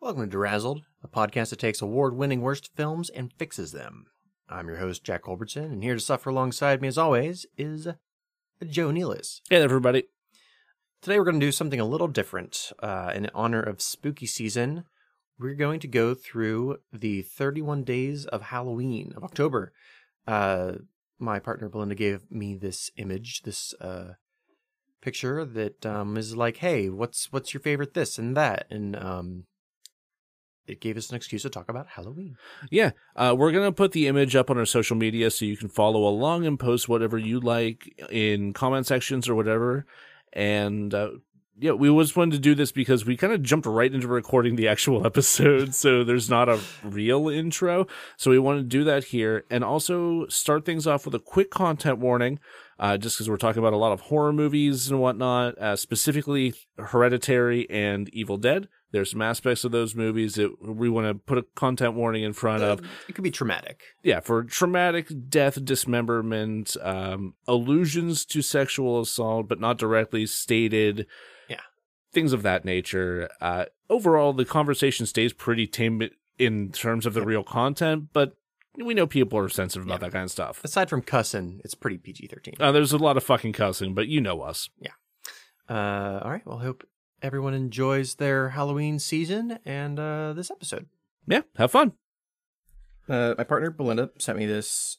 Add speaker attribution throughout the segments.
Speaker 1: Welcome to Derazzled, a podcast that takes award winning worst films and fixes them. I'm your host, Jack Culbertson, and here to suffer alongside me, as always, is Joe Nealis.
Speaker 2: Hey there, everybody.
Speaker 1: Today, we're going to do something a little different. Uh, in honor of spooky season, we're going to go through the 31 days of Halloween of October. Uh, my partner, Belinda, gave me this image, this uh, picture that um, is like, hey, what's what's your favorite this and that? And um, it gave us an excuse to talk about Halloween.
Speaker 2: Yeah, uh, we're going to put the image up on our social media so you can follow along and post whatever you like in comment sections or whatever. And uh, yeah, we just wanted to do this because we kind of jumped right into recording the actual episode. so there's not a real intro. So we want to do that here and also start things off with a quick content warning. Uh, just because we're talking about a lot of horror movies and whatnot, uh, specifically Hereditary and Evil Dead. There's some aspects of those movies that we want to put a content warning in front of.
Speaker 1: It could be traumatic.
Speaker 2: Yeah, for traumatic death, dismemberment, um, allusions to sexual assault, but not directly stated.
Speaker 1: Yeah.
Speaker 2: Things of that nature. Uh, overall, the conversation stays pretty tame in terms of the real content, but we know people are sensitive about that kind of stuff.
Speaker 1: Aside from cussing, it's pretty PG 13.
Speaker 2: Uh, there's a lot of fucking cussing, but you know us.
Speaker 1: Uh, all right. Well, I hope everyone enjoys their Halloween season and uh, this episode.
Speaker 2: Yeah, have fun.
Speaker 1: Uh, my partner Belinda sent me this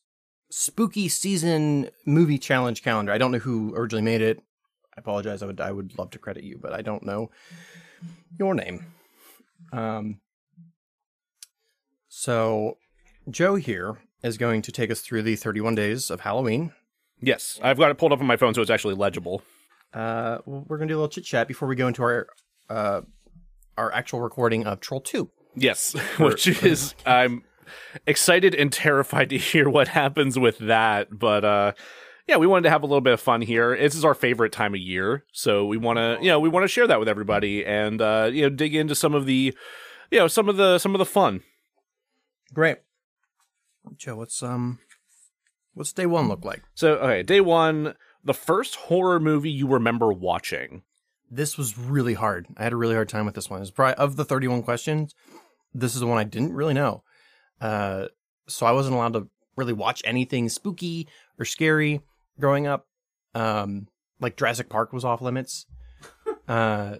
Speaker 1: spooky season movie challenge calendar. I don't know who originally made it. I apologize. I would I would love to credit you, but I don't know your name. Um, so Joe here is going to take us through the 31 days of Halloween.
Speaker 2: Yes, I've got it pulled up on my phone so it's actually legible.
Speaker 1: Uh, we're gonna do a little chit chat before we go into our uh, our actual recording of Troll Two.
Speaker 2: Yes, which is I'm excited and terrified to hear what happens with that, but uh yeah, we wanted to have a little bit of fun here. This is our favorite time of year, so we want to, you know, we want to share that with everybody and uh you know, dig into some of the you know, some of the some of the fun.
Speaker 1: Great. Joe, what's um what's day one look like?
Speaker 2: So, okay, day 1, the first horror movie you remember watching.
Speaker 1: This was really hard. I had a really hard time with this one. It's probably of the 31 questions, this is the one I didn't really know. Uh so I wasn't allowed to really watch anything spooky or scary growing up. Um like Jurassic Park was off limits. uh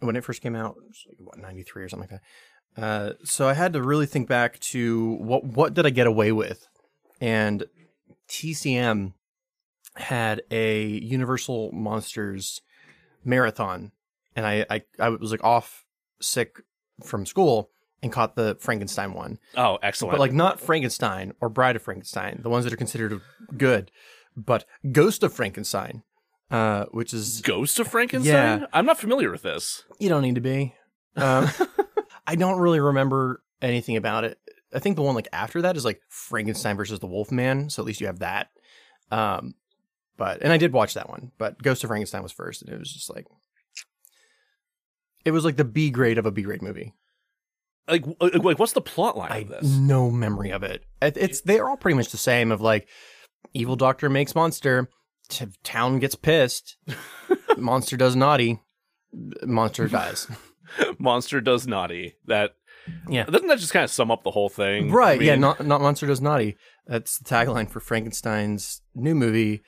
Speaker 1: when it first came out, it was like what 93 or something like that. Uh so I had to really think back to what what did I get away with? And TCM had a Universal Monsters marathon, and I I, I was like off sick from school and caught the Frankenstein one,
Speaker 2: Oh, excellent.
Speaker 1: but like not Frankenstein or Bride of Frankenstein, the ones that are considered good, but Ghost of Frankenstein, uh, which is
Speaker 2: Ghost of Frankenstein?
Speaker 1: Yeah.
Speaker 2: I'm not familiar with this.
Speaker 1: you don't need to be. Um, I don't really remember anything about it. I think the one like after that is like Frankenstein versus the Wolfman, so at least you have that. Um, but and I did watch that one, but Ghost of Frankenstein was first, and it was just like it was like the B grade of a B grade movie.
Speaker 2: Like, w- like what's the plot line
Speaker 1: I
Speaker 2: of this?
Speaker 1: no memory of it. It- It's they're all pretty much the same of like evil doctor makes monster, t- town gets pissed, monster does naughty, monster dies.
Speaker 2: Monster does naughty. That
Speaker 1: Yeah.
Speaker 2: Doesn't that just kind of sum up the whole thing?
Speaker 1: Right.
Speaker 2: I mean,
Speaker 1: yeah. Not not monster does naughty. That's the tagline for Frankenstein's new movie,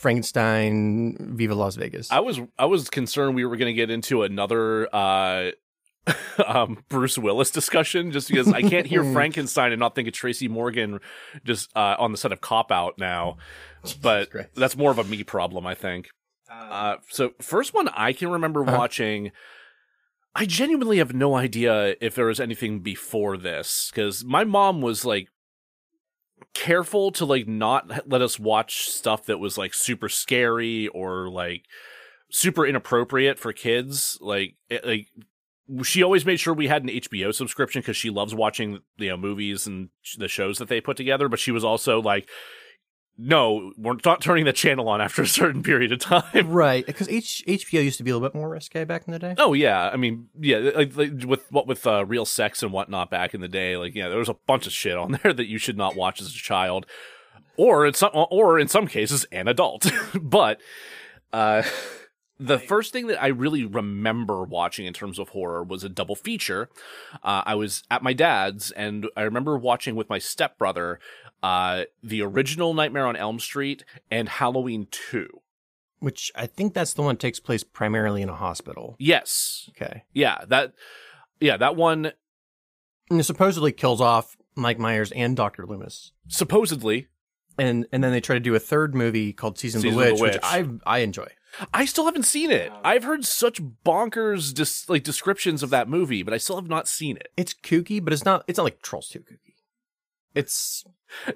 Speaker 1: Frankenstein Viva Las Vegas.
Speaker 2: I was I was concerned we were going to get into another uh, um, Bruce Willis discussion just because I can't hear Frankenstein and not think of Tracy Morgan just uh, on the set of Cop Out now. But
Speaker 1: Christ.
Speaker 2: that's more of a me problem, I think. Uh, so first one I can remember
Speaker 1: Uh-huh.
Speaker 2: watching. I genuinely have no idea if there was anything before this because my mom was like careful to like not let us watch stuff that was like super scary or like super inappropriate for kids. Like it, like she always made sure we had an HBO subscription because she loves watching you know movies and sh- the shows that they put together. But she was also like, no, we're not turning the channel on after a certain period of time.
Speaker 1: Right, because H- HBO used to be a little bit more risque back in the day.
Speaker 2: Oh yeah, I mean yeah, like, like with what with uh, real sex and whatnot back in the day, like yeah, there was a bunch of shit on there that you should not watch as a child, or in some or in some cases an adult. but uh, the first thing that I really remember watching in terms of horror was a double feature. Uh, I was at my dad's, and I remember watching with my stepbrother uh, the original Nightmare on Elm Street and Halloween Two.
Speaker 1: Which I think that's the one that takes place primarily in a hospital.
Speaker 2: Yes,
Speaker 1: Okay,
Speaker 2: yeah, that, yeah, that one
Speaker 1: and it supposedly kills off Mike Myers and Doctor Loomis.
Speaker 2: supposedly
Speaker 1: and and then they try to do a third movie called Season,
Speaker 2: Season
Speaker 1: of the
Speaker 2: of
Speaker 1: Witch,
Speaker 2: the
Speaker 1: which
Speaker 2: Witch.
Speaker 1: I I enjoy.
Speaker 2: I still haven't seen it. I've heard such bonkers dis- like descriptions of that movie, but I still have not seen it.
Speaker 1: It's kooky, but it's not it's not like Trolls Two kooky. It's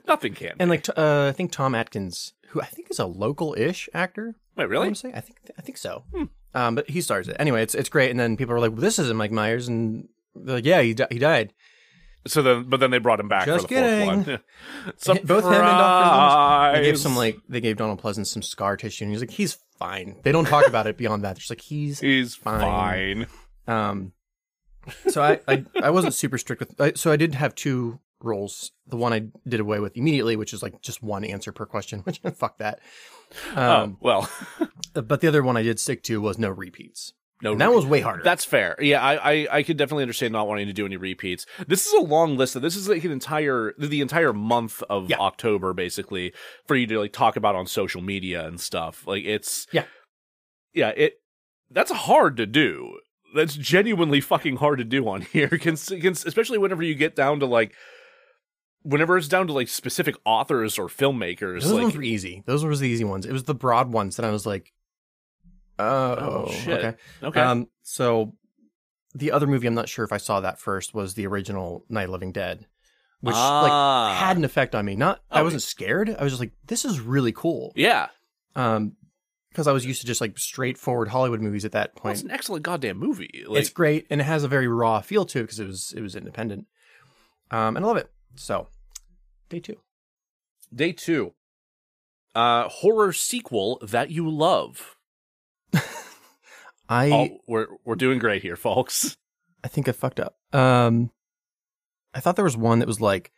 Speaker 2: Nothing can.
Speaker 1: and like t- uh, I think Tom Atkins, who I think is a local-ish actor.
Speaker 2: Wait,
Speaker 1: I
Speaker 2: really? Hmm.
Speaker 1: want to say I think I think so. Um, but he stars it anyway. It's it's great. And then people are like, well, "This isn't Mike Myers," and they're like, "Yeah, he di- he died."
Speaker 2: So then, but then they brought him back
Speaker 1: Just
Speaker 2: for the fourth
Speaker 1: kidding.
Speaker 2: one. Surprise!
Speaker 1: Both him and Dr. They gave some like they gave Donald Pleasant some scar tissue, and he's like, "He's fine." They don't talk about it beyond that. They're just like, "He's
Speaker 2: He's
Speaker 1: Fine.
Speaker 2: fine.
Speaker 1: Um, so I, I I wasn't super strict with. I, so I did have two rules. The one I did away with immediately, which is like just one answer per question. Which fuck that.
Speaker 2: oh
Speaker 1: Um,
Speaker 2: well,
Speaker 1: but the other one I did stick to was no repeats.
Speaker 2: no.
Speaker 1: And that was way harder.
Speaker 2: That's fair. Yeah, I, I I could definitely understand not wanting to do any repeats. This is a long list. Though. This is like an entire the entire month of
Speaker 1: Yeah.
Speaker 2: October basically for you to like talk about on social media and stuff. Like it's
Speaker 1: Yeah.
Speaker 2: yeah it that's hard to do. That's genuinely fucking hard to do on here. Cons- cons- especially whenever you get down to like whenever it's down to like specific authors or filmmakers.
Speaker 1: those
Speaker 2: like
Speaker 1: ones were easy. Those were the easy ones. It was the broad ones that I was like, oh,
Speaker 2: Oh, shit.
Speaker 1: okay.
Speaker 2: okay,
Speaker 1: Um, so the other movie I'm not sure if I saw that first was the original Night of the Living Dead, which like
Speaker 2: Ah.
Speaker 1: had an effect on me. Not I
Speaker 2: Oh,
Speaker 1: wasn't scared. I was just like, this is really cool.
Speaker 2: yeah.
Speaker 1: um because i was used to just like straightforward hollywood movies at that
Speaker 2: Well, it's
Speaker 1: point
Speaker 2: an excellent goddamn movie. Like,
Speaker 1: it's great and it has a very raw feel to it because it was it was independent um and i love it so day two
Speaker 2: Day two. Uh horror sequel that you love.
Speaker 1: i
Speaker 2: Oh, we're we're doing great here, folks.
Speaker 1: i think i fucked up um i thought there was one that was like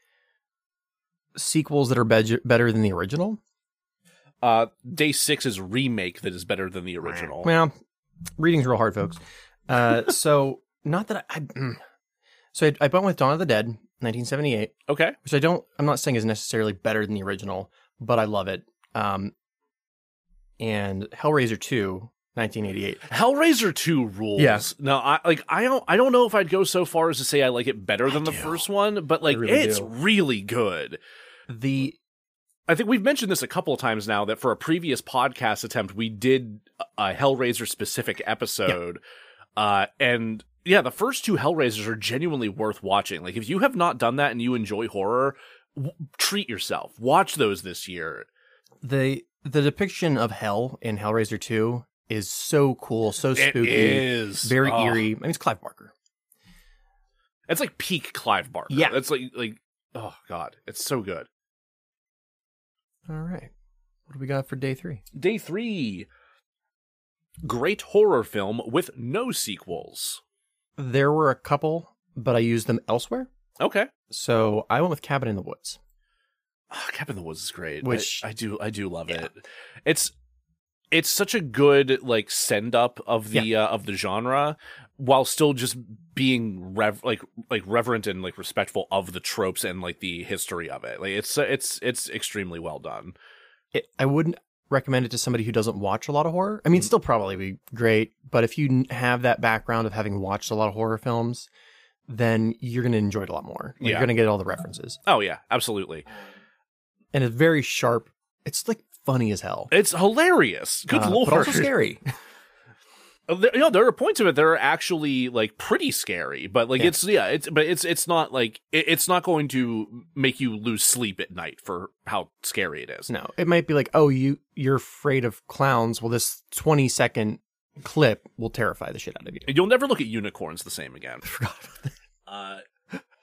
Speaker 1: sequels that are bed- better than the original
Speaker 2: Uh day six is remake that is better than the original.
Speaker 1: well reading's real hard folks uh so not that i, I mm. so I, I went with dawn of the dead 1978
Speaker 2: Okay.
Speaker 1: which I don't, I'm not saying is necessarily better than the original, but I love it. Um, and Hellraiser 2, 1988.
Speaker 2: Hellraiser two rules.
Speaker 1: Yeah.
Speaker 2: Now I like I don't I don't know if I'd go so far as to say I like it better than
Speaker 1: I
Speaker 2: the
Speaker 1: do.
Speaker 2: first one, but like
Speaker 1: really
Speaker 2: it's
Speaker 1: do.
Speaker 2: really good.
Speaker 1: The
Speaker 2: I think we've mentioned this a couple of times now that for a previous podcast attempt, we did a Hellraiser specific episode. Uh, and yeah, the first two Hellraisers are genuinely worth watching. Like, if you have not done that and you enjoy horror, w- treat yourself. Watch those this year.
Speaker 1: the the depiction of hell in Hellraiser 2 is so cool, so
Speaker 2: It
Speaker 1: spooky,
Speaker 2: is
Speaker 1: very
Speaker 2: Oh.
Speaker 1: eerie. I mean, it's Clive Barker.
Speaker 2: It's like peak Clive Barker.
Speaker 1: Yeah.
Speaker 2: That's like, like, oh, God. It's so good.
Speaker 1: All right. What do we got for day three?
Speaker 2: Day three Great horror film with no sequels.
Speaker 1: There were a couple, but I used them elsewhere.
Speaker 2: Okay.
Speaker 1: So I went with Cabin in the Woods.
Speaker 2: Oh, Cabin in the Woods is great.
Speaker 1: Which-
Speaker 2: I, I do, I do love
Speaker 1: Yeah.
Speaker 2: it. It's it's such a good like send up of the uh, of the genre, while still just being rev like like reverent and like respectful of the tropes and like the history of it. Like it's it's it's extremely well done.
Speaker 1: it, I wouldn't recommend it to somebody who doesn't watch a lot of horror. I mean, it's still probably be great, but if you n- have that background of having watched a lot of horror films, then you're going to enjoy it a lot more. Like,
Speaker 2: Yeah.
Speaker 1: You're going to get all the references,
Speaker 2: Oh yeah, absolutely.
Speaker 1: and it's very sharp. It's like funny as hell.
Speaker 2: It's hilarious. Good
Speaker 1: Uh,
Speaker 2: lord,
Speaker 1: but also scary.
Speaker 2: Uh, There, you know, there are points of it that are actually like pretty scary, but like
Speaker 1: Yeah.
Speaker 2: it's yeah, it's but it's it's not like it, it's not going to make you lose sleep at night for how scary it is.
Speaker 1: no, it might be like, oh, you you're afraid of clowns. Well, this 20 second clip will terrify the shit out of you.
Speaker 2: You'll never look at unicorns the same again.
Speaker 1: I forgot about that.
Speaker 2: Uh,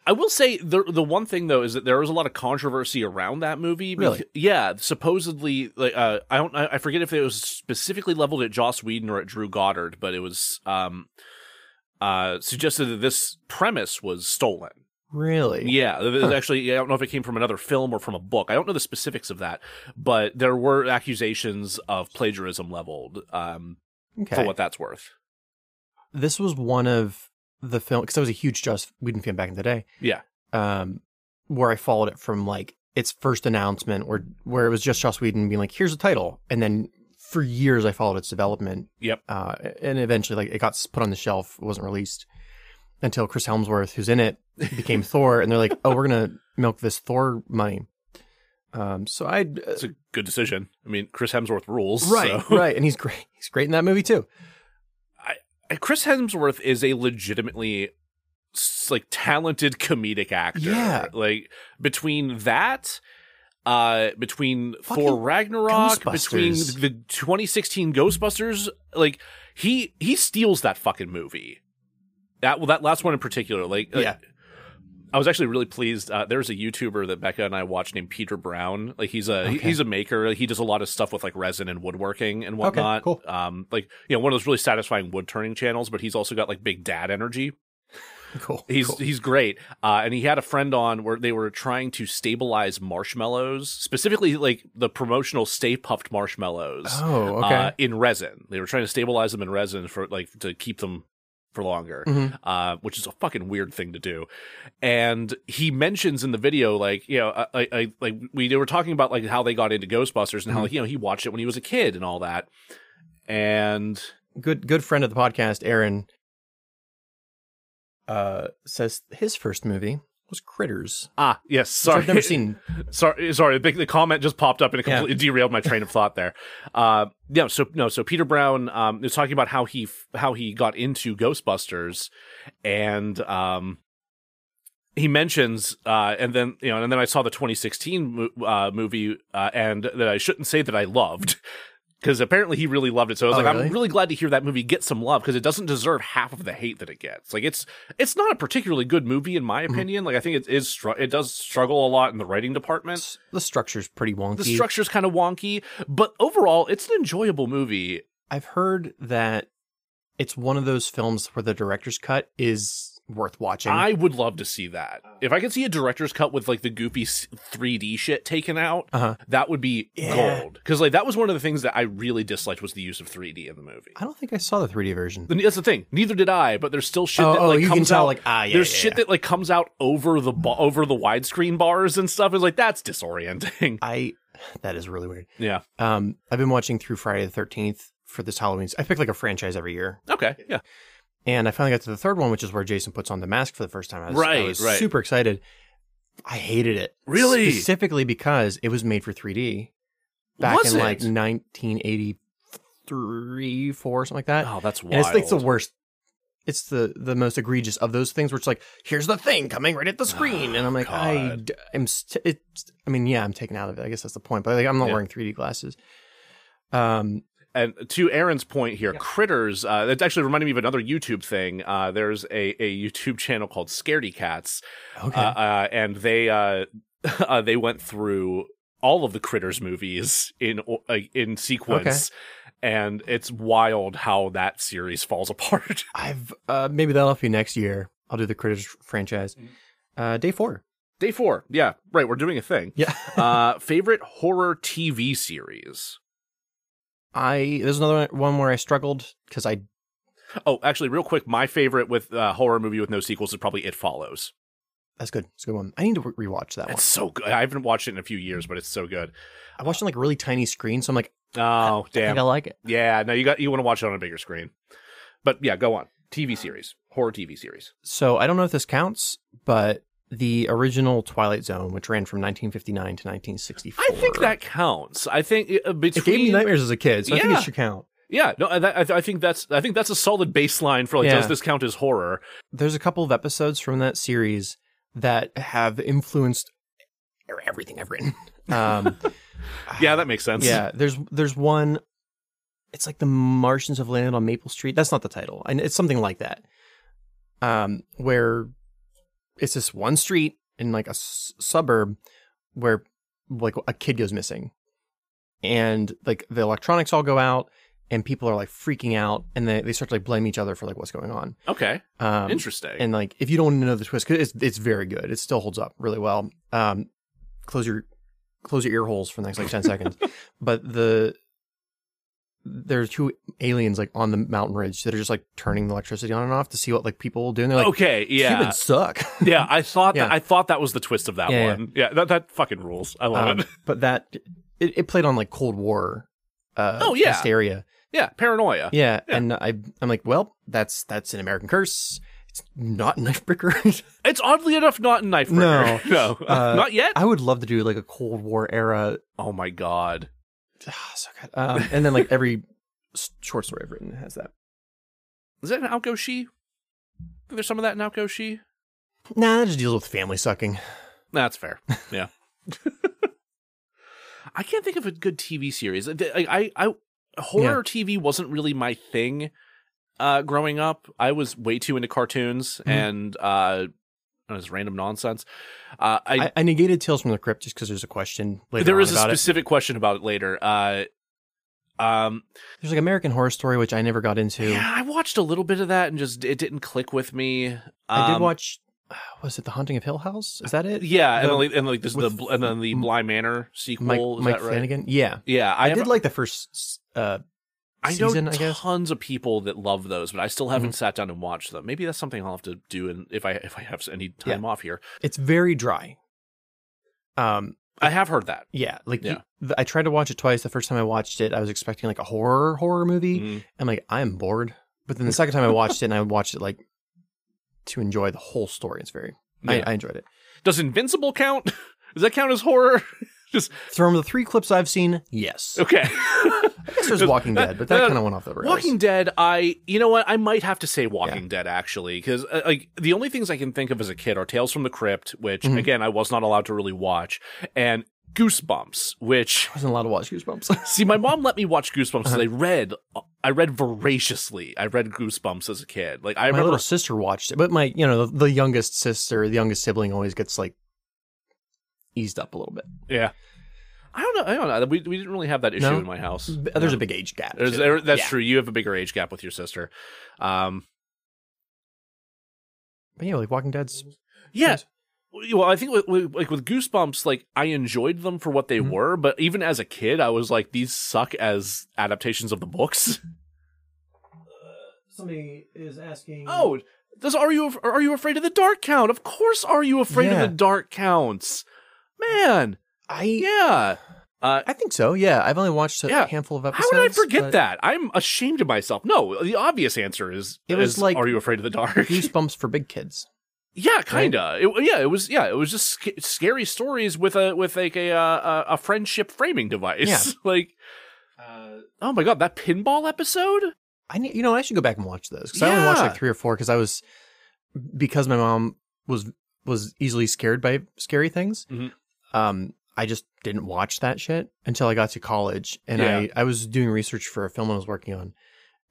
Speaker 2: I will say the the one thing though is that there was a lot of controversy around that movie.
Speaker 1: Really?
Speaker 2: becau- yeah. Supposedly, like uh, I don't, I I forget if it was specifically leveled at Joss Whedon or at Drew Goddard, but it was um, uh, suggested that this premise was stolen.
Speaker 1: Really?
Speaker 2: Yeah, it was
Speaker 1: Huh.
Speaker 2: actually, I don't know if it came from another film or from a book. I don't know the specifics of that, but there were accusations of plagiarism leveled um, for
Speaker 1: Okay.
Speaker 2: what that's worth.
Speaker 1: This was one of the film because I was a huge Joss Whedon fan back in the day.
Speaker 2: Yeah.
Speaker 1: Um, where I followed it from like its first announcement, or where it was just Joss Whedon being like, "Here's the title," and then for years I followed its development.
Speaker 2: Yep.
Speaker 1: Uh, and eventually, like, it got s- put on the shelf. It wasn't released until Chris Helmsworth, who's in it, became Thor, and they're like, "Oh, we're gonna milk this Thor money." Um, so I
Speaker 2: It's a good decision. I mean, Chris Hemsworth rules.
Speaker 1: right,
Speaker 2: so-
Speaker 1: right, and he's great. He's great in that movie too.
Speaker 2: Chris Hemsworth is a legitimately s- like talented comedic actor.
Speaker 1: Yeah.
Speaker 2: Like between that uh between Thor
Speaker 1: Fucking
Speaker 2: Ragnarok between
Speaker 1: Ghostbusters.
Speaker 2: the 2016 Ghostbusters like he he steals that fucking movie. That well that last one in particular like like,
Speaker 1: Yeah.
Speaker 2: I was actually really pleased. Uh, there's a YouTuber that Becca and I watched named Peter Brown. Like he's a he-
Speaker 1: Okay.
Speaker 2: he's a maker. He does a lot of stuff with like resin and woodworking and
Speaker 1: Okay,
Speaker 2: whatnot.
Speaker 1: cool.
Speaker 2: Um, like you know, one of those really satisfying wood turning channels. But he's also got like big dad energy.
Speaker 1: Cool.
Speaker 2: He's
Speaker 1: cool.
Speaker 2: he's great. Uh, and he had a friend on where they were trying to stabilize marshmallows, specifically like the promotional Stay Puffed marshmallows
Speaker 1: oh, okay.
Speaker 2: uh, in resin. They were trying to stabilize them in resin for like to keep them for longer
Speaker 1: Mhm.
Speaker 2: uh, which is a fucking weird thing to do. And he mentions in the video, like, you know, I, I, I like we they were talking about like how they got into Ghostbusters
Speaker 1: Mm-hmm.
Speaker 2: and how like, you know he watched it when he was a kid and all that. And
Speaker 1: good good friend of the podcast, Aaron, uh, says his first movie was Critters.
Speaker 2: ah, yes,
Speaker 1: which
Speaker 2: sorry,
Speaker 1: I've never seen.
Speaker 2: sorry, sorry. The, big- the comment just popped up and it
Speaker 1: Yeah.
Speaker 2: completely derailed my train of thought there. Uh, yeah, so no, so Peter Brown um, is talking about how he f- how he got into Ghostbusters, and um, he mentions uh, and then you know and then I saw the 2016 mo- uh, movie uh, and that I shouldn't say that I loved. Because apparently he really loved it, so I was
Speaker 1: Oh,
Speaker 2: like,
Speaker 1: really?
Speaker 2: "I'm really glad to hear that movie get some love because it doesn't deserve half of the hate that it gets." Like, it's it's not a particularly good movie in
Speaker 1: Mm-hmm.
Speaker 2: my opinion. Like, I think it is str- it does struggle a lot in the writing department
Speaker 1: S- The structure's pretty wonky.
Speaker 2: the structure's kind of wonky, but overall, it's an enjoyable movie.
Speaker 1: I've heard that it's one of those films where the director's cut is worth watching.
Speaker 2: I would love to see that. If I could see a director's cut with like the goopy s- 3D shit taken out,
Speaker 1: Uh-huh.
Speaker 2: that would be
Speaker 1: Yeah.
Speaker 2: gold. Because like that was one of the things that I really disliked was the use of 3D in the movie.
Speaker 1: I don't think I saw the 3D version.
Speaker 2: The- That's the thing. Neither did I, but there's still shit
Speaker 1: oh,
Speaker 2: that
Speaker 1: oh,
Speaker 2: like
Speaker 1: you
Speaker 2: comes
Speaker 1: can tell,
Speaker 2: out.
Speaker 1: like ah, yeah,
Speaker 2: there's
Speaker 1: yeah,
Speaker 2: shit
Speaker 1: yeah.
Speaker 2: that like comes out over the ba- over the widescreen bars and stuff. It's like that's disorienting.
Speaker 1: I that is really weird.
Speaker 2: yeah.
Speaker 1: Um, I've been watching through Friday the 13th for this Halloween. I pick like a franchise every year,
Speaker 2: Okay. Yeah.
Speaker 1: And I finally got to the third one, which is where Jason puts on the mask for the first time. I was, I
Speaker 2: Right,
Speaker 1: was
Speaker 2: right.
Speaker 1: super excited. I hated it.
Speaker 2: Really?
Speaker 1: Specifically because it was made for 3D back
Speaker 2: Was
Speaker 1: in
Speaker 2: it?
Speaker 1: like 1983, 4, something like that.
Speaker 2: Oh, that's wild.
Speaker 1: Uh, and it's like the worst. It's the, the most egregious of those things where it's like, here's the thing coming right at the screen. and I'm like, I,
Speaker 2: Ah, God.
Speaker 1: d- I'm, st- it's, I mean, yeah, I'm taken out of it. I guess that's the point. But like, I'm not
Speaker 2: Yeah.
Speaker 1: wearing 3D glasses. Um,
Speaker 2: and to Aaron's point here, critters. Uh, that actually reminded me of another YouTube thing. Uh, there's a, a YouTube channel called Scaredy Cats,
Speaker 1: okay.
Speaker 2: uh, uh, and they uh, uh, they went through all of the critters movies in o- uh, in sequence, and it's wild how that series falls apart.
Speaker 1: I've uh, maybe that'll be next year. I'll do the Critters franchise.
Speaker 2: Mm-hmm.
Speaker 1: Uh, day four.
Speaker 2: Day four, yeah, right. We're doing a thing.
Speaker 1: Yeah.
Speaker 2: Uh, favorite horror TV series.
Speaker 1: I there's another one where I struggled because I
Speaker 2: Oh, actually, real quick, my favorite with uh, horror movie with no sequels is probably It Follows.
Speaker 1: that's good. It's a good one. I need to re- rewatch that one.
Speaker 2: It's so good. I haven't watched it in a few years, but it's so good.
Speaker 1: I watched it on like a really tiny screen, so I'm like,
Speaker 2: Oh,
Speaker 1: I think
Speaker 2: damn.
Speaker 1: I like it.
Speaker 2: yeah, no, you got you want to watch it on a bigger screen. But yeah, go on. TV series, horror TV series.
Speaker 1: So I don't know if this counts, but the original Twilight Zone, which ran from 1959 to 1964,
Speaker 2: I think that counts. I think uh,
Speaker 1: it gave me
Speaker 2: between
Speaker 1: nightmares as a kid, so I think
Speaker 2: Yeah.
Speaker 1: it should count.
Speaker 2: yeah, no, I- that, I, I think that's I think that's a solid baseline for like
Speaker 1: Yeah.
Speaker 2: does this count as horror?
Speaker 1: There's a couple of episodes from that series that have influenced everything I've written. Um,
Speaker 2: Yeah, that makes sense.
Speaker 1: Yeah, there's there's one it's like the Martians have landed on Maple Street. That's not the title. And it's something like that. Um, where it's this one street in like a s- suburb where like a kid goes missing. And like the electronics all go out and people are like freaking out and they, they start to like blame each other for like what's going on.
Speaker 2: Okay.
Speaker 1: Um,
Speaker 2: Interesting.
Speaker 1: and like, if you don't want to know the twist, 'cause it's it's very good. It still holds up really well. Um, close your close your ear holes for the next like ten seconds. But the there are two aliens like on the mountain ridge that are just like turning the electricity on and off to see what like people will do. And they're like,
Speaker 2: okay. Oh, Yeah.
Speaker 1: humans suck.
Speaker 2: Yeah. I thought that
Speaker 1: Yeah.
Speaker 2: I thought that was the twist of that
Speaker 1: Yeah, yeah.
Speaker 2: one. Yeah. that that fucking rules. I love
Speaker 1: Um,
Speaker 2: it.
Speaker 1: but that it, it played on like Cold War. Uh,
Speaker 2: Oh, yeah.
Speaker 1: hysteria.
Speaker 2: Yeah. Paranoia.
Speaker 1: Yeah,
Speaker 2: Yeah.
Speaker 1: and I I'm like, well, that's that's an American curse. It's not Knifebreaker.
Speaker 2: It's oddly enough not in knife.
Speaker 1: No.
Speaker 2: Breaker. no,
Speaker 1: Uh,
Speaker 2: not yet.
Speaker 1: I would love to do like a Cold War era
Speaker 2: oh my god.
Speaker 1: Ah, so good. Um, and then like every s- short story I've written has that.
Speaker 2: Is that an Alkoshi? There's some of that in Alkoshi.
Speaker 1: Nah, that just deals with family sucking.
Speaker 2: That's fair. Yeah. I can't think of a good TV series. I I, I horror TV wasn't really my thing uh growing up. I was way too into cartoons
Speaker 1: Mhm.
Speaker 2: and uh it was random nonsense. Uh I,
Speaker 1: I, I negated Tales from the Crypt just because there's a question later
Speaker 2: there
Speaker 1: on
Speaker 2: is a
Speaker 1: about
Speaker 2: specific question about it later. Uh um
Speaker 1: it. There's like American Horror Story, which I never got into.
Speaker 2: yeah, I watched a little bit of that and just it didn't click with me.
Speaker 1: I did
Speaker 2: Um,
Speaker 1: watch. Was it The Haunting of Hill House? Is that it?
Speaker 2: Yeah, and
Speaker 1: The-
Speaker 2: then, like, and like this the
Speaker 1: with
Speaker 2: bl- and then the
Speaker 1: M-
Speaker 2: Bly Manor sequel.
Speaker 1: Mike,
Speaker 2: is
Speaker 1: Mike
Speaker 2: that right?
Speaker 1: Flanagan. Yeah,
Speaker 2: Yeah, I,
Speaker 1: I,
Speaker 2: have,
Speaker 1: did like the first. s- Uh,
Speaker 2: I know
Speaker 1: season, I guess. Mm-hmm.
Speaker 2: tons of people that love those, but I still haven't sat down and watched them. Maybe that's something I'll have to do, and if I if I have any time off here,
Speaker 1: it's very dry. Um.
Speaker 2: I have heard that.
Speaker 1: Yeah. Like. you-
Speaker 2: Yeah.
Speaker 1: th- I tried to watch it twice. The first time I watched it, I was expecting like a horror horror movie.
Speaker 2: Mhm.
Speaker 1: I'm like, I'm bored. But then the second time I watched it, and I watched it like to enjoy the whole story. It's very,
Speaker 2: Yeah.
Speaker 1: I, I enjoyed it.
Speaker 2: Does Invincible count? Does that count as horror?
Speaker 1: From the three clips I've seen, yes.
Speaker 2: Okay.
Speaker 1: I guess there's Walking Dead, but that kind of went off the rails.
Speaker 2: Walking Dead, I you know what I might have to say Walking Dead actually because uh, like the only things I can think of as a kid are Tales from the Crypt, which
Speaker 1: Mhm.
Speaker 2: again I was not allowed to really watch, and Goosebumps, which
Speaker 1: wasn't allowed to watch Goosebumps.
Speaker 2: See, my mom let me watch Goosebumps
Speaker 1: Uh-huh.
Speaker 2: because I read, I read voraciously. I read Goosebumps as a kid. Like I
Speaker 1: my
Speaker 2: remember,
Speaker 1: little sister watched it, but my, you know, the, the youngest sister, the youngest sibling, always gets like eased up a little bit.
Speaker 2: yeah. I don't know. I don't know. We we didn't really have that issue
Speaker 1: No?
Speaker 2: in my house.
Speaker 1: B- There's
Speaker 2: No.
Speaker 1: a big age gap.
Speaker 2: There's-
Speaker 1: too.
Speaker 2: there- that's
Speaker 1: Yeah.
Speaker 2: true. You have a bigger age gap with your sister. Um,
Speaker 1: But yeah, like Walking Dead's.
Speaker 2: yeah. Well, I think with, with, like with Goosebumps, like I enjoyed them for what they
Speaker 1: Mhm.
Speaker 2: were, but even as a kid, I was like, these suck as adaptations of the books.
Speaker 1: Mm-hmm. Somebody is asking.
Speaker 2: Oh, does are you Af- are you afraid of the dark count? Of course, are you afraid
Speaker 1: Yeah.
Speaker 2: of the dark counts? Man,
Speaker 1: I
Speaker 2: yeah. Uh,
Speaker 1: I think so. Yeah, I've only watched a
Speaker 2: Yeah.
Speaker 1: handful of
Speaker 2: how
Speaker 1: episodes.
Speaker 2: would I forget
Speaker 1: but-
Speaker 2: that? I'm ashamed of myself. No, the obvious answer is
Speaker 1: It was
Speaker 2: is,
Speaker 1: like-
Speaker 2: Are you afraid of the dark?
Speaker 1: Goosebumps for big kids.
Speaker 2: yeah, kinda. It, yeah, it was. Yeah, it was just sc- scary stories with a with like a uh, a a friendship framing device.
Speaker 1: Yeah.
Speaker 2: like, oh my god, that pinball episode.
Speaker 1: I need, you know, I should go back and watch those because I only watched
Speaker 2: Yeah.
Speaker 1: like three or four because I was because my mom was was easily scared by scary things.
Speaker 2: Mhm.
Speaker 1: Um, I just didn't watch that shit until I got to college, and
Speaker 2: Yeah.
Speaker 1: I I was doing research for a film I was working on,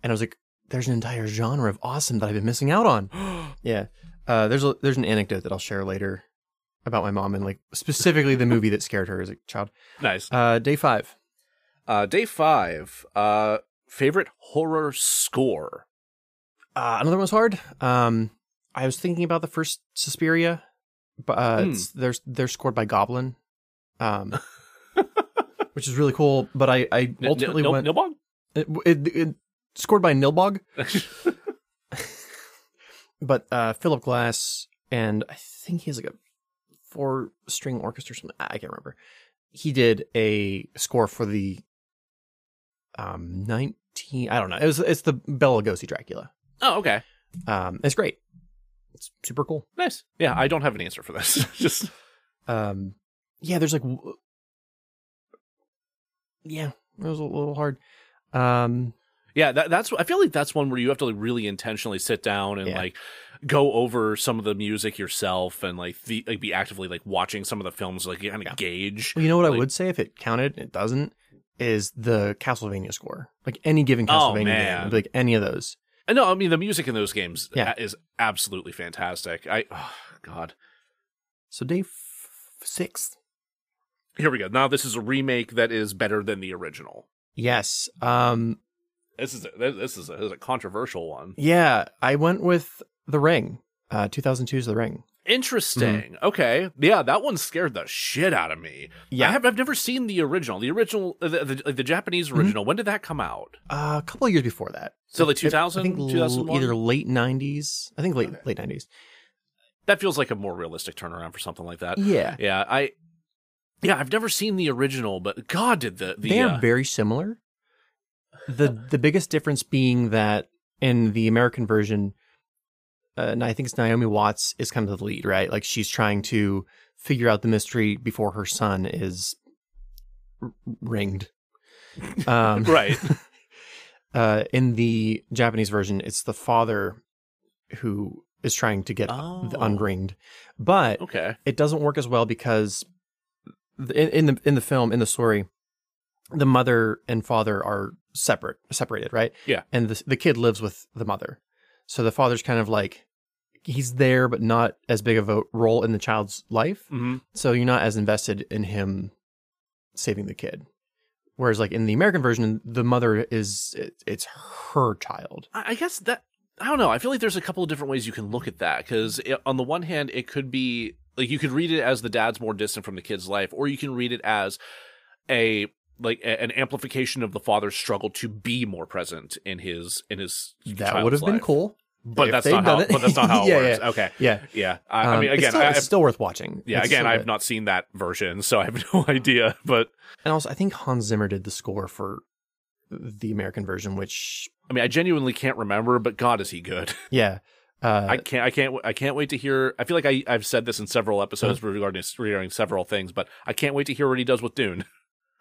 Speaker 1: and I was like, "There's an entire genre of awesome that I've been missing out on." Yeah, uh, there's a there's an anecdote that I'll share later about my mom and like specifically the movie that scared her as a child.
Speaker 2: nice.
Speaker 1: Uh, day five.
Speaker 2: Uh, day five. Uh, favorite horror score.
Speaker 1: Uh, another one's hard. Um, I was thinking about the first Suspiria, but uh,
Speaker 2: Hmm.
Speaker 1: it's, they're they're scored by Goblin, um, which is really cool. But I, I
Speaker 2: N-
Speaker 1: ultimately
Speaker 2: Nil-
Speaker 1: went
Speaker 2: Nilbog?
Speaker 1: it, it, it- scored by Nilbog, but uh, Philip Glass and I think he's like a four string orchestra or something. I I can't remember. He did a score for the um nineteen. I don't know. It was it's the Bela Lugosi Dracula.
Speaker 2: oh, okay.
Speaker 1: Um, it's great. It's super cool.
Speaker 2: Nice. Yeah, I don't have an answer for this. Just
Speaker 1: Um, yeah, there's like, w- yeah, it was a little hard. Um,
Speaker 2: yeah, that, that's. I feel like that's one where you have to like really intentionally sit down and
Speaker 1: Yeah.
Speaker 2: like go over some of the music yourself and like the like be actively like watching some of the films like kind of gauge.
Speaker 1: well, you know what I
Speaker 2: Like-
Speaker 1: would say if it counted, it doesn't. is the Castlevania score. Like any given
Speaker 2: Oh,
Speaker 1: Castlevania
Speaker 2: man.
Speaker 1: game, like any of those.
Speaker 2: I know. Uh, I mean, the music in those games
Speaker 1: Yeah.
Speaker 2: a- is absolutely fantastic. I, oh, God.
Speaker 1: So day f- six.
Speaker 2: Here we go. Now this is a remake that is better than the original.
Speaker 1: Yes. Um.
Speaker 2: This is a, this is a, this is a controversial one.
Speaker 1: Yeah, I went with The Ring. Uh, 2002's The Ring.
Speaker 2: Interesting. Okay. Yeah, that one scared the shit out of me. I have, I've never seen the original. The original, uh, the, the, the Japanese
Speaker 1: Mhm.
Speaker 2: original. When did that come out?
Speaker 1: Uh, a couple of years before that.
Speaker 2: So, like,
Speaker 1: I- I
Speaker 2: 2000,
Speaker 1: think l-
Speaker 2: 2001?
Speaker 1: either late 90s. I think late
Speaker 2: Okay.
Speaker 1: late 90s.
Speaker 2: That feels like a more realistic turnaround for something like that.
Speaker 1: Yeah.
Speaker 2: Yeah, I. Yeah, I've never seen the original, but God did the the.
Speaker 1: they
Speaker 2: uh,
Speaker 1: are very similar. The the biggest difference being that in the American version, uh, and I think it's Naomi Watts is kind of the lead, right? Like she's trying to figure out the mystery before her son is r- ringed. Um,
Speaker 2: right.
Speaker 1: uh, in the Japanese version, it's the father who is trying to get
Speaker 2: Oh.
Speaker 1: the unringed, but
Speaker 2: Okay.
Speaker 1: it doesn't work as well because th- in, in the in the film in the story the mother and father are separate separated right
Speaker 2: Yeah.
Speaker 1: and the, the kid lives with the mother so the father's kind of like he's there but not as big of a role in the child's life
Speaker 2: hmm
Speaker 1: so you're not as invested in him saving the kid whereas like in the american version the mother is it, it's her child
Speaker 2: I I guess that I don't know. I feel like there's a couple of different ways you can look at that because on the one hand, it could be like you could read it as the dad's more distant from the kid's life, or you can read it as a like a- an amplification of the father's struggle to be more present in his in his.
Speaker 1: that
Speaker 2: child's
Speaker 1: would have been
Speaker 2: life.
Speaker 1: cool
Speaker 2: but
Speaker 1: if
Speaker 2: that's
Speaker 1: they'd
Speaker 2: not how.
Speaker 1: done it.
Speaker 2: But that's not how it
Speaker 1: Yeah,
Speaker 2: works. Okay.
Speaker 1: yeah
Speaker 2: Yeah. I, I
Speaker 1: Um,
Speaker 2: mean,
Speaker 1: it's
Speaker 2: again,
Speaker 1: still,
Speaker 2: I,
Speaker 1: it's
Speaker 2: I've-
Speaker 1: still worth watching
Speaker 2: yeah.
Speaker 1: It's
Speaker 2: Again,
Speaker 1: still
Speaker 2: I
Speaker 1: good.
Speaker 2: have not seen that version, so I have no idea. But
Speaker 1: And also, I think Hans Zimmer did the score for the American version, which
Speaker 2: I mean, I genuinely can't remember. But God, is he good?
Speaker 1: yeah, uh,
Speaker 2: I can't. I can't. I can't wait to hear. I feel like I, I've said this in several episodes
Speaker 1: Uh-huh.
Speaker 2: regarding regarding several things, but I can't wait to hear what he does with Dune.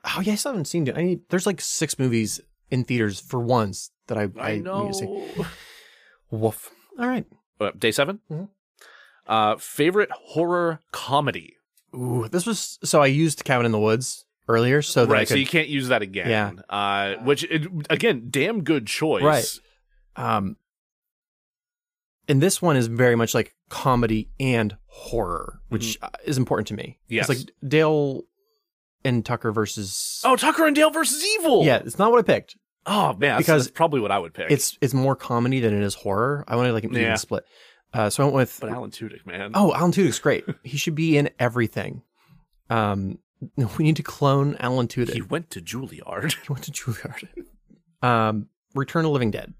Speaker 1: oh yeah, I still haven't seen it. I need, there's like six movies in theaters for once that I I, need to see. Woof. All right.
Speaker 2: Uh, Day 7
Speaker 1: Mhm.
Speaker 2: Uh, favorite horror comedy.
Speaker 1: Ooh, this was so I used Cabin in the Woods earlier, so that I
Speaker 2: right.
Speaker 1: could,
Speaker 2: So you can't use that again.
Speaker 1: Yeah.
Speaker 2: Uh, which it, again, damn good choice.
Speaker 1: Right. um, and this one is very much like comedy and horror, which uh is important to me.
Speaker 2: Mm. Yes.
Speaker 1: it's like Dale and Tucker versus.
Speaker 2: Oh, Tucker and Dale versus Evil.
Speaker 1: yeah, it's not what I picked.
Speaker 2: Oh man, that's-
Speaker 1: Because
Speaker 2: that's probably what I would pick.
Speaker 1: it's it's more comedy than it is horror. I wanted like an
Speaker 2: Yeah.
Speaker 1: even split. Uh, so I went with
Speaker 2: but Alan Tudyk, man.
Speaker 1: oh Alan Tudyk's great. he should be in everything. Um, we need to clone Alan Tudyk.
Speaker 2: he
Speaker 1: He,
Speaker 2: went to Juilliard.
Speaker 1: went to Juilliard. um, Return of the Living Dead,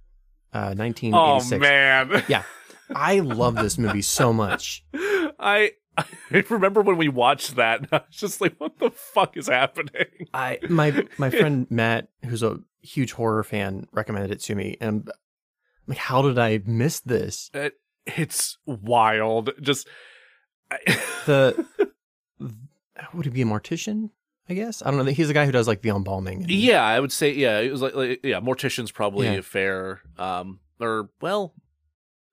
Speaker 1: uh, nineteen eighty
Speaker 2: Oh
Speaker 1: six.
Speaker 2: man.
Speaker 1: I love this movie so much.
Speaker 2: I I remember when we watched that. And I was just like, what the fuck is happening?
Speaker 1: I my my friend Matt, who's a huge horror fan, recommended it to me, and I'm like, how did I miss this?
Speaker 2: It's wild. Just I,
Speaker 1: The would he be a mortician? I guess I don't know. He's the guy who does like the embalming. and-
Speaker 2: yeah, I would say yeah. It was like, like yeah, mortician's probably
Speaker 1: Yeah.
Speaker 2: a fair um or well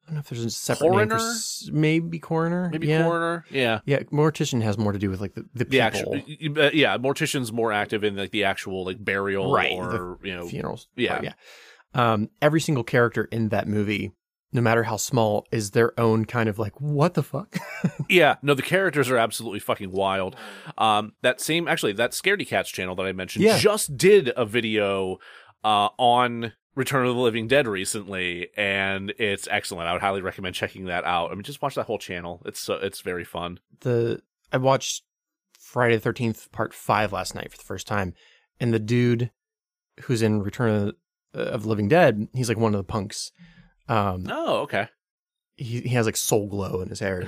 Speaker 1: I don't know if there's a separate name for
Speaker 2: Coroner?
Speaker 1: s- maybe coroner.
Speaker 2: maybe
Speaker 1: yeah.
Speaker 2: coroner. Yeah.
Speaker 1: Yeah, mortician has more to do with like the, the
Speaker 2: The
Speaker 1: people
Speaker 2: actual, uh, yeah, mortician's more active in like the actual like burial
Speaker 1: Right,
Speaker 2: or you know,
Speaker 1: funerals.
Speaker 2: Yeah.
Speaker 1: part, yeah. Um, every single character in that movie, no matter how small, is their own kind of like what the fuck.
Speaker 2: yeah, no, the characters are absolutely fucking wild. Um, that same, actually, that Scaredy Cats channel that I mentioned
Speaker 1: Yeah.
Speaker 2: just did a video uh, on Return of the Living Dead recently, and it's excellent. I would highly recommend checking that out. I mean, just watch that whole channel. It's so it's very fun.
Speaker 1: the I watched Friday the Thirteenth Part Five last night for the first time, and the dude who's in Return of the, of the Living Dead, he's like one of the punks. Um,
Speaker 2: Oh, okay.
Speaker 1: he, he has like soul glow in his hair.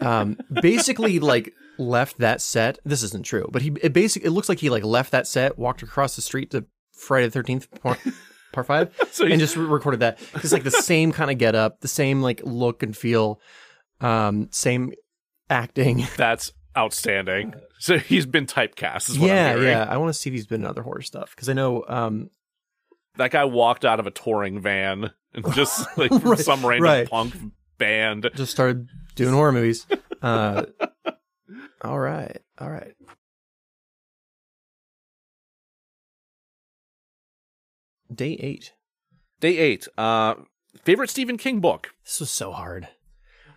Speaker 1: Um, basically, like left that set. This isn't true, but he it basically it looks like he like left that set, walked across the street to Friday the Thirteenth part, part five,
Speaker 2: So
Speaker 1: and just re- recorded that. It's like the same kind of get up, the same like look and feel, um, same acting.
Speaker 2: that's outstanding. So he's been typecast. Is what I'm
Speaker 1: Yeah,
Speaker 2: hearing.
Speaker 1: yeah. I want to see if he's been in other horror stuff because I know. Um,
Speaker 2: That guy walked out of a touring van and just like from
Speaker 1: Right,
Speaker 2: some random
Speaker 1: right.
Speaker 2: punk band.
Speaker 1: just started doing horror movies. Uh, all right, all right. Day eight.
Speaker 2: Day eight. Uh, favorite Stephen King book.
Speaker 1: This was so hard.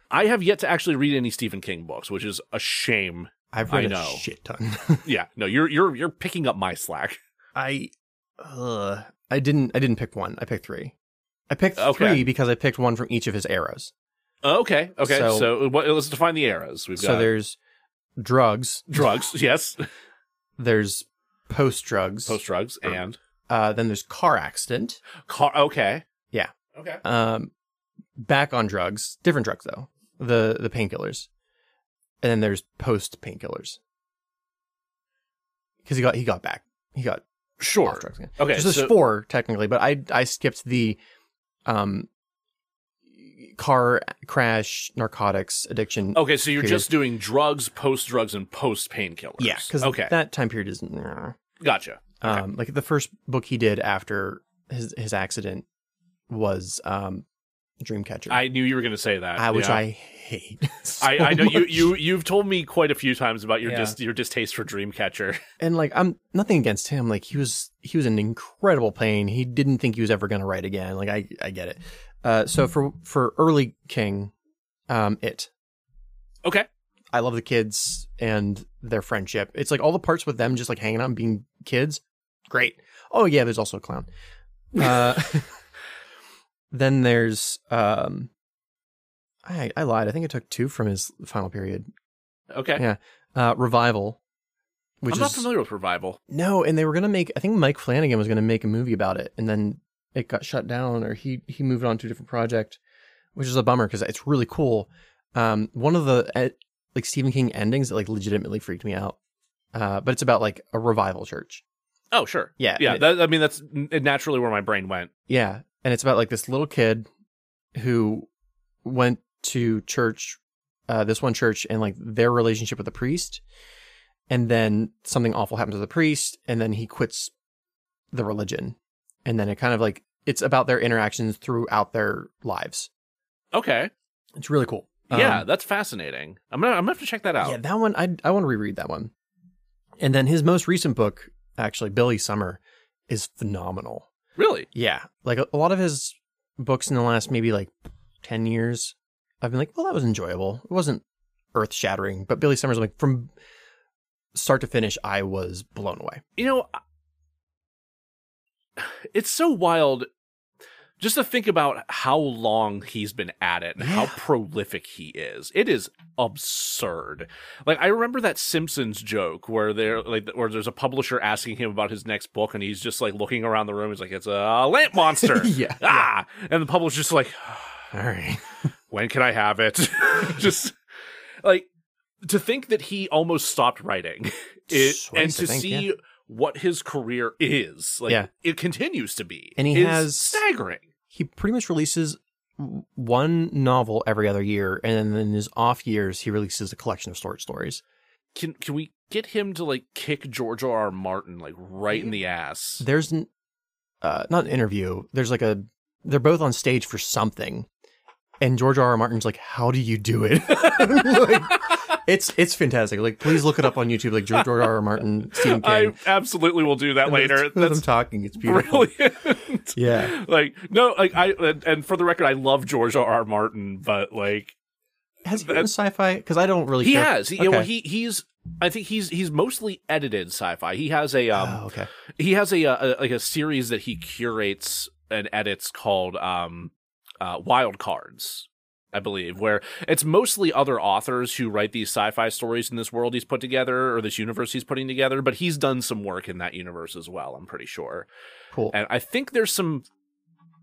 Speaker 2: I have yet to actually read any Stephen King books, which is a shame.
Speaker 1: I've
Speaker 2: I
Speaker 1: read a
Speaker 2: know.
Speaker 1: shit ton.
Speaker 2: Yeah, no, you're you're you're picking up my slack.
Speaker 1: I, uh, I didn't. I didn't pick one. I picked three. I picked
Speaker 2: Okay.
Speaker 1: three because I picked one from each of his eras.
Speaker 2: Uh, Okay, okay. So, uh,
Speaker 1: So-
Speaker 2: what, let's define the eras. We've got
Speaker 1: So there's drugs.
Speaker 2: drugs, yes,
Speaker 1: There's post drugs.
Speaker 2: post drugs, and
Speaker 1: Uh, then there's car accident.
Speaker 2: car. Okay,
Speaker 1: Yeah.
Speaker 2: okay.
Speaker 1: Um, back on drugs. Different drugs though. The the painkillers. And then there's post painkillers. Because he got he got back. He got off
Speaker 2: Sure.
Speaker 1: drugs again.
Speaker 2: Okay,
Speaker 1: So there's
Speaker 2: so-
Speaker 1: four technically, but I I skipped the um car crash, narcotics, addiction.
Speaker 2: Okay, so you're
Speaker 1: Period.
Speaker 2: just doing drugs, post drugs, and post painkillers.
Speaker 1: yeah, because
Speaker 2: okay,
Speaker 1: that time period is nah.
Speaker 2: gotcha. Okay.
Speaker 1: um like the first book he did after his his accident was um Dreamcatcher,
Speaker 2: I knew you were going to say that,
Speaker 1: I- which
Speaker 2: Uh, yeah.
Speaker 1: I hate. so
Speaker 2: I, I know you,
Speaker 1: much.
Speaker 2: you you've told me quite a few times about your
Speaker 1: Yeah.
Speaker 2: dis, your distaste for Dreamcatcher.
Speaker 1: and like I'm nothing against him. Like he was he was in incredible pain. He didn't think he was ever gonna write again. Like I I get it. Uh, so for for early King, um, it
Speaker 2: Okay,
Speaker 1: I love the kids and their friendship. It's like all the parts with them just like hanging out and being kids. Great. Oh yeah, there's also a clown. Uh, then there's um, I I lied. I think I took two from his final period.
Speaker 2: okay.
Speaker 1: Yeah. Uh, revival, which
Speaker 2: I'm
Speaker 1: is
Speaker 2: not familiar with revival.
Speaker 1: no, and they were gonna make. I think Mike Flanagan was gonna make a movie about it, and then it got shut down, or he he moved on to a different project, which is a bummer because it's really cool. Um, one of the eh, like Stephen King endings that like legitimately freaked me out. Uh, but it's about like a revival church.
Speaker 2: Oh, sure.
Speaker 1: Yeah,
Speaker 2: Yeah,
Speaker 1: and it-
Speaker 2: that, I mean that's n- naturally where my brain went.
Speaker 1: yeah, and it's about like this little kid who went to church, uh, this one church, and like their relationship with the priest, and then something awful happens to the priest, and then he quits the religion, and then it kind of like it's about their interactions throughout their lives.
Speaker 2: Okay.
Speaker 1: It's really cool.
Speaker 2: yeah,
Speaker 1: Um,
Speaker 2: that's fascinating. I'm gonna I'm gonna have to check that out.
Speaker 1: Yeah, that one I I want to reread that one. And then his most recent book, actually Billy Summer, is phenomenal.
Speaker 2: Really?
Speaker 1: Yeah, like a, a lot of his books in the last maybe like ten years, I've been like, well, that was enjoyable. It wasn't earth shattering, but Billy Summers, like from start to finish, I was blown away.
Speaker 2: You know, I- it's so wild just to think about how long he's been at it and how
Speaker 1: Yeah.
Speaker 2: prolific he is. It is absurd. Like I remember that Simpsons joke where there like where there's a publisher asking him about his next book and he's just like looking around the room he's like it's a lamp monster.
Speaker 1: yeah.
Speaker 2: ah, and the publisher's like
Speaker 1: All right.
Speaker 2: when can I have it? just like to think that he almost stopped writing it,
Speaker 1: Twice,
Speaker 2: and
Speaker 1: I
Speaker 2: to
Speaker 1: think,
Speaker 2: see
Speaker 1: yeah.
Speaker 2: what his career is, like
Speaker 1: Yeah.
Speaker 2: it continues to be,
Speaker 1: And he
Speaker 2: is
Speaker 1: has-
Speaker 2: staggering.
Speaker 1: He pretty much releases w- one novel every other year, and then in his off years, he releases a collection of short stories.
Speaker 2: Can can we get him to like kick George R. R. Martin like right in the ass?
Speaker 1: there's an, uh, not an interview. There's like a they're both on stage for something, and George R. R. Martin's like, "How do you do it?" Like, it's it's fantastic. Like, please look it up on YouTube. Like George R. R. Martin, Stephen King.
Speaker 2: I absolutely will do that
Speaker 1: And
Speaker 2: later.
Speaker 1: the two of them
Speaker 2: That's
Speaker 1: talking. It's beautiful.
Speaker 2: brilliant.
Speaker 1: Yeah.
Speaker 2: Like no, like I and- and for the record, I love George R. R. Martin, but like
Speaker 1: Has he written sci-fi? Because I don't really.
Speaker 2: he
Speaker 1: care.
Speaker 2: has. He, yeah, well,
Speaker 1: Okay.
Speaker 2: he he's. I think he's he's mostly edited sci-fi. He has a um
Speaker 1: oh, okay.
Speaker 2: he has a, uh, a like a series that he curates and edits called um uh, Wild Cards, I believe, where it's mostly other authors who write these sci-fi stories in this world he's put together or this universe he's putting together. But he's done some work in that universe as well. I'm pretty sure,
Speaker 1: Cool.
Speaker 2: and I think there's some.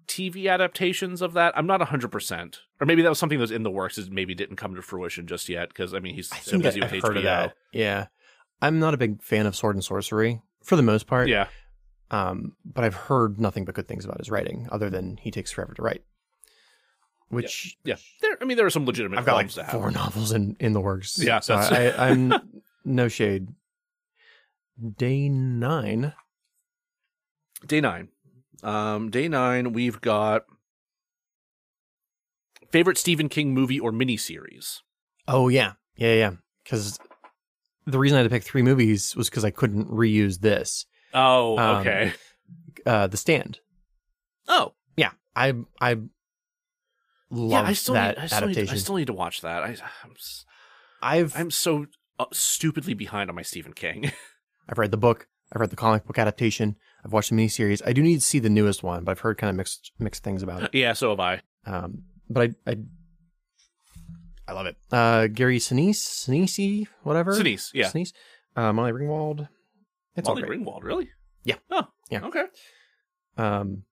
Speaker 2: TV adaptations of that. I'm not 100%. Or maybe that was something that was in the works that maybe didn't come to fruition just yet because I mean he's
Speaker 1: I
Speaker 2: so
Speaker 1: think
Speaker 2: busy
Speaker 1: I,
Speaker 2: with
Speaker 1: have
Speaker 2: HBO.
Speaker 1: heard of that. Yeah, I'm not a big fan of sword and sorcery for the most part.
Speaker 2: Yeah.
Speaker 1: Um, but I've heard nothing but good things about his writing, other than he takes forever to write. Which
Speaker 2: Yeah. There I mean there are some legitimate
Speaker 1: I've got like
Speaker 2: claims to have.
Speaker 1: four novels in in the works.
Speaker 2: Yeah,
Speaker 1: so
Speaker 2: that's-
Speaker 1: I, I, I'm no shade. Day nine.
Speaker 2: day nine. Um, day nine, we've got favorite Stephen King movie or miniseries.
Speaker 1: Oh yeah, yeah, yeah. Because the reason I had to pick three movies was because I couldn't reuse this.
Speaker 2: Oh,
Speaker 1: Um,
Speaker 2: okay.
Speaker 1: Uh, the Stand
Speaker 2: Oh,
Speaker 1: I I love
Speaker 2: yeah. I still
Speaker 1: that
Speaker 2: need, I still Need,
Speaker 1: adaptation.
Speaker 2: I still need to watch that. I, I'm s-
Speaker 1: I've
Speaker 2: I'm so uh, stupidly behind on my Stephen King.
Speaker 1: I've read the book. I've read the comic book adaptation. I've watched the miniseries. I do need to see the newest one, but I've heard kind of mixed mixed things about it.
Speaker 2: yeah, so have I.
Speaker 1: Um, but I, I I love it. Uh, Gary Sinise, Sinise, whatever.
Speaker 2: Sinise, yeah.
Speaker 1: Sinise. Uh, Molly Ringwald. It's all
Speaker 2: Molly
Speaker 1: great.
Speaker 2: Ringwald, really?
Speaker 1: Yeah.
Speaker 2: Oh,
Speaker 1: Yeah.
Speaker 2: Okay.
Speaker 1: um,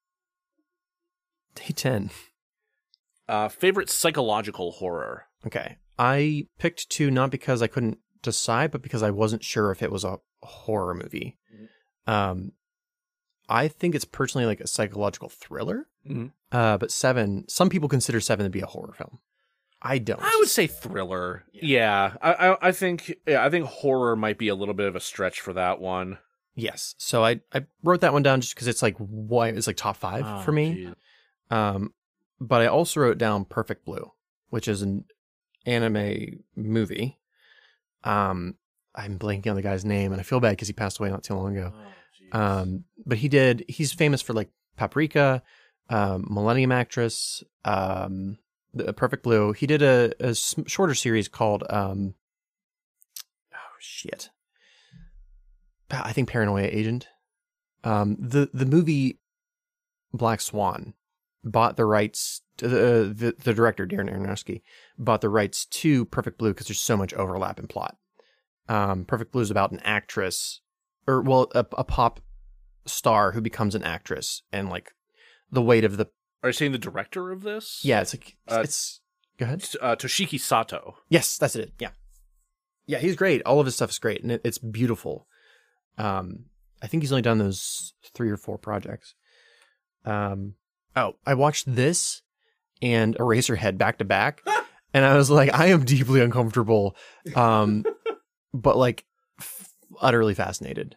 Speaker 1: day ten.
Speaker 2: Uh, favorite psychological horror.
Speaker 1: Okay, I picked two not because I couldn't decide, but because I wasn't sure if it was a horror movie.
Speaker 2: Mm-hmm.
Speaker 1: Um, I think it's personally like a psychological thriller.
Speaker 2: Mhm.
Speaker 1: Uh, but seven, some people consider seven to be a horror film. I don't.
Speaker 2: I would say thriller. Yeah, I, I I think yeah I think horror might be a little bit of a stretch for that one.
Speaker 1: Yes. So I I wrote that one down just because it's like why it's like top five
Speaker 2: Oh,
Speaker 1: for me.
Speaker 2: geez.
Speaker 1: Um, but I also wrote down Perfect Blue, which is an anime movie. Um, I'm blanking on the guy's name, and I feel bad because he passed away not too long ago.
Speaker 2: Oh, geez.
Speaker 1: Um, but he did. He's famous for like Paprika, um, Millennium Actress, um, the Perfect Blue. He did a, a s- shorter series called um, oh shit, Pa- I think Paranoia Agent. Um, the the movie Black Swan bought the rights. To the, the the director Darren Aronofsky bought the rights to Perfect Blue because there's so much overlap in plot. Um, Perfect Blue is about an actress or well a, a pop star who becomes an actress and like the weight of the
Speaker 2: Are you saying the director of this?
Speaker 1: yeah it's like
Speaker 2: Uh,
Speaker 1: it's go ahead
Speaker 2: T- Uh, Toshiki Sato.
Speaker 1: yes that's it yeah yeah he's great all of his stuff is great and it, it's beautiful um i think he's only done those three or four projects um oh i watched this and eraserhead back to back and i was like i am deeply uncomfortable um but like f- utterly fascinated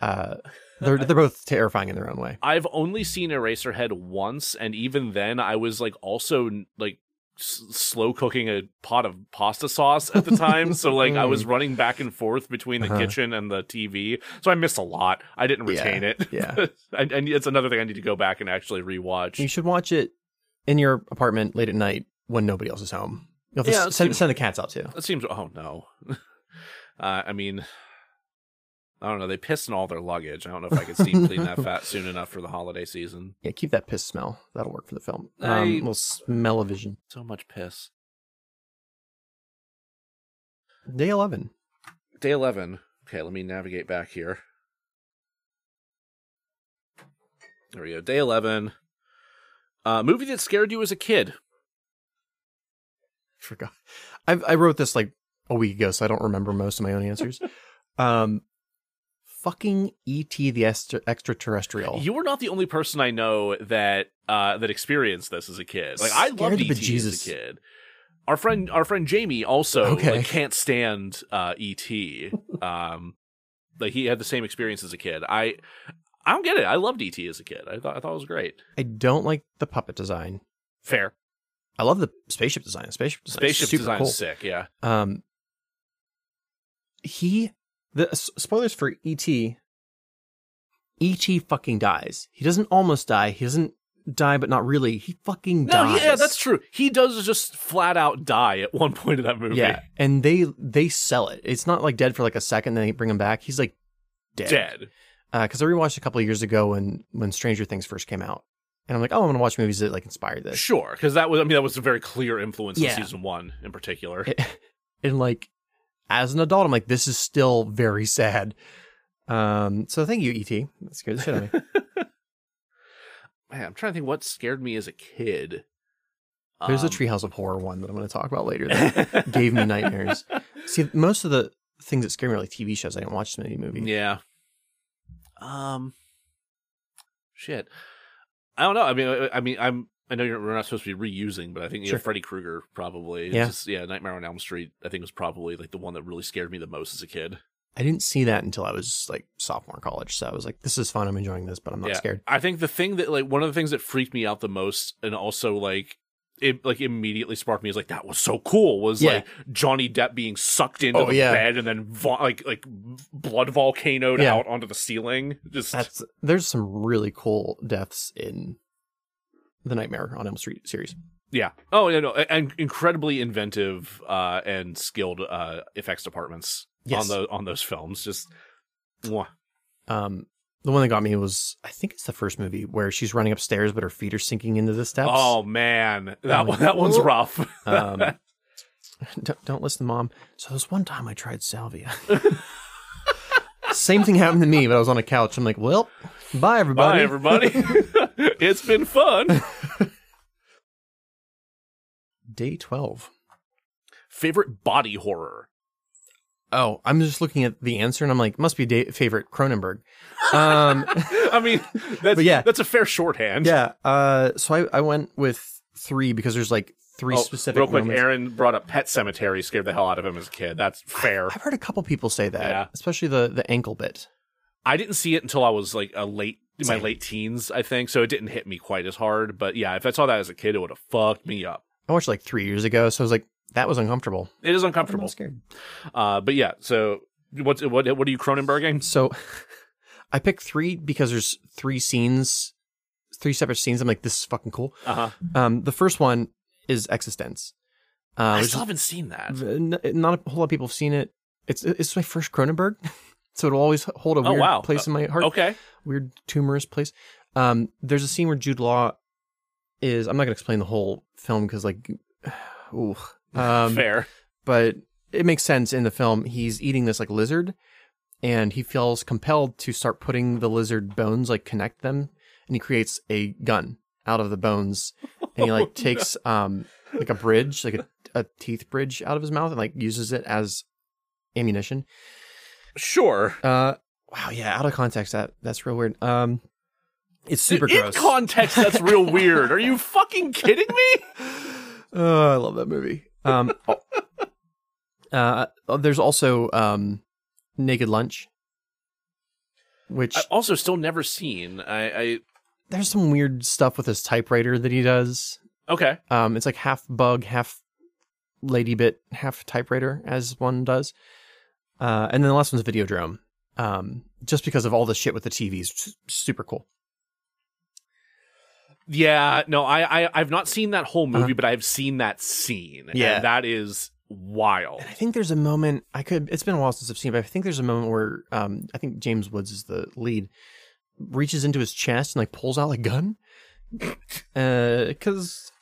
Speaker 1: uh they're they're both terrifying in their own way
Speaker 2: I've only seen Eraserhead once, and even then, I was like also like s- slow cooking a pot of pasta sauce at the time. so like I was running back and forth between the
Speaker 1: Mm. Uh-huh.
Speaker 2: kitchen and the TV. So I missed a lot. I didn't retain
Speaker 1: Yeah,
Speaker 2: it.
Speaker 1: yeah.
Speaker 2: and, and it's another thing I need to go back and actually rewatch.
Speaker 1: You should watch it in your apartment late at night when nobody else is home. You'll have
Speaker 2: Yeah,
Speaker 1: to
Speaker 2: let's
Speaker 1: s- send,
Speaker 2: do-
Speaker 1: send the cats out too.
Speaker 2: That seems. Oh no. uh, I mean, I don't know. They pissed in all their luggage. I don't know if I could steam clean that fat soon enough for the holiday season.
Speaker 1: Yeah, keep that piss smell. That'll work for the film. Um,
Speaker 2: I-
Speaker 1: little smell of vision.
Speaker 2: So much piss.
Speaker 1: Day 11.
Speaker 2: Day eleven. Okay, let me navigate back here. There we go. Day eleven. Uh, movie that scared you as a kid.
Speaker 1: Forgot. I, I wrote this like a week ago, so I don't remember most of my own answers. um, fucking E.T. the extra- extraterrestrial.
Speaker 2: You were not the only person I know that uh, that experienced this as a kid. Like I
Speaker 1: Scared
Speaker 2: loved
Speaker 1: the
Speaker 2: ET as
Speaker 1: bejesus.
Speaker 2: a kid. Our friend, our friend Jamie also
Speaker 1: Okay.
Speaker 2: like, can't stand uh, ET. um, like he had the same experience as a kid. I I don't get it. I loved ET as a kid. I thought I thought it was great.
Speaker 1: I don't like the puppet design.
Speaker 2: Fair
Speaker 1: I love the spaceship design. Spaceship design.
Speaker 2: spaceship
Speaker 1: super
Speaker 2: design's
Speaker 1: cool.
Speaker 2: sick. Yeah.
Speaker 1: Um, he the s- spoilers for E ET. ET fucking dies. He doesn't almost die. He doesn't die, but not really. He fucking
Speaker 2: No,
Speaker 1: dies.
Speaker 2: yeah, that's true. He does just flat out die at one point in that movie.
Speaker 1: Yeah, and they they sell it. It's not like dead for like a second. Then they bring him back. He's like dead.
Speaker 2: dead.
Speaker 1: Because I rewatched a couple of years ago when when Stranger Things first came out, and I'm like, oh, I'm gonna watch movies that like inspired this.
Speaker 2: Sure, because that was I mean that was a very clear influence
Speaker 1: Yeah.
Speaker 2: in season one in particular.
Speaker 1: and like as an adult, I'm like, this is still very sad. Um, so thank you, ET. That scared the shit out of me.
Speaker 2: Man, I'm trying to think what scared me as a kid.
Speaker 1: There's a
Speaker 2: Um,
Speaker 1: Treehouse of Horror one that I'm going to talk about later that gave me nightmares. See, most of the things that scare me are like TV shows. I didn't watch as many movies.
Speaker 2: yeah. Um. Shit. I don't know. I mean, I, I mean, I'm. I know you're, we're not supposed to be reusing, but I think you know,
Speaker 1: Sure.
Speaker 2: Freddy Krueger probably.
Speaker 1: Yeah.
Speaker 2: Just, yeah. Nightmare on Elm Street. I think was probably like the one that really scared me the most as a kid.
Speaker 1: I didn't see that until I was like sophomore in college. So I was like, this is fun. I'm enjoying this, but I'm not
Speaker 2: Yeah.
Speaker 1: scared.
Speaker 2: I think the thing that like one of the things that freaked me out the most and also like it like immediately sparked me is like that was so cool was
Speaker 1: Yeah.
Speaker 2: like Johnny Depp being sucked into
Speaker 1: Oh,
Speaker 2: the
Speaker 1: yeah.
Speaker 2: bed and then vo- like like blood volcanoed
Speaker 1: Yeah.
Speaker 2: out onto the ceiling. Just
Speaker 1: That's there's some really cool deaths in the Nightmare on Elm Street series.
Speaker 2: Yeah. Oh, yeah, no, and incredibly inventive uh, and skilled uh, effects departments
Speaker 1: Yes.
Speaker 2: on the on those films. Just mwah.
Speaker 1: Um, the one that got me was I think it's the first movie where she's running upstairs, but her feet are sinking into the steps.
Speaker 2: oh man, that
Speaker 1: Um,
Speaker 2: one, that one's rough.
Speaker 1: Um, don't, don't listen, to mom. So this one time I tried salvia. Same thing happened to me, but I was on a couch. I'm like, well, bye everybody.
Speaker 2: Bye, everybody. it's been fun.
Speaker 1: Day twelve.
Speaker 2: Favorite body horror.
Speaker 1: Oh, I'm just looking at the answer, and I'm like, must be day- favorite Cronenberg. Um,
Speaker 2: I mean, that's
Speaker 1: But yeah.
Speaker 2: that's a fair shorthand.
Speaker 1: yeah. Uh, so I, I went with three because there's like three
Speaker 2: Oh,
Speaker 1: specific.
Speaker 2: real quick,
Speaker 1: moments.
Speaker 2: Aaron brought up Pet Cemetery, scared the hell out of him as a kid. That's fair.
Speaker 1: I've heard a couple people say that,
Speaker 2: Yeah.
Speaker 1: especially the the ankle bit.
Speaker 2: I didn't see it until I was like a late in my
Speaker 1: Same.
Speaker 2: late teens, I think, so it didn't hit me quite as hard. But yeah, if I saw that as a kid, it would have fucked me up.
Speaker 1: I watched it, like three years ago, so I was like, that was uncomfortable.
Speaker 2: It is
Speaker 1: I'm not
Speaker 2: uncomfortable.
Speaker 1: scared.
Speaker 2: Uh, but yeah, so what's what what are you Cronenberging?
Speaker 1: So I picked three because there's three scenes, three separate scenes. I'm like, this is fucking cool.
Speaker 2: Uh huh.
Speaker 1: Um, the first one is Existence. Uh,
Speaker 2: I
Speaker 1: which
Speaker 2: still haven't seen that.
Speaker 1: is- n- not a whole lot of people have seen it. It's it's my first Cronenberg, so it'll always hold a
Speaker 2: Oh,
Speaker 1: weird
Speaker 2: wow.
Speaker 1: place in my heart.
Speaker 2: Okay.
Speaker 1: weird tumorous place. Um, there's a scene where Jude Law is. I'm not gonna explain the whole film because like, ooh, um,
Speaker 2: fair.
Speaker 1: but it makes sense in the film. He's eating this like lizard, and he feels compelled to start putting the lizard bones like connect them, and he creates a gun out of the bones, and he like takes um like a bridge, like a, a teeth bridge out of his mouth, and like uses it as ammunition.
Speaker 2: Sure.
Speaker 1: Uh, wow, yeah, out of context that that's real weird. Um, it's super
Speaker 2: in
Speaker 1: gross.
Speaker 2: context, that's real weird. Are you fucking kidding me?
Speaker 1: oh, I love that movie. Um, uh, there's also um, Naked Lunch, which
Speaker 2: I've also still never seen. I,
Speaker 1: there's some weird stuff with his typewriter that he does.
Speaker 2: I okay.
Speaker 1: Um, it's like half bug, half lady bit, half typewriter, as one does. Uh, and then the last one's Videodrome, um, just because of all the shit with the TVs. S- super cool.
Speaker 2: Yeah, no, I, I I've not seen that whole movie,
Speaker 1: Uh-huh.
Speaker 2: but I've seen that scene.
Speaker 1: Yeah.
Speaker 2: and that is wild.
Speaker 1: And I think there's a moment I could. It's been a while since I've seen, it, but I think there's a moment where um, I think James Woods is the lead, reaches into his chest and like pulls out a gun. Because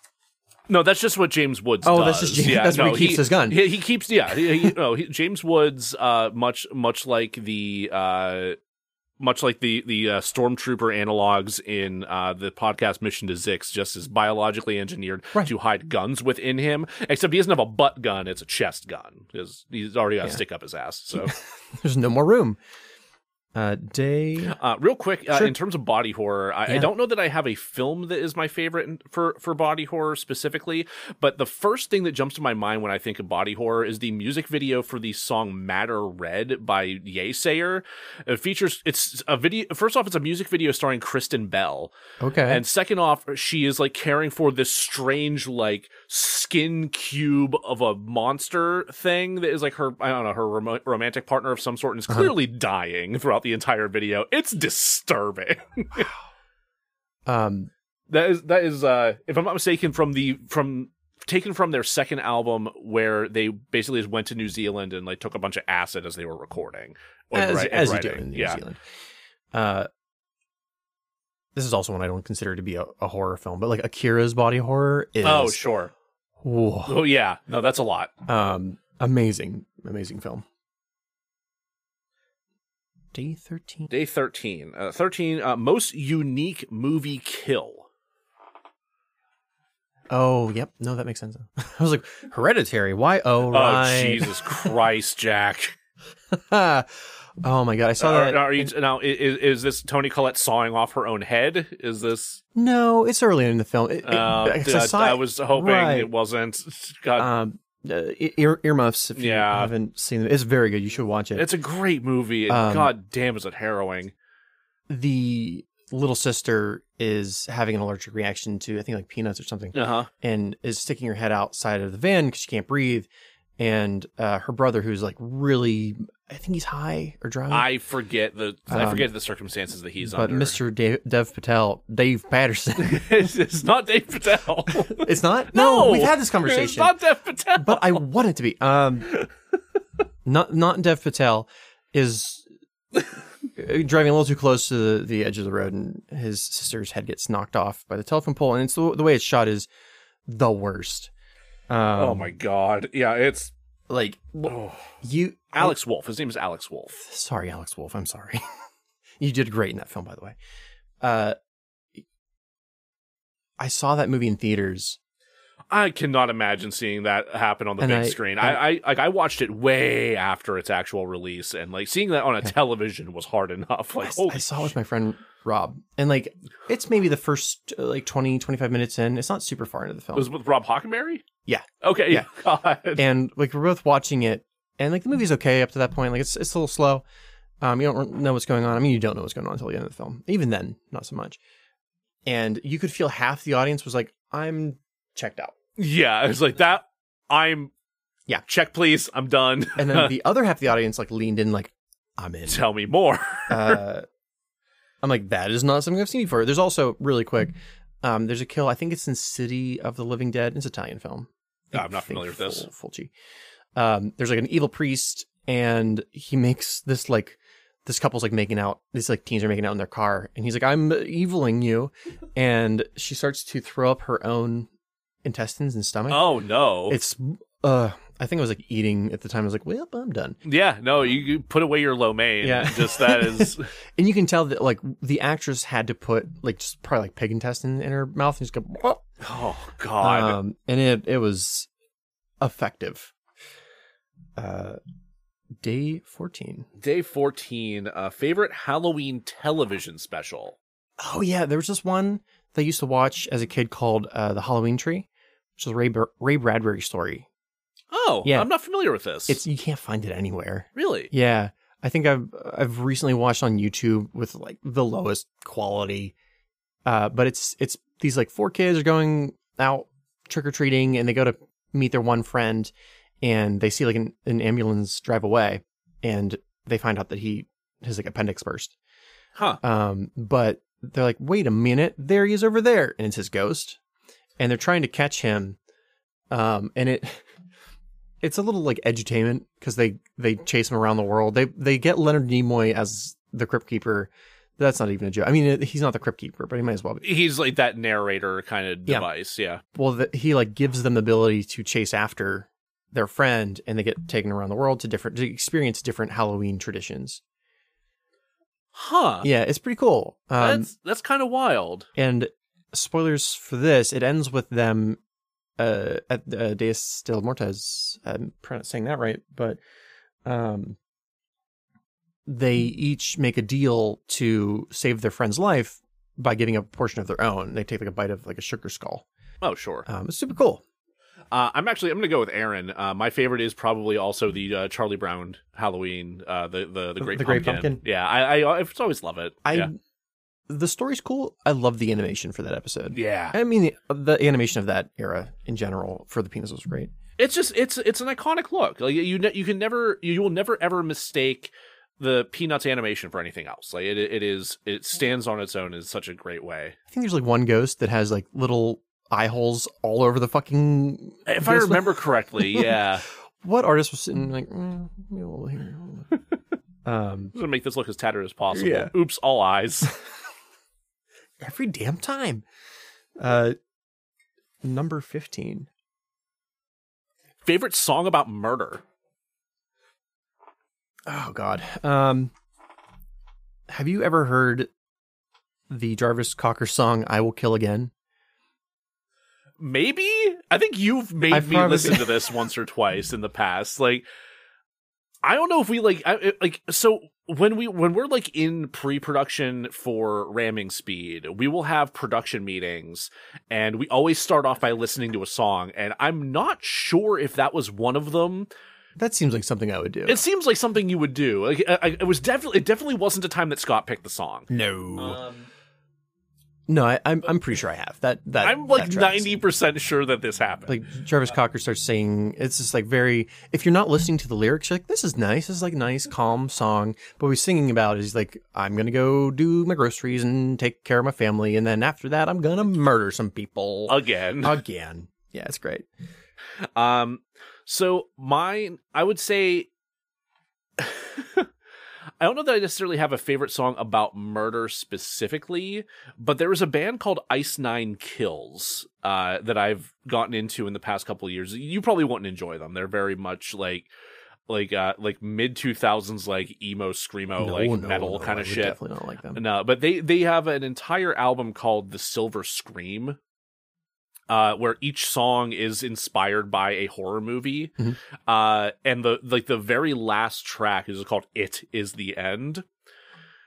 Speaker 2: No, that's just what James Woods.
Speaker 1: Oh,
Speaker 2: does.
Speaker 1: that's just James- that's where he keeps his gun.
Speaker 2: He, he keeps, yeah. He, he- no, he- James Woods, uh, much much like the. Uh, much like the the uh, stormtrooper analogs in uh, the podcast Mission to Zix, just is biologically engineered
Speaker 1: Right.
Speaker 2: to hide guns within him. Except he doesn't have a butt gun; it's a chest gun. He's, he's already got a
Speaker 1: Yeah.
Speaker 2: stick up his ass. So,
Speaker 1: there's no more room. Uh, day.
Speaker 2: Uh, real quick, uh,
Speaker 1: Sure.
Speaker 2: in terms of body horror, I, I
Speaker 1: Yeah.
Speaker 2: don't know that I have a film that is my favorite in- for for body horror specifically, but the first thing that jumps to my mind when I think of body horror is the music video for the song "Matter Red" by Yesayer. It features it's a video. First off, it's a music video starring Kristen Bell,
Speaker 1: Okay.
Speaker 2: and second off, she is like caring for this strange like skin cube of a monster thing that is like her I don't know her rom- romantic partner of some sort and is clearly dying throughout the entire video. It's disturbing.
Speaker 1: um,
Speaker 2: that is that is uh if I'm not mistaken from the from taken from their second album where they basically just went to New Zealand and like took a bunch of acid as they were recording. or
Speaker 1: as,
Speaker 2: wri- and
Speaker 1: as you do
Speaker 2: writing.
Speaker 1: in New
Speaker 2: yeah.
Speaker 1: Zealand. Uh, this is also one I don't consider to be a, a horror film, but like Akira's body horror is
Speaker 2: Oh sure.
Speaker 1: whoa,
Speaker 2: Oh yeah. No, that's a lot.
Speaker 1: um, amazing, amazing film. Day thirteen.
Speaker 2: Day 13. Uh, 13, uh, most unique movie kill.
Speaker 1: Oh, yep. No, that makes sense. I was like, hereditary. Why? Oh, right.
Speaker 2: Oh, Jesus Christ, Jack.
Speaker 1: oh my god, I saw
Speaker 2: are,
Speaker 1: that.
Speaker 2: are you, now, i- is, is this Tony Collette sawing off her own head? Is this.
Speaker 1: No, it's earlier in the film. It, it,
Speaker 2: Uh,
Speaker 1: because
Speaker 2: I,
Speaker 1: I saw
Speaker 2: I
Speaker 1: it-
Speaker 2: was hoping
Speaker 1: right.
Speaker 2: it wasn't. God,
Speaker 1: um, uh, ear, earmuffs. If you
Speaker 2: Yeah.
Speaker 1: haven't seen it, it's very good. You should watch it.
Speaker 2: it's a great movie. And
Speaker 1: um,
Speaker 2: God damn, is it harrowing.
Speaker 1: the little sister is having an allergic reaction to I think like peanuts or something,
Speaker 2: Uh huh.
Speaker 1: and is sticking her head outside of the van because she can't breathe. And uh, her brother, who's like really I think he's high or drunk.
Speaker 2: I forget the I
Speaker 1: Um,
Speaker 2: forget the circumstances that he's
Speaker 1: but
Speaker 2: under.
Speaker 1: Mr. Dave, Dev Patel, Dave Patterson.
Speaker 2: it's, it's not Dave Patel.
Speaker 1: it's not.
Speaker 2: No!
Speaker 1: we've had this
Speaker 2: it's
Speaker 1: conversation.
Speaker 2: not Dev Patel.
Speaker 1: but I want it to be. Um, not not Dev Patel is uh, driving a little too close to the, the edge of the road, and his sister's head gets knocked off by the telephone pole. And it's the, the way it's shot is the worst. Um,
Speaker 2: oh my god. Yeah, it's
Speaker 1: Like
Speaker 2: oh.
Speaker 1: you,
Speaker 2: Alex Wolf. His name is Alex Wolf.
Speaker 1: Sorry, Alex Wolf. I'm sorry. you did great in that film, by the way. Uh, I saw that movie in theaters.
Speaker 2: I cannot imagine seeing that happen on the
Speaker 1: And
Speaker 2: big
Speaker 1: I-
Speaker 2: screen. I, I like I watched it way after its actual release, and like seeing that on a television was hard enough.
Speaker 1: I,
Speaker 2: Like,
Speaker 1: s-
Speaker 2: holy
Speaker 1: I saw it
Speaker 2: sh-
Speaker 1: with my friend Rob, and like it's maybe the first uh, like 20, 25 minutes in. It's not super far into the
Speaker 2: It
Speaker 1: film,
Speaker 2: was with Rob Hockenberry.
Speaker 1: Yeah.
Speaker 2: Okay.
Speaker 1: Yeah.
Speaker 2: God.
Speaker 1: and like we're both watching it, and like the movie's okay up to that point. Like it's it's a little slow. Um, you don't re- know what's going on. I mean, you don't know what's going on until the end of the film. Even then, not so much. And you could feel half the audience was like, "I'm checked out."
Speaker 2: Yeah. It's like that. I'm.
Speaker 1: Yeah.
Speaker 2: Check, please. I'm done.
Speaker 1: and then the other half of the audience like leaned in like i'm in
Speaker 2: Tell me more.
Speaker 1: uh, i'm like that is not something i've seen before there's also really quick
Speaker 2: Mm-hmm.
Speaker 1: um, there's a kill i think it's in city of the living dead it's an italian film
Speaker 2: Ah, I'm not familiar with this.
Speaker 1: Ful- Fulci. um, there's like an evil priest and he makes this like this couple's like making out these like teens are making out in their car and he's like i'm eviling you and she starts to throw up her own intestines and stomach
Speaker 2: oh no.
Speaker 1: it's uh i think i was like eating at the time i was like well i'm done
Speaker 2: yeah. No. You, you put away your lo mein.
Speaker 1: Yeah.
Speaker 2: Just that is.
Speaker 1: And you can tell that like the actress had to put like just probably like pig intestine in her mouth and just go. "Whoa."
Speaker 2: oh God.
Speaker 1: Um, and it it was effective. Uh, day fourteen.
Speaker 2: Day 14, uh, favorite Halloween television special.
Speaker 1: Oh yeah, there was this one that I used to watch as a kid called uh, the Halloween Tree, which is a Ray Br- Ray Bradbury story.
Speaker 2: Oh,
Speaker 1: Yeah.
Speaker 2: I'm not familiar with this.
Speaker 1: It's you can't find it anywhere.
Speaker 2: really
Speaker 1: Yeah, I think I've I've recently watched on YouTube with like the lowest quality, uh, but it's it's these like four kids are going out trick or treating and they go to meet their one friend, and they see like an, an ambulance drive away, and they find out that he his like appendix burst.
Speaker 2: huh.
Speaker 1: Um, but they're like, wait a minute, there he is over there, and it's his ghost, and they're trying to catch him. Um, and it, it's a little like edutainment because they they chase him around the world. They they get Leonard Nimoy as the crypt keeper. That's not even a joke. I mean, it, he's not the crypt keeper, but he might as well be.
Speaker 2: He's like that narrator kind of
Speaker 1: Yeah.
Speaker 2: device. Yeah.
Speaker 1: Well, the, he like gives them the ability to chase after their friend, and they get taken around the world to different to experience different Halloween traditions.
Speaker 2: Huh.
Speaker 1: Yeah, it's pretty cool. Um,
Speaker 2: that's that's kind of wild.
Speaker 1: And spoilers for this, it ends with them uh, at uh, Deus de Mortes. I'm probably not saying that right, but um, they each make a deal to save their friend's life by giving up a portion of their own. They take like a bite of like a sugar skull.
Speaker 2: Oh, sure.
Speaker 1: Um, it's super cool.
Speaker 2: Uh, I'm actually I'm gonna go with Aaron. Uh, my favorite is probably also the uh, Charlie Brown Halloween. Uh, the the the
Speaker 1: The-
Speaker 2: Great,
Speaker 1: the Great
Speaker 2: pumpkin.
Speaker 1: Pumpkin.
Speaker 2: Yeah. I, I I just always love it.
Speaker 1: I
Speaker 2: yeah.
Speaker 1: the story's cool. I love the animation for that episode.
Speaker 2: yeah.
Speaker 1: I mean, the, the animation of that era in general for the penis was great.
Speaker 2: It's just it's it's an iconic look. Like you ne- you can never you will never ever mistake the Peanuts animation for anything else. Like it it is it stands on its own in such a great way.
Speaker 1: I think there's like one ghost that has like little eye holes all over the fucking.
Speaker 2: If I
Speaker 1: ghost-
Speaker 2: remember correctly, yeah.
Speaker 1: what artist was sitting like, mm, yeah, well, here, hold on." um,
Speaker 2: I'm gonna make this look as tattered as possible.
Speaker 1: Yeah.
Speaker 2: Oops, all eyes.
Speaker 1: every damn time. Uh, number fifteen.
Speaker 2: Favorite song about murder?
Speaker 1: Oh God. Um, have you ever heard the Jarvis Cocker song "I Will Kill Again"?
Speaker 2: Maybe? I think you've made
Speaker 1: I
Speaker 2: me
Speaker 1: probably-
Speaker 2: listen to this once or twice in the past. Like I don't know if we like I it- like so when we when we're like in pre-production for ramming speed, we will have production meetings and we always start off by listening to a song and I'm not sure if that was one of them.
Speaker 1: That seems like something I would do.
Speaker 2: It seems like something you would do.
Speaker 1: um,
Speaker 2: Like I, I, it was definitely it definitely wasn't a time that Scott picked the song.
Speaker 1: no, No, I, I'm I'm pretty sure I have that. That
Speaker 2: I'm like
Speaker 1: that tracks.
Speaker 2: ninety percent sure that this happened.
Speaker 1: Like Jarvis Cocker starts singing, it's just like very. If you're not listening to the lyrics, you're like, "This is nice. This is like a nice, calm song." But what he's singing about is like, "I'm gonna go do my groceries and take care of my family, and then after that, I'm gonna murder some people
Speaker 2: again.
Speaker 1: again." Yeah, it's great. uh,
Speaker 2: Um, so mine, I would say, I don't know that I necessarily have a favorite song about murder specifically, but there was a band called Ice Nine Kills uh, that I've gotten into in the past couple of years. You probably wouldn't enjoy them. They're very much like, like, uh, like mid two thousands, like emo screamo,
Speaker 1: No,
Speaker 2: Oh, like
Speaker 1: no, no,
Speaker 2: metal kind
Speaker 1: I
Speaker 2: of
Speaker 1: would
Speaker 2: shit.
Speaker 1: Definitely not like them.
Speaker 2: No, but they they have an entire album called The Silver Scream, uh, where each song is inspired by a horror movie,
Speaker 1: Mhm.
Speaker 2: uh, and the like the very last track is called "It Is the End,"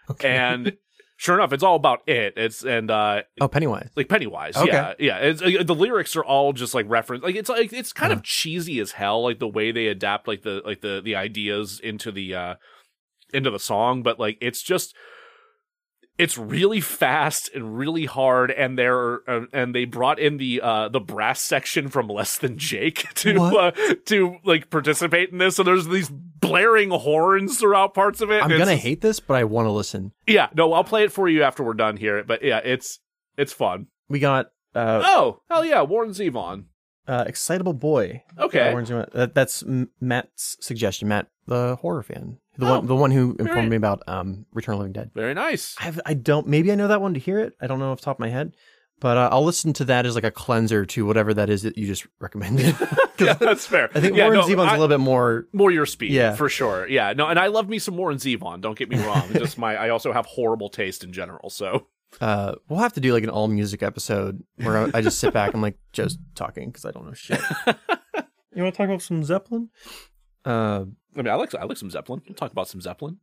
Speaker 1: Okay.
Speaker 2: and sure enough, it's all about it. It's and uh,
Speaker 1: oh, Pennywise.
Speaker 2: like Pennywise.
Speaker 1: Okay.
Speaker 2: Yeah, yeah. It's, uh, the lyrics are all just like reference. Like it's like it's kind
Speaker 1: Uh-huh.
Speaker 2: of cheesy as hell. Like the way they adapt like the like the the ideas into the uh into the song, but like it's just it's really fast and really hard. And they're uh, and they brought in the uh the brass section from Less Than Jake to uh,
Speaker 1: What?
Speaker 2: to like participate in this. So there's these blaring horns throughout parts of it.
Speaker 1: I'm
Speaker 2: and
Speaker 1: gonna
Speaker 2: it's-
Speaker 1: hate this, but I want to listen.
Speaker 2: Yeah, no, I'll play it for you after we're done here. But yeah, it's it's fun.
Speaker 1: We got uh,
Speaker 2: Oh, hell yeah, Warren Zevon.
Speaker 1: uh excitable boy.
Speaker 2: Okay.
Speaker 1: Uh, Orange and White. That- that's M- Matt's suggestion. Matt, the horror fan, the
Speaker 2: Oh,
Speaker 1: one, the one who informed
Speaker 2: right.
Speaker 1: me about um Return of the Living Dead.
Speaker 2: Very nice.
Speaker 1: I have, I don't. Maybe I know that one to hear it. I don't know off the top of my head, but uh, I'll listen to that as like a cleanser to whatever that is that you just recommended. 'Cause
Speaker 2: Yeah, that's fair.
Speaker 1: I think
Speaker 2: yeah,
Speaker 1: Warren
Speaker 2: no,
Speaker 1: Zevon's
Speaker 2: I-
Speaker 1: a little bit more.
Speaker 2: more your speed,
Speaker 1: Yeah.
Speaker 2: for sure. Yeah, no, and I love me some Warren Zevon. Don't get me wrong. It's Just my, I also have horrible taste in general. So
Speaker 1: Uh, we'll have to do like an all music episode where I, I just sit back and like Joe's talking because I don't know shit. you want to talk about some Zeppelin? Uh,
Speaker 2: I mean, I like, I like some Zeppelin. We'll talk about some Zeppelin.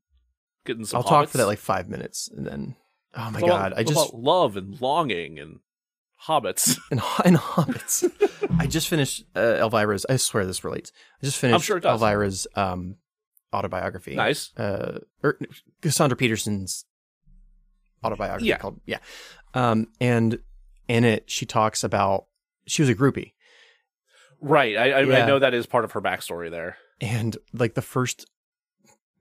Speaker 2: Getting some.
Speaker 1: I'll talk for
Speaker 2: Hobbits.
Speaker 1: that like five minutes and then. Oh my
Speaker 2: It's all
Speaker 1: god!
Speaker 2: about-
Speaker 1: I
Speaker 2: it's
Speaker 1: just
Speaker 2: all about love and longing and hobbits.
Speaker 1: and, and hobbits. I just finished uh, Elvira's. I swear this relates. I just finished
Speaker 2: sure it does.
Speaker 1: Elvira's um, autobiography.
Speaker 2: nice.
Speaker 1: Uh, or Cassandra Peterson's autobiography
Speaker 2: Yeah.
Speaker 1: called yeah. Um, and in it, she talks about she was a groupie,
Speaker 2: Right. I, I, I
Speaker 1: Yeah.
Speaker 2: know that is part of her backstory there.
Speaker 1: and like the first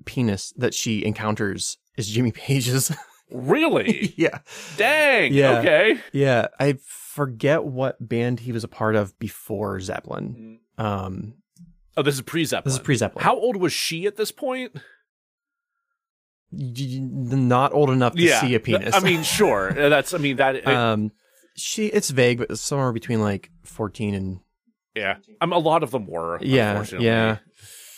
Speaker 1: penis that she encounters is Jimmy Page's.
Speaker 2: Really?
Speaker 1: yeah,
Speaker 2: Dang.
Speaker 1: Yeah.
Speaker 2: Okay.
Speaker 1: yeah. I forget what band he was a part of before Zeppelin. Um,
Speaker 2: Oh, this is pre Mm-hmm. Zeppelin.
Speaker 1: this is pre Zeppelin.
Speaker 2: How old was she at this point?
Speaker 1: y- y- not old enough to see a
Speaker 2: th-
Speaker 1: penis.
Speaker 2: I mean, sure. Uh, That's I mean that.
Speaker 1: um, she it's vague, but it's somewhere between like fourteen and
Speaker 2: yeah, I'm. A lot of them were.
Speaker 1: yeah,
Speaker 2: unfortunately.
Speaker 1: yeah.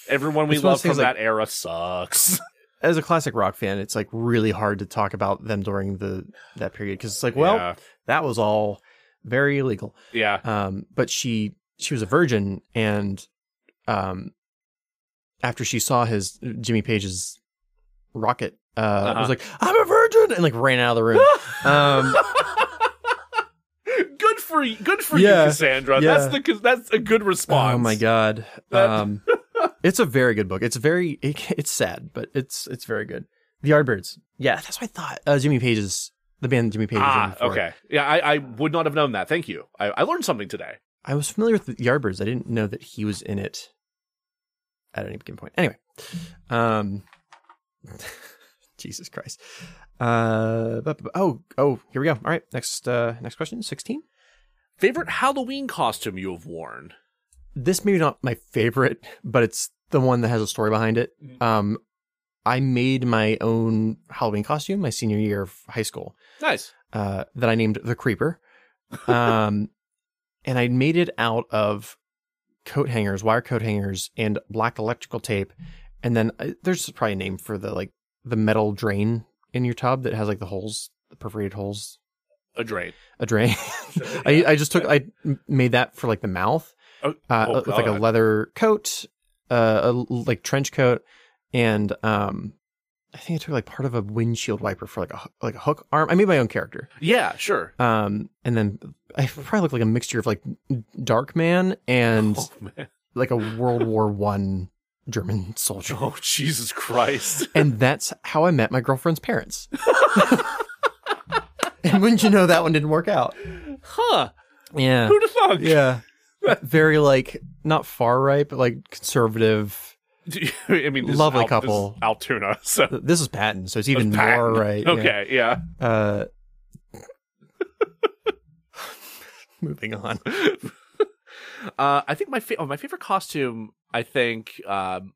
Speaker 2: Everyone we
Speaker 1: It's one of those
Speaker 2: love from
Speaker 1: things,
Speaker 2: that era sucks.
Speaker 1: As a classic rock fan, it's like really hard to talk about them during the that period because it's like, well,
Speaker 2: yeah.
Speaker 1: that was all very illegal.
Speaker 2: yeah.
Speaker 1: Um, but she she was a virgin, and um, after she saw his Jimmy Page's rocket, uh,
Speaker 2: Uh-huh.
Speaker 1: was like, I'm a virgin, and like ran out of the room. um,
Speaker 2: good for you. Good for
Speaker 1: Yeah.
Speaker 2: you, Cassandra.
Speaker 1: Yeah.
Speaker 2: That's the. 'cause That's a good response.
Speaker 1: Oh my god.
Speaker 2: That-
Speaker 1: Um, it's a very good book. It's very it, it's sad, but it's it's very good. The Yardbirds. Yeah, that's what I thought. Uh, Jimmy Page's the band Jimmy Page. was in
Speaker 2: Ah,
Speaker 1: before.
Speaker 2: okay. Yeah, I, I would not have known that. Thank you. I, I learned something today.
Speaker 1: I was familiar with the Yardbirds. I didn't know that he was in it at any given point. Anyway, um, Jesus Christ. Uh, but, but- oh, oh, here we go. All right, next uh, next question. Sixteen.
Speaker 2: Favorite Halloween costume you have worn?
Speaker 1: this maybe not my favorite, but it's the one that has a story behind it.
Speaker 2: Mhm.
Speaker 1: Um, I made my own Halloween costume my senior year of high school
Speaker 2: Nice.
Speaker 1: uh, that I named the Creeper, um, and I made it out of coat hangers, wire coat hangers, and black electrical tape, and then uh, there's probably a name for the like the metal drain in your tub that has like the holes, the perforated holes,
Speaker 2: A drain.
Speaker 1: a drain. I, I just took I m- made that for like the mouth,
Speaker 2: Oh,
Speaker 1: uh,
Speaker 2: oh,
Speaker 1: with like a
Speaker 2: God.
Speaker 1: leather coat, uh, a l- like trench coat, and um, I think I took like part of a windshield wiper for like a h- like a hook arm. I made my own character,
Speaker 2: yeah, sure.
Speaker 1: um, and then I probably look like a mixture of like Dark Man and
Speaker 2: Oh, man.
Speaker 1: like a World War One German soldier.
Speaker 2: oh Jesus Christ.
Speaker 1: And that's how I met my girlfriend's parents. and wouldn't you know that one didn't work out?
Speaker 2: Huh.
Speaker 1: Yeah.
Speaker 2: Who the fuck?
Speaker 1: Yeah. Very like not far right, but like conservative.
Speaker 2: I mean, this is
Speaker 1: Lovely
Speaker 2: Al- this is
Speaker 1: couple.
Speaker 2: Altoona. So
Speaker 1: This is Patton, so it's even
Speaker 2: Patton.
Speaker 1: more right. yeah.
Speaker 2: okay, yeah.
Speaker 1: Uh, moving on.
Speaker 2: Uh, I think my fa- oh, my favorite costume. I think um,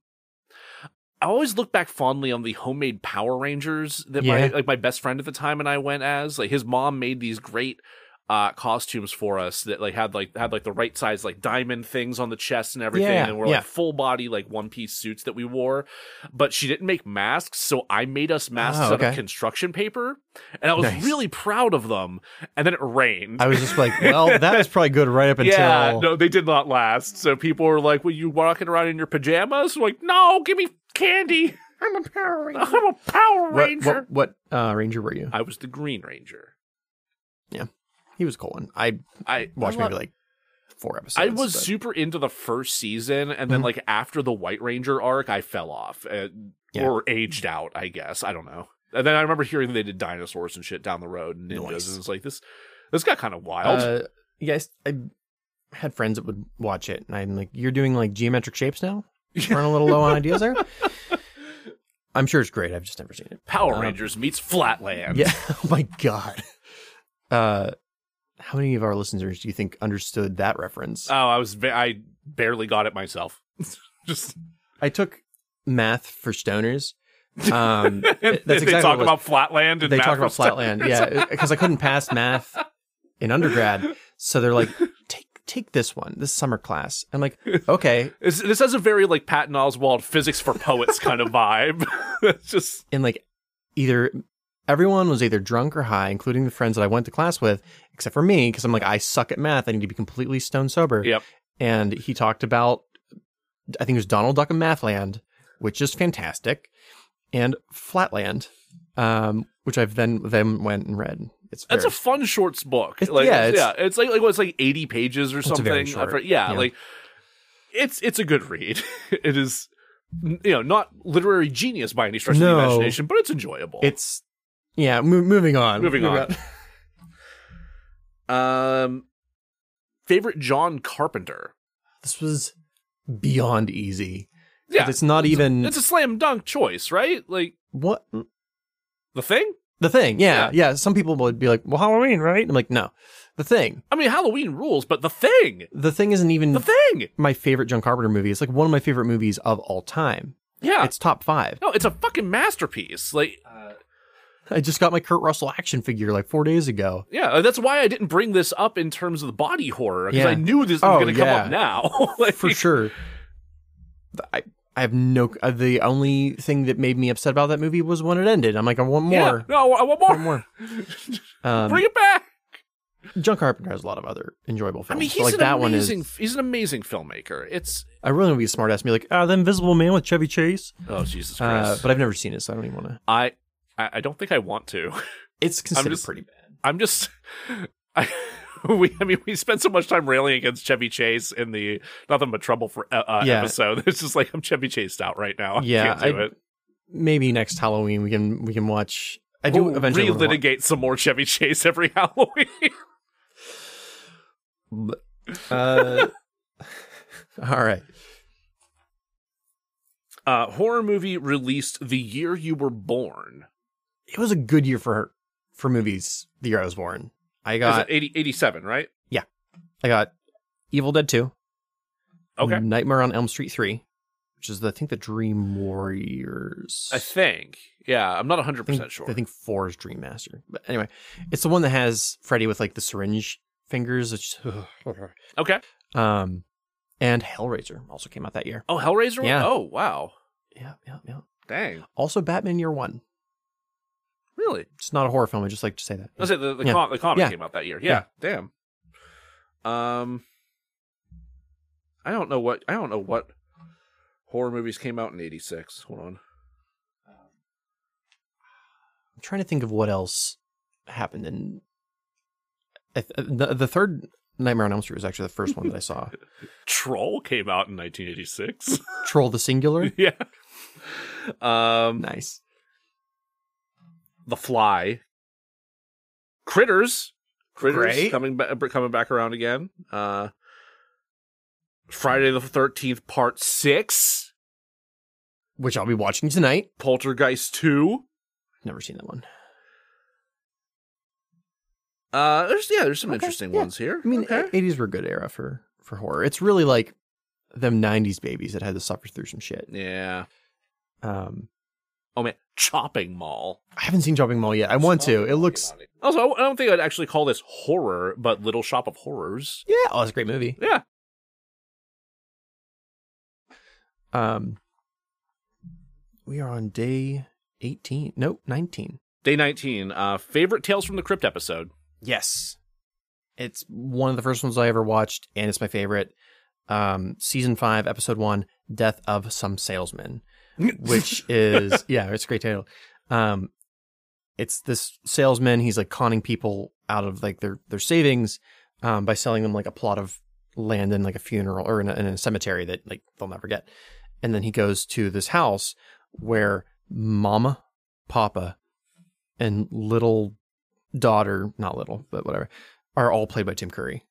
Speaker 2: I always look back fondly on the homemade Power Rangers that my
Speaker 1: Yeah.
Speaker 2: like my best friend at the time and I went as. Like his mom made these great uh costumes for us that like had like had like the right size like diamond things on the chest and everything
Speaker 1: Yeah,
Speaker 2: and were
Speaker 1: yeah.
Speaker 2: like full body like one piece suits that we wore but she didn't make masks so i made us masks
Speaker 1: Oh,
Speaker 2: out
Speaker 1: okay.
Speaker 2: of construction paper and i was
Speaker 1: Nice.
Speaker 2: really proud of them and then it rained
Speaker 1: I was just like, well, that is probably good right up until.
Speaker 2: yeah, no, they did not last. So people were like, "Well, you walking around in your pajamas?" I'm like, no, give me candy.
Speaker 1: I'm a Power Ranger.
Speaker 2: I'm a Power
Speaker 1: What,
Speaker 2: Ranger.
Speaker 1: what, what uh, Ranger were you?
Speaker 2: I was the Green Ranger.
Speaker 1: He was Colin. I
Speaker 2: I
Speaker 1: watched
Speaker 2: I lo-
Speaker 1: maybe like four episodes.
Speaker 2: I was
Speaker 1: but-
Speaker 2: super into the first season, and then
Speaker 1: Mhm.
Speaker 2: like after the White Ranger arc, I fell off uh,
Speaker 1: Yeah.
Speaker 2: or aged out. I guess I don't know. And then I remember hearing they did dinosaurs and shit down the road, and ninjas,
Speaker 1: Nice.
Speaker 2: and it's like this. This got kind of wild.
Speaker 1: Uh, yes, I had friends that would watch it, and I'm like, "You're doing like geometric shapes now. Run a little low on ideas there." I'm sure it's great. I've just never seen it.
Speaker 2: Power
Speaker 1: um,
Speaker 2: Rangers meets Flatland.
Speaker 1: Yeah. Oh my god. Uh, how many of our listeners do you think understood that reference?
Speaker 2: Oh, I was ba- I barely got it myself. Just
Speaker 1: I took math for stoners. Um,
Speaker 2: And
Speaker 1: That's
Speaker 2: they
Speaker 1: exactly
Speaker 2: talk
Speaker 1: what it was.
Speaker 2: about flatland and
Speaker 1: they
Speaker 2: math
Speaker 1: talk about
Speaker 2: for
Speaker 1: flatland, yeah, because I couldn't pass math in undergrad, so they're like, "Take take this one, this summer class." I'm like, "Okay,"
Speaker 2: This, this has a very like Patton Oswald physics for poets kind of vibe. it's just
Speaker 1: and like either everyone was either drunk or high, including the friends that I went to class with, except for me, because I'm like, I suck at math. I need to be completely stone sober.
Speaker 2: Yep.
Speaker 1: And he talked about, I think it was Donald Duck and Mathland, which is fantastic, and Flatland, um, which I've then then went and read. It's
Speaker 2: that's a
Speaker 1: very-
Speaker 2: fun shorts book.
Speaker 1: It's-
Speaker 2: like,
Speaker 1: yeah,
Speaker 2: it's,
Speaker 1: it's-
Speaker 2: yeah, it's like like what's like eighty pages or
Speaker 1: a
Speaker 2: something.
Speaker 1: very
Speaker 2: I
Speaker 1: short,
Speaker 2: for- yeah,
Speaker 1: yeah.
Speaker 2: like it's it's a good read. it is n- you know not literary genius by any stretch of
Speaker 1: No.
Speaker 2: the imagination, but it's enjoyable.
Speaker 1: it's yeah. Mo- moving on.
Speaker 2: Moving on. um favorite John Carpenter.
Speaker 1: This was beyond easy. 'Cause
Speaker 2: Yeah,
Speaker 1: it's not even
Speaker 2: it's a slam dunk choice, right? Like
Speaker 1: what
Speaker 2: the thing.
Speaker 1: The Thing. Yeah, yeah, Some people would be like, "Well, Halloween, right?" I'm like, "No, The Thing."
Speaker 2: I mean, Halloween rules, but the thing,
Speaker 1: The Thing isn't even
Speaker 2: the thing.
Speaker 1: my favorite John Carpenter movie. It's like one of my favorite movies of all time.
Speaker 2: Yeah,
Speaker 1: It's top five.
Speaker 2: no, it's a fucking masterpiece. Like,
Speaker 1: uh, I just got my Kurt Russell action figure like four days ago.
Speaker 2: yeah, uh, that's why I didn't bring this up in terms of the body horror because
Speaker 1: Yeah.
Speaker 2: I knew this
Speaker 1: Oh,
Speaker 2: was going to come
Speaker 1: yeah.
Speaker 2: up now. like,
Speaker 1: For sure. Th- I I have no. uh, The only thing that made me upset about that movie was when it ended. I'm like, I want
Speaker 2: yeah.
Speaker 1: more.
Speaker 2: No, I want
Speaker 1: I
Speaker 2: more.
Speaker 1: want more. Um,
Speaker 2: Bring it back.
Speaker 1: John Carpenter has a lot of other enjoyable
Speaker 2: I
Speaker 1: films.
Speaker 2: mean,
Speaker 1: but,
Speaker 2: he's
Speaker 1: like
Speaker 2: an
Speaker 1: that one
Speaker 2: amazing.
Speaker 1: is.
Speaker 2: He's an amazing filmmaker. It's
Speaker 1: I really want to be smart ass and be like, ah, the Invisible Man with Chevy Chase.
Speaker 2: oh Jesus Christ!
Speaker 1: Uh, but I've never seen it, so I don't even want to.
Speaker 2: I I I don't think I want to.
Speaker 1: It's considered
Speaker 2: just-
Speaker 1: pretty bad.
Speaker 2: I'm just I we I mean we spent so much time railing against Chevy Chase in the Nothing But Trouble for uh, uh,
Speaker 1: Yeah.
Speaker 2: episode. It's just like I'm Chevy Chased out right now. I
Speaker 1: Yeah,
Speaker 2: can't do
Speaker 1: I-
Speaker 2: it.
Speaker 1: Maybe next Halloween we can we can watch. I do
Speaker 2: We'll
Speaker 1: eventually wanna watch-
Speaker 2: relitigate some more Chevy Chase every Halloween.
Speaker 1: Uh, all right.
Speaker 2: Uh, horror movie released the year you were born.
Speaker 1: It was a good year for for movies. The year I was born, I
Speaker 2: Is
Speaker 1: got
Speaker 2: it 80, 87, right?
Speaker 1: I got Evil Dead Two,
Speaker 2: Okay.
Speaker 1: Nightmare on Elm Street Three, which is the, I think the Dream Warriors.
Speaker 2: I think. Yeah, I'm not 100%
Speaker 1: I think,
Speaker 2: sure.
Speaker 1: I think four is Dream Master, but anyway, it's the one that has Freddy with like the syringe fingers. Which,
Speaker 2: okay.
Speaker 1: um, and Hellraiser also came out that year.
Speaker 2: Oh, Hellraiser?
Speaker 1: Yeah.
Speaker 2: Oh, wow.
Speaker 1: Yeah, yeah, yeah.
Speaker 2: Dang.
Speaker 1: Also, Batman Year One.
Speaker 2: Really?
Speaker 1: It's not a horror film. I just like to say that.
Speaker 2: That's it. The, the,
Speaker 1: Yeah.
Speaker 2: com- the comic
Speaker 1: Yeah.
Speaker 2: came out that year. Yeah. Damn. Um, I don't know what I don't know what horror movies came out in '86. Hold on.
Speaker 1: I'm trying to think of what else happened in I th- uh, the the third Nightmare on Elm Street was actually the first one that I saw.
Speaker 2: Troll came out in 1986.
Speaker 1: Troll the Singular.
Speaker 2: yeah. Um,
Speaker 1: Nice.
Speaker 2: The Fly, Critters. Critters
Speaker 1: Great.
Speaker 2: coming back coming back around again. Uh Friday the 13th part 6,
Speaker 1: which I'll be watching tonight.
Speaker 2: Poltergeist 2.
Speaker 1: Never seen that one.
Speaker 2: Uh there's yeah, there's some
Speaker 1: Okay,
Speaker 2: interesting
Speaker 1: yeah.
Speaker 2: ones here.
Speaker 1: I mean, e,
Speaker 2: Okay.
Speaker 1: eighties were a good era for for horror. It's really like them nineties babies that had to suffer through some shit.
Speaker 2: yeah.
Speaker 1: Um,
Speaker 2: Oh man, Chopping Mall.
Speaker 1: I haven't seen Jumping Mall yet. I want to. It looks
Speaker 2: Also, I don't think I'd actually call this horror, but Little Shop of Horrors.
Speaker 1: yeah. Oh, it's a great movie.
Speaker 2: Yeah.
Speaker 1: Um, we are on day eighteen. Nope, nineteen.
Speaker 2: Day 19, uh favorite Tales from the Crypt episode.
Speaker 1: Yes. It's one of the first ones I ever watched, and it's my favorite. Um, season five, episode one, Death of Some Salesman, which is yeah, it's a great title. Um it's this salesman, he's like conning people out of like their their savings um by selling them like a plot of land in like a funeral or in a, in a cemetery that like they'll never get. And then he goes to this house where mama, papa, and little daughter, not little, but whatever, are all played by Tim Curry.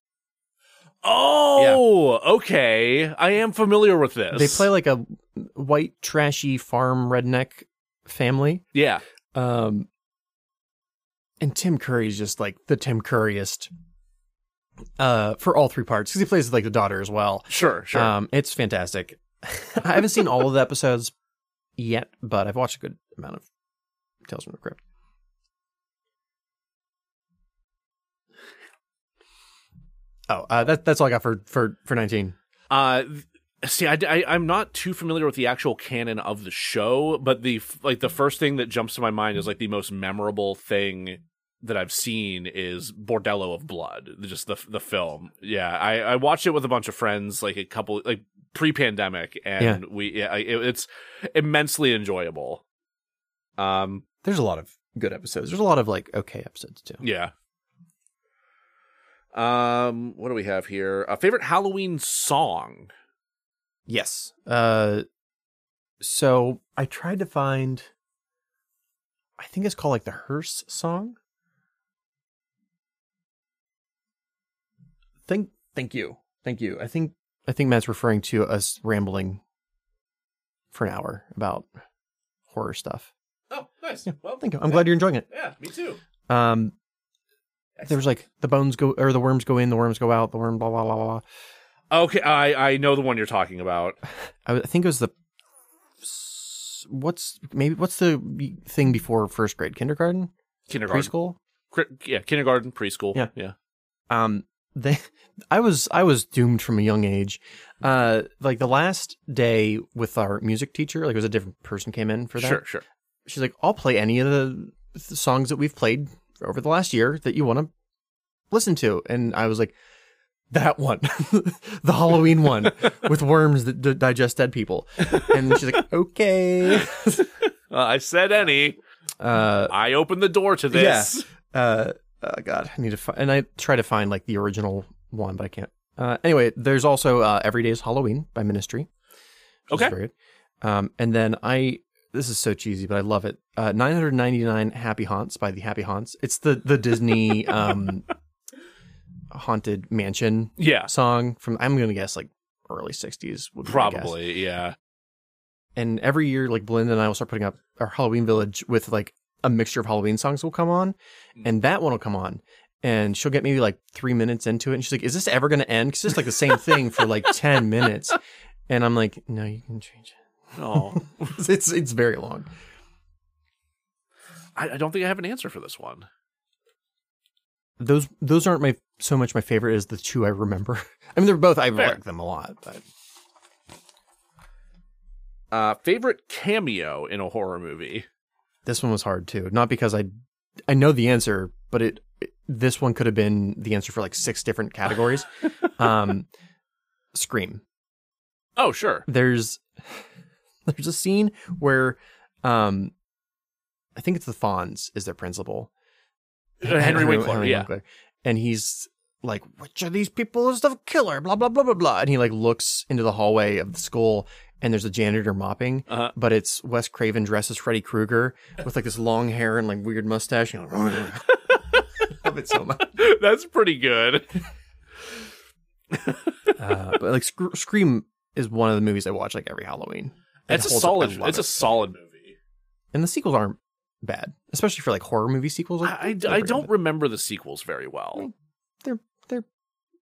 Speaker 2: Oh, okay. I am familiar with this.
Speaker 1: They play like a white, trashy farm redneck family.
Speaker 2: yeah.
Speaker 1: Um, and Tim Curry is just like the Tim Curryest uh, for all three parts because he plays like the daughter as well.
Speaker 2: Sure, sure.
Speaker 1: Um, it's fantastic. I haven't seen all of the episodes yet, but I've watched a good amount of Tales from the Crypt. Oh, uh, that, that's all I got for for for nineteen.
Speaker 2: uh th- see I, I am not too familiar with the actual canon of the show, but the f- like the first thing that jumps to my mind is like the most memorable thing that I've seen is Bordello of Blood, just the the film. Yeah, I I watched it with a bunch of friends like a couple like pre-pandemic and we yeah, I- it, it's immensely enjoyable. Um
Speaker 1: There's a lot of good episodes. There's a lot of like okay episodes too.
Speaker 2: Yeah. Um, what do we have here? A favorite Halloween song.
Speaker 1: Yes. Uh, so I tried to find. I think it's called like the hearse song. Thank, thank you, thank you. I think I think Matt's referring to us rambling for an hour about horror stuff.
Speaker 2: Oh, nice. Well,
Speaker 1: Thank you. I'm glad you're enjoying it.
Speaker 2: Yeah, me too.
Speaker 1: Um, there was like the bones go or the worms go in, the worms go out, the worm blah blah blah blah. blah.
Speaker 2: Okay, I I know the one you're talking about.
Speaker 1: I think it was the what's maybe what's the thing before first grade kindergarten
Speaker 2: Kindergarten,
Speaker 1: preschool
Speaker 2: Cri- yeah, kindergarten, preschool.
Speaker 1: Yeah.
Speaker 2: yeah.
Speaker 1: um they i was i was doomed from a young age uh like the last day with our music teacher like it was a different person came in for that
Speaker 2: Sure, sure.
Speaker 1: she's like i'll play any of the, the songs that we've played over the last year that you want to listen to and i was like that one the halloween one with worms that d- digest dead people and she's like okay
Speaker 2: Uh, I said any.
Speaker 1: uh
Speaker 2: I opened the door to this.
Speaker 1: uh, oh god, I need to find, and I try to find like the original one, but I can't. Uh, anyway, there's also uh, Every Day is Halloween by Ministry. which is
Speaker 2: Okay.
Speaker 1: very good. Um, and then I, this is so cheesy, but I love it. Uh, 999 Happy Haunts by the Happy Haunts. It's the the Disney um, haunted mansion
Speaker 2: Yeah,
Speaker 1: song from I'm gonna guess like early 60s would be my guess
Speaker 2: probably. Yeah.
Speaker 1: and every year like Belinda and I will start putting up our Halloween village with like a mixture of Halloween songs will come on and that one will come on and she'll get maybe like three minutes into it and she's like, is this ever going to end? Cause it's like the same thing for like 10 minutes. And I'm like, no, you can change
Speaker 2: Oh,
Speaker 1: it. It's, it's very long.
Speaker 2: I, I don't think I have an answer for this one.
Speaker 1: Those, those aren't my, so much my favorite as the two I remember. I mean, they're both, I
Speaker 2: Fair.
Speaker 1: like them a lot, but
Speaker 2: Uh, favorite cameo in a horror movie.
Speaker 1: this one was hard too. Not because I, I know the answer, but it, it- this one could have been the answer for like six different categories. um, Scream.
Speaker 2: Oh, sure.
Speaker 1: there's there's a scene where um I think it's the Fonz is their principal.
Speaker 2: Henry Winkler, yeah.
Speaker 1: Winkler. And he's like, which of these people is the killer? Blah blah blah blah blah. And he like looks into the hallway of the school and there's a janitor mopping.
Speaker 2: Uh-huh.
Speaker 1: But it's Wes Craven dressed as Freddy Krueger with like this long hair and like weird mustache. And, like, love it so much.
Speaker 2: That's pretty good.
Speaker 1: Uh, but like Sc- Scream is one of the movies I watch like every Halloween. It
Speaker 2: It's a
Speaker 1: holds up. I
Speaker 2: solid.
Speaker 1: love
Speaker 2: It's
Speaker 1: it.
Speaker 2: a solid movie.
Speaker 1: and the sequels aren't bad, especially for like horror movie sequels. Like,
Speaker 2: I, I,
Speaker 1: they're
Speaker 2: I
Speaker 1: pretty
Speaker 2: don't
Speaker 1: good.
Speaker 2: remember the sequels very well.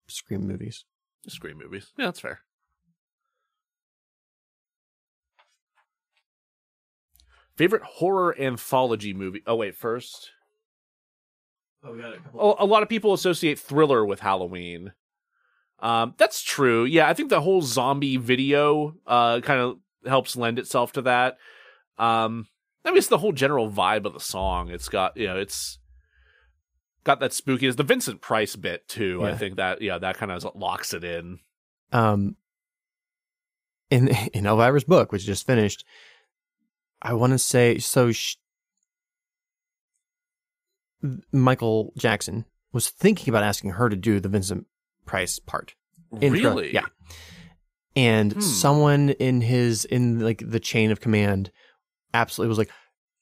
Speaker 1: Scream movies.
Speaker 2: Scream movies. Yeah, that's fair. Favorite horror anthology movie. Oh wait, first.
Speaker 1: Oh, we got a couple.
Speaker 2: A, a lot of people associate thriller with Halloween. Um, that's true. Yeah, I think the whole zombie video uh kind of helps lend itself to that. Um, I mean, it's the whole general vibe of the song. It's got you know, it's got that spookiness. The Vincent Price bit too. I
Speaker 1: Yeah.
Speaker 2: think that yeah, that kind of locks it in.
Speaker 1: Um, in in Elvira's book, which just finished, I want to say so. Sh- Michael Jackson was thinking about asking her to do the Vincent Price part. in Thriller.
Speaker 2: Really?
Speaker 1: Yeah. And
Speaker 2: Hmm.
Speaker 1: someone in his in like the chain of command absolutely was like,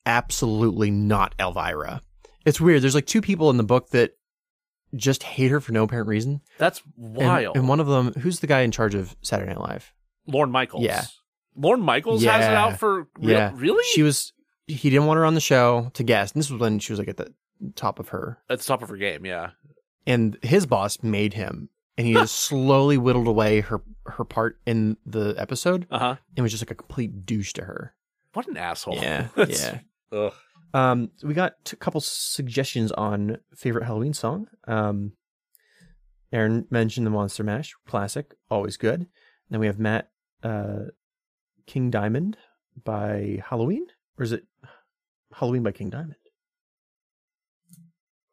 Speaker 1: absolutely not Elvira. It's weird. There's like two people in the book that just hate her for no apparent reason.
Speaker 2: That's
Speaker 1: And-
Speaker 2: wild.
Speaker 1: And, one of them, who's the guy in charge of Saturday Night Live?
Speaker 2: Lorne Michaels.
Speaker 1: Yeah.
Speaker 2: Lorne Michaels has it
Speaker 1: Yeah.
Speaker 2: out for real?
Speaker 1: Yeah.
Speaker 2: really?
Speaker 1: She was he didn't want her on the show to guest. And this was when she was like at the top of her.
Speaker 2: At the top of her game, yeah.
Speaker 1: And his boss made him. And he just slowly whittled away her her part in the episode
Speaker 2: Uh huh.
Speaker 1: and was just like a complete douche to her.
Speaker 2: What an asshole.
Speaker 1: Uh-huh. Yeah.
Speaker 2: That's-
Speaker 1: yeah.
Speaker 2: Ugh.
Speaker 1: Um, we got a couple suggestions on favorite Halloween song. Um, Aaron mentioned the Monster Mash, classic, always good. then we have Matt uh, King Diamond by Halloween, or is it Halloween by King Diamond?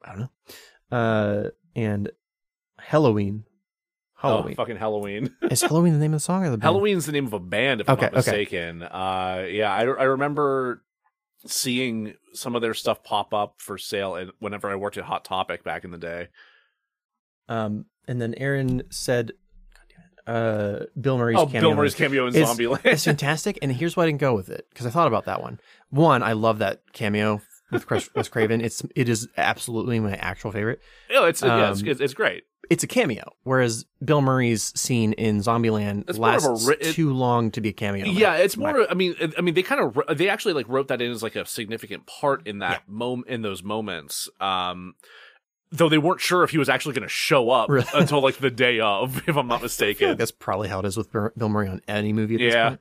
Speaker 1: I don't know. Uh, and Halloween,
Speaker 2: Oh,
Speaker 1: Halloween
Speaker 2: fucking Halloween.
Speaker 1: is Halloween the name of the song or the band?
Speaker 2: Halloween's the name of a band, if I'm
Speaker 1: Okay,
Speaker 2: not
Speaker 1: okay.
Speaker 2: mistaken. Uh, yeah, I, I remember seeing some of their stuff pop up for sale and whenever I worked at Hot Topic back in the day.
Speaker 1: Um, and then Aaron said, "Uh, Bill Murray's
Speaker 2: oh,
Speaker 1: cameo
Speaker 2: Bill
Speaker 1: was-
Speaker 2: Murray's cameo in
Speaker 1: It's- it's
Speaker 2: Zombieland.
Speaker 1: fantastic. And here's why I didn't go with it because I thought about that one. One, I love that cameo with Chris, Wes Craven. It's it is absolutely my actual favorite.
Speaker 2: yeah, it's, yeah, it's,
Speaker 1: Um,
Speaker 2: it's, it's great.
Speaker 1: It's a cameo, whereas Bill Murray's scene in Zombieland
Speaker 2: It's more of a
Speaker 1: lasts
Speaker 2: ri- it-
Speaker 1: too long to be a cameo.
Speaker 2: yeah it's
Speaker 1: my-
Speaker 2: more i mean i mean they kind of they actually like wrote that in as like a significant part in that moment in those moments um though they weren't sure if he was actually going to show up
Speaker 1: Really?
Speaker 2: until like the day of if i'm not
Speaker 1: I feel
Speaker 2: mistaken
Speaker 1: like that's probably how it is with Bur- Bill Murray on any movie at this
Speaker 2: Yeah.
Speaker 1: point.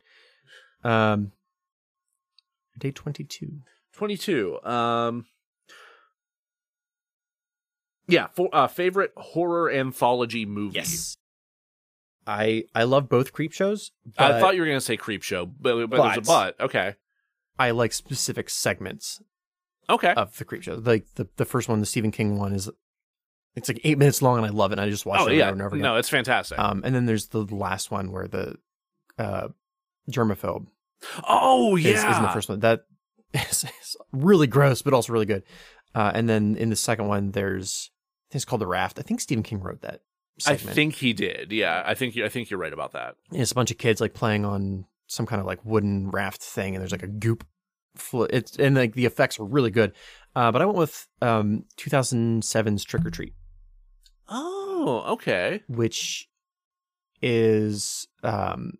Speaker 1: Um, day twenty two.
Speaker 2: 22 um yeah for uh favorite horror anthology movie
Speaker 1: I I love both creep shows.
Speaker 2: i thought you were going to say creep show but, but there's a
Speaker 1: Uh, But-
Speaker 2: but okay
Speaker 1: I like specific segments
Speaker 2: okay
Speaker 1: of the creep show. Like the, the first one, the Stephen King one is it's like eight minutes long and I love it. And I just watch
Speaker 2: oh
Speaker 1: it
Speaker 2: yeah
Speaker 1: over and over again.
Speaker 2: no it's fantastic
Speaker 1: Um and then there's the last one where the uh germaphobe
Speaker 2: oh
Speaker 1: is,
Speaker 2: yeah
Speaker 1: is in the first one. That is, is really gross, but also really good. Uh and then in the second one there's I think it's called The Raft. I think Stephen King wrote that segment.
Speaker 2: i think he did yeah i think you i think you're right about that
Speaker 1: And it's a bunch of kids like playing on some kind of like wooden raft thing and there's like a goop fl- it's and like the effects are really good. Uh, but I went with um 2007's Trick or Treat.
Speaker 2: Oh, okay.
Speaker 1: which is um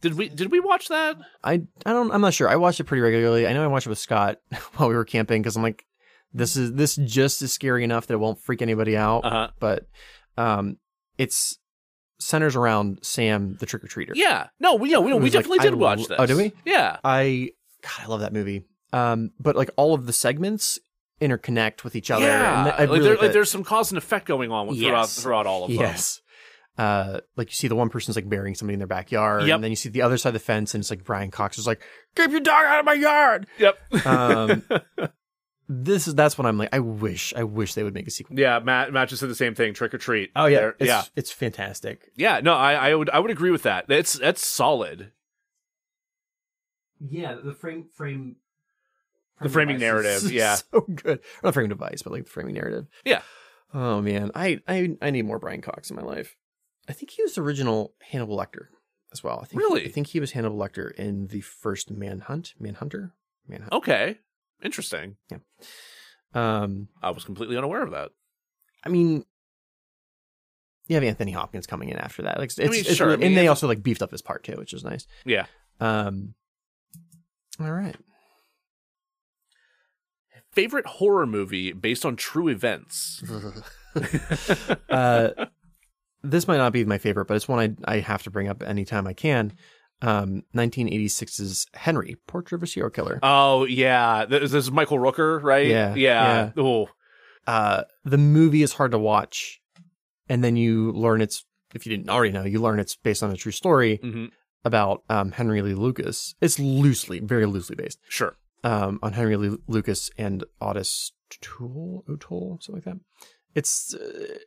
Speaker 2: Did we did we watch that?
Speaker 1: I I don't I'm not sure. I watch it pretty regularly. I know I watch it with Scott while we were camping because I'm like this is this just is scary enough that it won't freak anybody out.
Speaker 2: huh.
Speaker 1: But um it's centers around Sam the trick or treater.
Speaker 2: Yeah. No. We yeah, we,
Speaker 1: It
Speaker 2: we
Speaker 1: was like,
Speaker 2: definitely
Speaker 1: I
Speaker 2: did
Speaker 1: lo-
Speaker 2: watch this.
Speaker 1: Oh, did we?
Speaker 2: Yeah.
Speaker 1: I God, I love that movie. Um but like all of the segments interconnect with each other.
Speaker 2: yeah.
Speaker 1: And I
Speaker 2: like,
Speaker 1: really
Speaker 2: there,
Speaker 1: like
Speaker 2: like
Speaker 1: that.
Speaker 2: there's some cause and effect going on with- throughout
Speaker 1: Yes.
Speaker 2: throughout all of them.
Speaker 1: Yes. Uh, like you see the one person's like burying somebody in their backyard,
Speaker 2: Yep.
Speaker 1: and then you see the other side of the fence, and it's like Brian Cox is like, "Keep your dog out of my yard."
Speaker 2: Yep.
Speaker 1: Um, this is that's when I'm like, I wish, I wish they would make a sequel.
Speaker 2: yeah. Matt Matt just said the same thing. Trick or treat. There-
Speaker 1: Oh, it's,
Speaker 2: Oh, yeah.
Speaker 1: it's fantastic.
Speaker 2: Yeah. No. I, I would I would agree with that. That's that's solid.
Speaker 1: Yeah, the frame frame.
Speaker 2: The framing
Speaker 1: device is
Speaker 2: narrative, yeah.
Speaker 1: so good. Not framing device, but like the framing narrative.
Speaker 2: Yeah.
Speaker 1: Oh man, I I I need more Brian Cox in my life. I think he was the original Hannibal Lecter as well. I think
Speaker 2: Really?
Speaker 1: I think he was Hannibal Lecter in the first Manhunt, Manhunter, Manhunt.
Speaker 2: Okay. Interesting.
Speaker 1: Um,
Speaker 2: I was completely unaware of that.
Speaker 1: I mean, you have Anthony Hopkins coming in after that. Like, it's,
Speaker 2: mean,
Speaker 1: it's
Speaker 2: sure, I
Speaker 1: really-
Speaker 2: mean,
Speaker 1: and they
Speaker 2: it's-
Speaker 1: also like beefed up his part too, which is nice.
Speaker 2: Yeah.
Speaker 1: Um, all right.
Speaker 2: Favorite horror movie based on true events.
Speaker 1: Uh, this might not be my favorite, but it's one I I have to bring up anytime I can. Um, 1986's Henry, Portrait of a Serial Killer.
Speaker 2: oh yeah, this, this is Michael Rooker, right?
Speaker 1: Yeah,
Speaker 2: yeah. Oh,
Speaker 1: Uh, the movie is hard to watch, and then you learn it's if you didn't already know, you learn it's based on a true story
Speaker 2: mhm,
Speaker 1: about um, Henry Lee Lucas. It's loosely, very loosely based
Speaker 2: sure.
Speaker 1: um, on Henry Lee Lucas and Otis Toole, O'Toole, something like that. It's uh,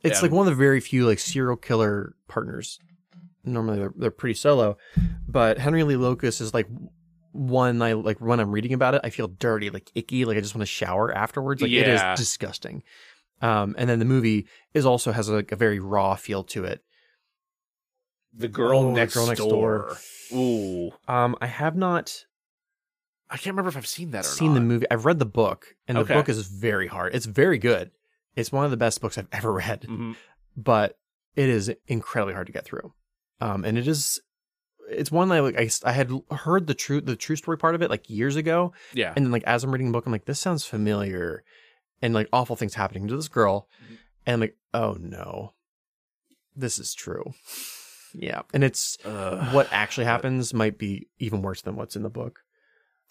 Speaker 1: it's
Speaker 2: Yeah.
Speaker 1: like one of the very few like serial killer partners. Normally they're, they're pretty solo, but Henry Lee Lucas is like one I like when I'm reading about it, I feel dirty, like icky, like I just want to shower afterwards. Like it
Speaker 2: Yeah.
Speaker 1: is disgusting. Um, and then the movie is also has like a very raw feel to it.
Speaker 2: The girl,
Speaker 1: Oh, The
Speaker 2: next,
Speaker 1: Girl Next
Speaker 2: door. Ooh,
Speaker 1: Um, I have not
Speaker 2: I can't remember if I've seen that or
Speaker 1: seen the
Speaker 2: not.
Speaker 1: movie. I've read the book, and the
Speaker 2: Okay.
Speaker 1: book is very hard. It's very good. It's one of the best books I've ever read,
Speaker 2: Mhm.
Speaker 1: but it is incredibly hard to get through. Um, and it is, it's one that like, I I had heard the true the true story part of it like years ago,
Speaker 2: Yeah.
Speaker 1: and then like as I'm reading the book, I'm like, this sounds familiar, and like awful things happening to this girl,
Speaker 2: Mm-hmm.
Speaker 1: and I'm like, oh no, this is true. Yeah, and it's
Speaker 2: Ugh.
Speaker 1: what actually happens might be even worse than what's in the book.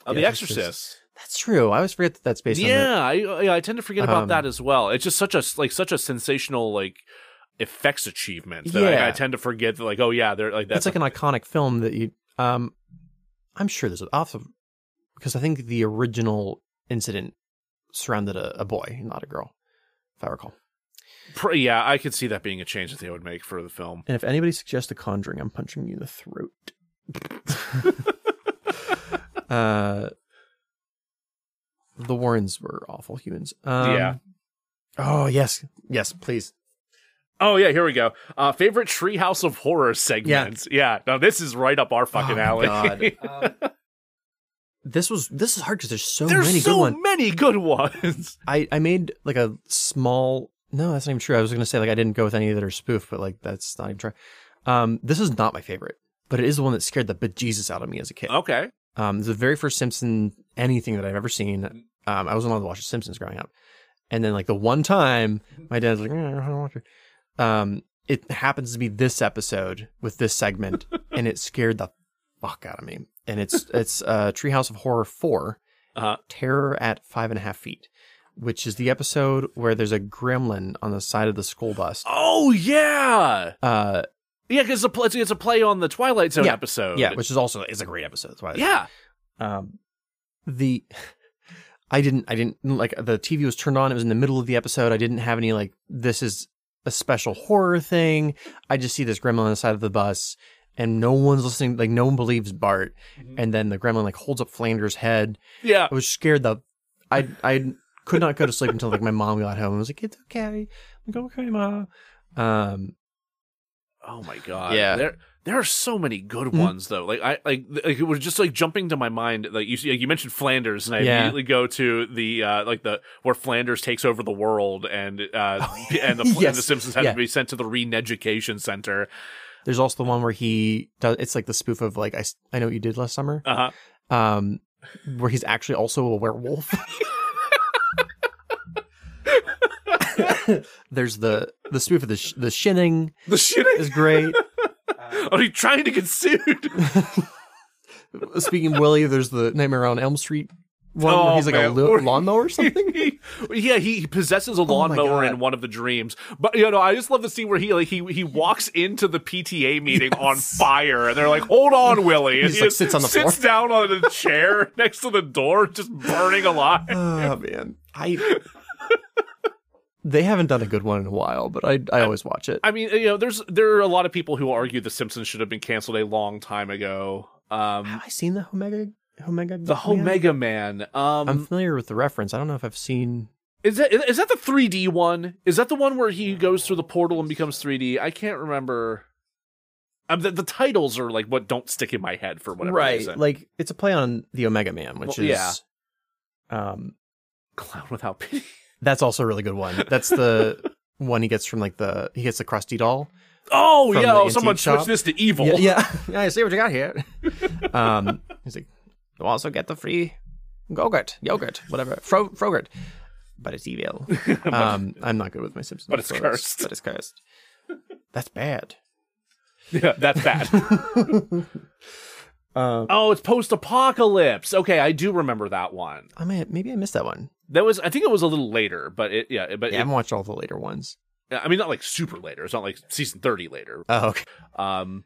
Speaker 2: Oh,
Speaker 1: Yeah,
Speaker 2: the
Speaker 1: that's
Speaker 2: Exorcist.
Speaker 1: just- That's true. I always forget that that's based on the-
Speaker 2: yeah, I I I tend to forget about
Speaker 1: Um,
Speaker 2: that as well. It's just such a like such a sensational like effects achievement that I,
Speaker 1: Yeah.
Speaker 2: I tend to forget that like oh yeah they're like that's
Speaker 1: that's like an iconic film that you um i'm sure there's also because i think the original incident surrounded a, a boy not a girl if i recall
Speaker 2: pr- yeah I could see that being a change that they would make for the film.
Speaker 1: and if anybody suggests the conjuring i'm punching you in the throat uh the warrens were awful humans um,
Speaker 2: Yeah.
Speaker 1: oh yes yes please
Speaker 2: Oh yeah, here we go. Uh, favorite Treehouse of Horror segments. Yeah. no, this is right up our fucking
Speaker 1: Oh, my
Speaker 2: alley.
Speaker 1: God. Um, this was this is hard because there's so
Speaker 2: There's
Speaker 1: many
Speaker 2: so
Speaker 1: good ones
Speaker 2: many good ones.
Speaker 1: I I made like a small. No, that's not even true. I was gonna say like I didn't go with any that are spoof, but like that's not even true. Um, this is not my favorite, but it is the one that scared the bejesus out of me as a kid.
Speaker 2: okay,
Speaker 1: Um, it's the very first Simpson anything that I've ever seen. Um, I wasn't allowed to watch The Simpsons growing up, and then like the one time my dad's like, "Eh, I don't watch it. Um, it happens to be this episode with this segment, and it scared the fuck out of me. And it's it's uh, Treehouse of Horror four,
Speaker 2: Uh-huh.
Speaker 1: Terror at five and a half feet, which is the episode where there's a gremlin on the side of the school bus.
Speaker 2: Oh yeah,
Speaker 1: Uh,
Speaker 2: yeah. Because it's, a pl- it's- it's a play on the Twilight Zone
Speaker 1: Yeah.
Speaker 2: episode.
Speaker 1: yeah, which is also is a great episode. That's why
Speaker 2: yeah.
Speaker 1: um the i didn't i didn't like the tv was turned on it was in the middle of the episode i didn't have any like this is a special horror thing i just see this gremlin on the side of the bus and no one's listening like no one believes bart and then the gremlin like holds up flanders head
Speaker 2: Yeah.
Speaker 1: i was scared the i i could not go to sleep until like my mom got home i was like it's okay i'm like okay mom um
Speaker 2: Oh my god.
Speaker 1: Yeah.
Speaker 2: There there are so many good
Speaker 1: Mhm.
Speaker 2: ones though. Like I like, th- like it was just like jumping to my mind. Like you see- like, you mentioned Flanders, and I
Speaker 1: Yeah.
Speaker 2: immediately go to the uh like the where Flanders takes over the world, and uh
Speaker 1: Oh,
Speaker 2: and, the, Fl- and the
Speaker 1: yes.
Speaker 2: Simpsons have
Speaker 1: Yeah.
Speaker 2: to be sent to the re-education center.
Speaker 1: there's also the one where he does it's like the spoof of like i, S- I know what you did last summer
Speaker 2: Uh huh.
Speaker 1: um, where he's actually also a werewolf. There's the the spoof of the sh- the shinning
Speaker 2: The shit.
Speaker 1: is great.
Speaker 2: Are you trying to get sued?
Speaker 1: Speaking of Willie, there's the Nightmare on Elm Street one
Speaker 2: Oh,
Speaker 1: where he's like a
Speaker 2: man.
Speaker 1: lo- lawnmower or something.
Speaker 2: yeah, he, he possesses a lawnmower
Speaker 1: God.
Speaker 2: in one of the dreams. But you know, I just love the scene where he like he he walks into the PTA meeting on fire, and they're like, "Hold on, Willie!" And
Speaker 1: just,
Speaker 2: he
Speaker 1: like, sits on the
Speaker 2: sits down on a chair next to the door, just burning alive.
Speaker 1: oh man, I they haven't done a good one in a while, but I I always watch it.
Speaker 2: I mean, you know, there's there are a lot of people who argue The Simpsons should have been canceled a long time ago. Um,
Speaker 1: Have I seen the Omega Omega?
Speaker 2: the whole
Speaker 1: Man?
Speaker 2: Mega Man. Um,
Speaker 1: I'm familiar with the reference. I don't know if I've seen.
Speaker 2: Is that is that the 3D one? Is that the one where he goes through the portal and becomes 3D? I can't remember. Um, the, the titles are like what don't stick in my head for whatever
Speaker 1: right
Speaker 2: reason.
Speaker 1: like it's a play on the omega man which
Speaker 2: Well,
Speaker 1: is
Speaker 2: yeah.
Speaker 1: um
Speaker 2: Clown without pity.
Speaker 1: That's also a really good one. That's the one he gets from like the he gets the crusty doll.
Speaker 2: Oh
Speaker 1: From
Speaker 2: yeah,
Speaker 1: the
Speaker 2: oh, someone
Speaker 1: antique shop.
Speaker 2: switched this to evil.
Speaker 1: Yeah, yeah. Yeah, I see what you got here. um, he's like, you also get the free yogurt, yogurt, whatever, fro- frogurt, but it's evil. Um, I'm not good with my Simpsons,
Speaker 2: But it's
Speaker 1: references,
Speaker 2: cursed.
Speaker 1: But it's cursed. That's bad.
Speaker 2: Yeah, that's bad.
Speaker 1: Uh,
Speaker 2: oh, it's post-apocalypse. Okay, I do remember that one.
Speaker 1: I mean, maybe I missed that one.
Speaker 2: That was, I think it was a little later, but it, yeah, but
Speaker 1: Yeah, I haven't watched all the later ones.
Speaker 2: it, I mean, not like super later. It's not like season thirty later.
Speaker 1: Oh, okay.
Speaker 2: Um,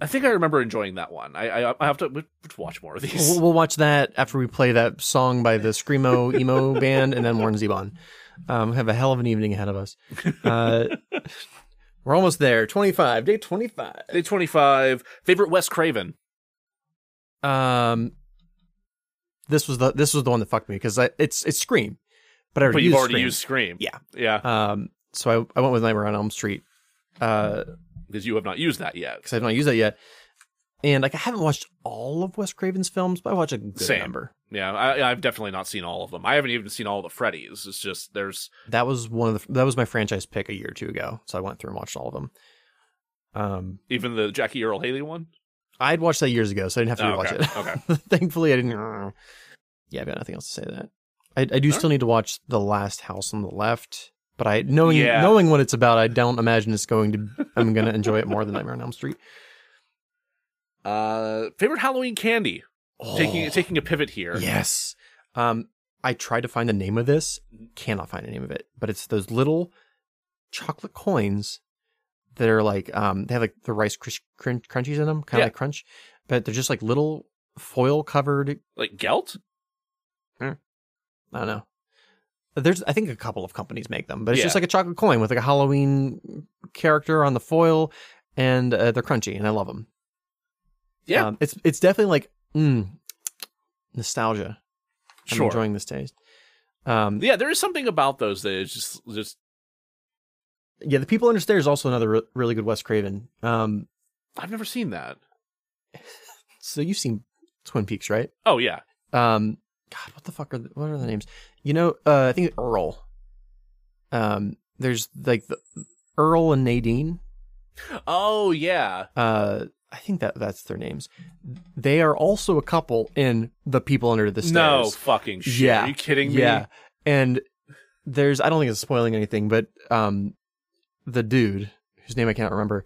Speaker 2: I think I remember enjoying that one. I, I, I have to we- we should watch more of
Speaker 1: We'll,
Speaker 2: these.
Speaker 1: we'll watch that after we play that song by the screamo emo band and then Warren Zevon. Um, have a hell of an evening ahead of us. Uh, we're almost there. Twenty five, day twenty five.
Speaker 2: Day twenty-five. Favorite Wes Craven.
Speaker 1: Um, this was the this was the one that fucked me because it's it's Scream, but I already
Speaker 2: But you've
Speaker 1: used
Speaker 2: already
Speaker 1: Scream.
Speaker 2: used Scream.
Speaker 1: Yeah.
Speaker 2: yeah,
Speaker 1: Um, so I I went with Nightmare on Elm Street, uh,
Speaker 2: because you have not used that yet.
Speaker 1: because I've not used that yet, and like I haven't watched all of Wes Craven's films, but I watch a good
Speaker 2: Same.
Speaker 1: number.
Speaker 2: Yeah, I, I've definitely not seen all of them. I haven't even seen all the Freddy's. It's just there's
Speaker 1: That was one of the that was my franchise pick a year or two ago, so I went through and watched all of them. Um,
Speaker 2: even the Jackie Earl Haley one.
Speaker 1: I'd watched that years ago, so I didn't have to
Speaker 2: Oh,
Speaker 1: rewatch
Speaker 2: okay,
Speaker 1: it. Thankfully, I didn't. Yeah, I've got nothing else to say to that. I, I do
Speaker 2: All
Speaker 1: still need to watch the last house on the left, but I knowing
Speaker 2: Yeah.
Speaker 1: knowing what it's about, I don't imagine it's going to. I'm going to enjoy it more than Nightmare on Elm Street.
Speaker 2: Uh, favorite Halloween candy.
Speaker 1: Oh.
Speaker 2: Taking taking a pivot here.
Speaker 1: yes. Um, I tried to find the name of this, cannot find the name of it, but it's those little chocolate coins that are like um they have like the rice crunch, crunch, crunchies in them, kind of
Speaker 2: Yeah.
Speaker 1: like crunch, but they're just like little foil covered
Speaker 2: Like Gelt?
Speaker 1: I don't know. There's, I think, a couple of companies make them, but it's
Speaker 2: Yeah.
Speaker 1: just like a chocolate coin with like a Halloween character on the foil, and uh, they're crunchy, and I love them.
Speaker 2: Yeah.
Speaker 1: um, it's it's definitely like mm, nostalgia. I'm
Speaker 2: Sure.
Speaker 1: enjoying this taste. Um,
Speaker 2: Yeah, there is something about those that is just just
Speaker 1: yeah, the people under stairs also another re- really good Wes Craven. Um,
Speaker 2: I've never seen that.
Speaker 1: so you've seen Twin Peaks, right?
Speaker 2: Oh yeah.
Speaker 1: Um, God, what the fuck are the, what are the names? You know, uh, I think Earl. Um, there's like the Earl and Nadine.
Speaker 2: Oh yeah.
Speaker 1: uh I think that that's their names. They are also a couple in The People Under the Stairs.
Speaker 2: No fucking shit.
Speaker 1: Yeah.
Speaker 2: Are you kidding me?
Speaker 1: Yeah. And there's I don't think it's spoiling anything, but um the dude whose name I cannot remember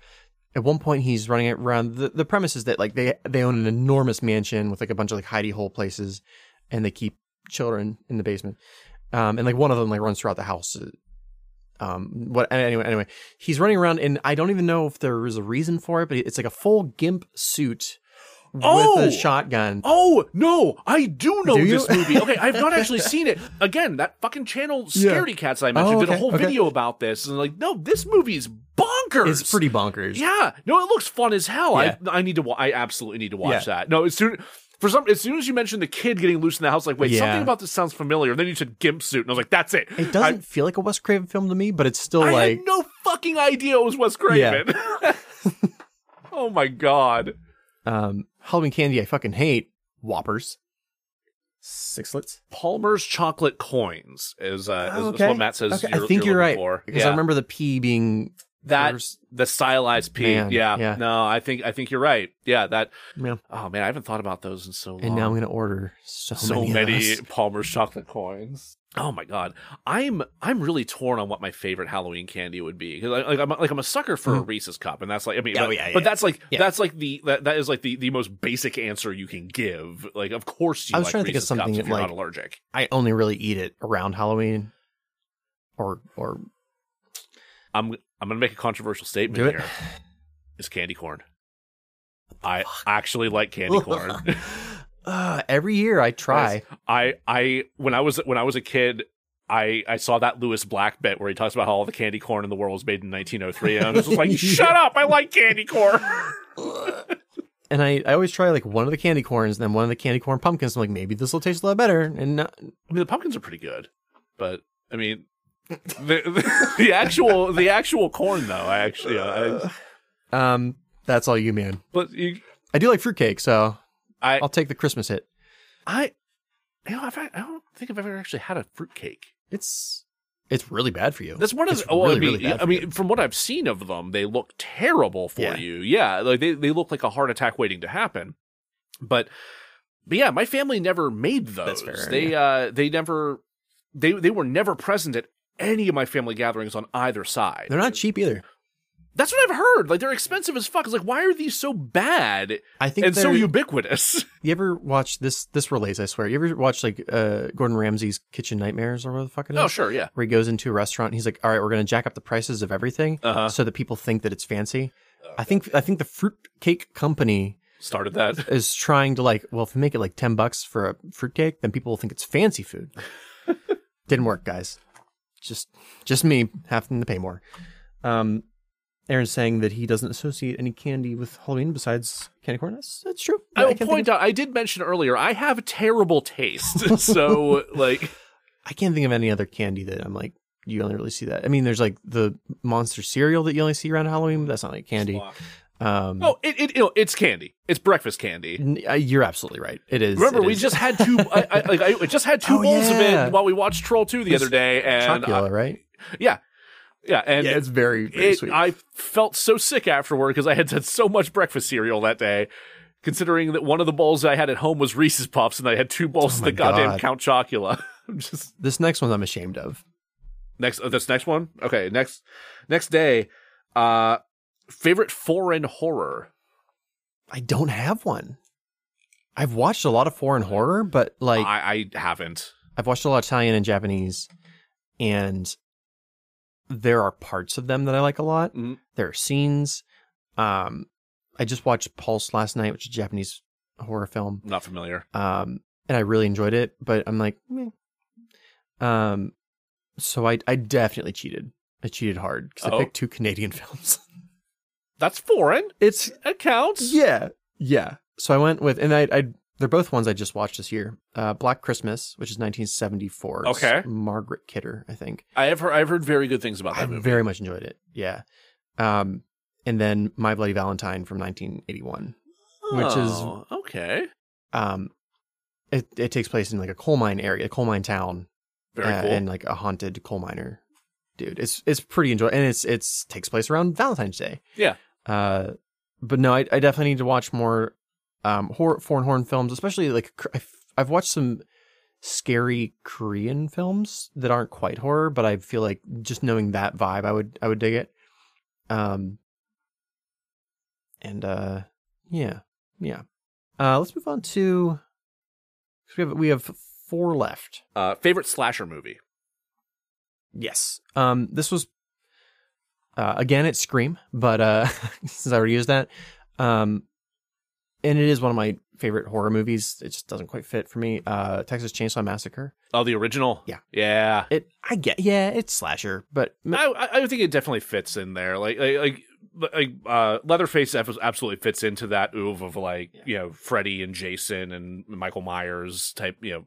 Speaker 1: at one point he's running around the, the premise is that like they they own an enormous mansion with like a bunch of like hidey hole places and they keep children in the basement. Um and like one of them like runs throughout the house. Um what anyway anyway he's running around and I don't even know if there is a reason for it but it's like a full gimp suit with
Speaker 2: Oh!
Speaker 1: a shotgun.
Speaker 2: Oh no, I do know
Speaker 1: Do you?
Speaker 2: this movie. Okay, I've not actually seen it. Again, that fucking channel
Speaker 1: Yeah.
Speaker 2: Scaredy Cats that I mentioned
Speaker 1: Oh,
Speaker 2: did a
Speaker 1: okay,
Speaker 2: whole
Speaker 1: okay.
Speaker 2: video about this and like, no, this movie is bonkers.
Speaker 1: It's pretty bonkers.
Speaker 2: Yeah, no, it looks fun as hell.
Speaker 1: Yeah.
Speaker 2: I I need to. Wa- I absolutely need to watch
Speaker 1: Yeah.
Speaker 2: that. No, as soon for some, as soon as you mentioned the kid getting loose in the house, like wait,
Speaker 1: Yeah.
Speaker 2: something about this sounds familiar. And then you said gimp suit, and I was like, that's it.
Speaker 1: It doesn't feel like a Wes Craven film to me, but it's still
Speaker 2: I, I
Speaker 1: like
Speaker 2: had no fucking idea it was Wes Craven. oh my god.
Speaker 1: um, Halloween candy. I fucking hate Whoppers, Sixlets.
Speaker 2: Palmer's chocolate coins is, uh, is-
Speaker 1: Oh,
Speaker 2: is
Speaker 1: okay.
Speaker 2: what Matt says.
Speaker 1: Okay,
Speaker 2: You're,
Speaker 1: I think you're, right
Speaker 2: looking For.
Speaker 1: because
Speaker 2: Yeah.
Speaker 1: I remember the P being
Speaker 2: that
Speaker 1: first.
Speaker 2: the stylized P.
Speaker 1: Man,
Speaker 2: yeah.
Speaker 1: yeah.
Speaker 2: No, I think I think you're right. Yeah. That.
Speaker 1: Yeah.
Speaker 2: Oh man, I haven't thought about those in so long.
Speaker 1: And now I'm gonna order so,
Speaker 2: so
Speaker 1: many.
Speaker 2: many,
Speaker 1: of those.
Speaker 2: Palmer's chocolate coins. Oh my god, I'm I'm really torn on what my favorite Halloween candy would be because like I'm like I'm a sucker for a Reese's cup, and that's like I mean,
Speaker 1: Mm. Oh,
Speaker 2: but,
Speaker 1: yeah,
Speaker 2: but
Speaker 1: yeah.
Speaker 2: that's like
Speaker 1: Yeah.
Speaker 2: that's like the that, that is like the the most basic answer you can give. Like, of course you.
Speaker 1: I was
Speaker 2: like
Speaker 1: trying to think of
Speaker 2: Reese's
Speaker 1: something
Speaker 2: cups if
Speaker 1: that,
Speaker 2: you're
Speaker 1: like-
Speaker 2: not allergic.
Speaker 1: I only really eat it around Halloween, or or
Speaker 2: I'm I'm gonna make a controversial statement
Speaker 1: Do it.
Speaker 2: here. Is candy corn? I actually like candy corn.
Speaker 1: uh, every year I try.
Speaker 2: Yes. I I when I was when I was a kid, I I saw that Lewis Black bit where he talks about how all the candy corn in the world was made in 1903, and I was just like, shut up! I like candy corn.
Speaker 1: And I, I always try like one of the candy corns, and then one of the candy corn pumpkins. I'm like, maybe this will taste a lot better. And not,
Speaker 2: I mean, the pumpkins are pretty good, but I mean, the the, the actual the actual corn though, I actually, yeah,
Speaker 1: Uh.
Speaker 2: I,
Speaker 1: um, that's all you, man.
Speaker 2: but you,
Speaker 1: I do like fruitcake, so
Speaker 2: I
Speaker 1: I'll take the Christmas hit.
Speaker 2: I You know, I've, I don't think I've ever actually had a fruitcake.
Speaker 1: It's it's really bad for you.
Speaker 2: That's one of
Speaker 1: It's
Speaker 2: the. Oh, I
Speaker 1: really,
Speaker 2: mean,
Speaker 1: really bad
Speaker 2: I
Speaker 1: for
Speaker 2: mean, from what I've seen of them, they look terrible for
Speaker 1: Yeah.
Speaker 2: you. Yeah, like they they look like a heart attack waiting to happen. But, but yeah, my family never made
Speaker 1: That's
Speaker 2: those.
Speaker 1: fair,
Speaker 2: they uh they never they they were never present at any of my family gatherings on either side.
Speaker 1: They're not cheap either.
Speaker 2: That's what I've heard. Like they're expensive as fuck. It's like why are these so bad
Speaker 1: I think
Speaker 2: and so
Speaker 1: they're-
Speaker 2: ubiquitous?
Speaker 1: You ever watch this? This relates, I swear. You ever watch like uh, Gordon Ramsay's Kitchen Nightmares or what the fuck it is?
Speaker 2: oh sure, yeah.
Speaker 1: Where he goes into a restaurant and he's like, "All right, we're gonna jack up the prices of everything
Speaker 2: Uh huh.
Speaker 1: so that people think that it's fancy."
Speaker 2: Oh,
Speaker 1: I think I think the fruitcake company
Speaker 2: Started that.
Speaker 1: is trying to like, well, if we make it like ten bucks for a fruitcake, then people will think it's fancy food. Didn't work, guys. Just just me having to pay more. Um, Aaron's saying that he doesn't associate any candy with Halloween besides candy corn. That's, that's true.
Speaker 2: I will
Speaker 1: can't think of-
Speaker 2: point out. I did mention earlier. I have terrible taste. so like.
Speaker 1: I can't think of any other candy that I'm like you only really see that. I mean, there's like the monster cereal that you only see around Halloween, but that's not like candy. Um,
Speaker 2: Oh, it, it you know, it's candy. It's breakfast candy.
Speaker 1: n- uh, you're absolutely right. It is.
Speaker 2: Remember,
Speaker 1: it
Speaker 2: we
Speaker 1: is
Speaker 2: just had two. I, I, like, I just had two
Speaker 1: Oh,
Speaker 2: bowls
Speaker 1: yeah.
Speaker 2: of it while we watched Troll Two the
Speaker 1: It's
Speaker 2: other day, and
Speaker 1: Chocula,
Speaker 2: I,
Speaker 1: right?
Speaker 2: yeah, and
Speaker 1: yeah, it's very, very
Speaker 2: it,
Speaker 1: sweet.
Speaker 2: I felt so sick afterward because I had had so much breakfast cereal that day. Considering that one of the bowls I had at home was Reese's Puffs, and I had two bowls
Speaker 1: Oh
Speaker 2: of
Speaker 1: my
Speaker 2: the goddamn
Speaker 1: God.
Speaker 2: Count Chocula. I'm just
Speaker 1: this next one I'm ashamed of.
Speaker 2: next. Oh, this next one, okay. Next, next day, uh, favorite foreign horror.
Speaker 1: I don't have one. I've watched a lot of foreign horror, but like
Speaker 2: I, I haven't.
Speaker 1: I've watched a lot of Italian and Japanese, and there are parts of them that I like a lot.
Speaker 2: Mhm.
Speaker 1: There are scenes. Um, I just watched Pulse last night, which is a Japanese horror film,
Speaker 2: Not familiar.
Speaker 1: um, and I really enjoyed it. But I'm like, meh. um, so I I definitely cheated. I cheated hard because
Speaker 2: Oh.
Speaker 1: I picked two Canadian films.
Speaker 2: That's foreign.
Speaker 1: it's
Speaker 2: It counts.
Speaker 1: yeah, yeah. So I went with, and I, I they're both ones I just watched this year. Uh, Black Christmas, which is 1974. It's
Speaker 2: Okay.
Speaker 1: Margaret Kidder, I think.
Speaker 2: I have heard. I've heard very good things about
Speaker 1: I
Speaker 2: that movie.
Speaker 1: very much enjoyed it. Yeah. Um, and then My Bloody Valentine from 1981. which is-
Speaker 2: Oh, okay.
Speaker 1: Um, it it takes place in like a coal mine area, a coal mine town,
Speaker 2: Very
Speaker 1: uh,
Speaker 2: cool.
Speaker 1: and like a haunted coal miner dude it's it's pretty enjoyable and it's it's takes place around valentine's day
Speaker 2: Yeah.
Speaker 1: uh but no i, I definitely need to watch more um horror, foreign horror films especially like K- I've, I've watched some scary korean films that aren't quite horror but i feel like just knowing that vibe i would i would dig it um and uh yeah yeah uh let's move on to 'cause we have we have four left
Speaker 2: uh, favorite slasher movie.
Speaker 1: Yes. Um, this was uh, again it's Scream, but uh, since I already used that, um, and it is one of my favorite horror movies. It just doesn't quite fit for me. Uh, Texas Chainsaw Massacre.
Speaker 2: Oh, the original.
Speaker 1: Yeah.
Speaker 2: Yeah.
Speaker 1: It I get yeah, it's slasher, but
Speaker 2: I, I- I think it definitely fits in there. Like like like. Like uh, Leatherface ab- absolutely fits into that oove of like you know Freddy and Jason and Michael Myers type you know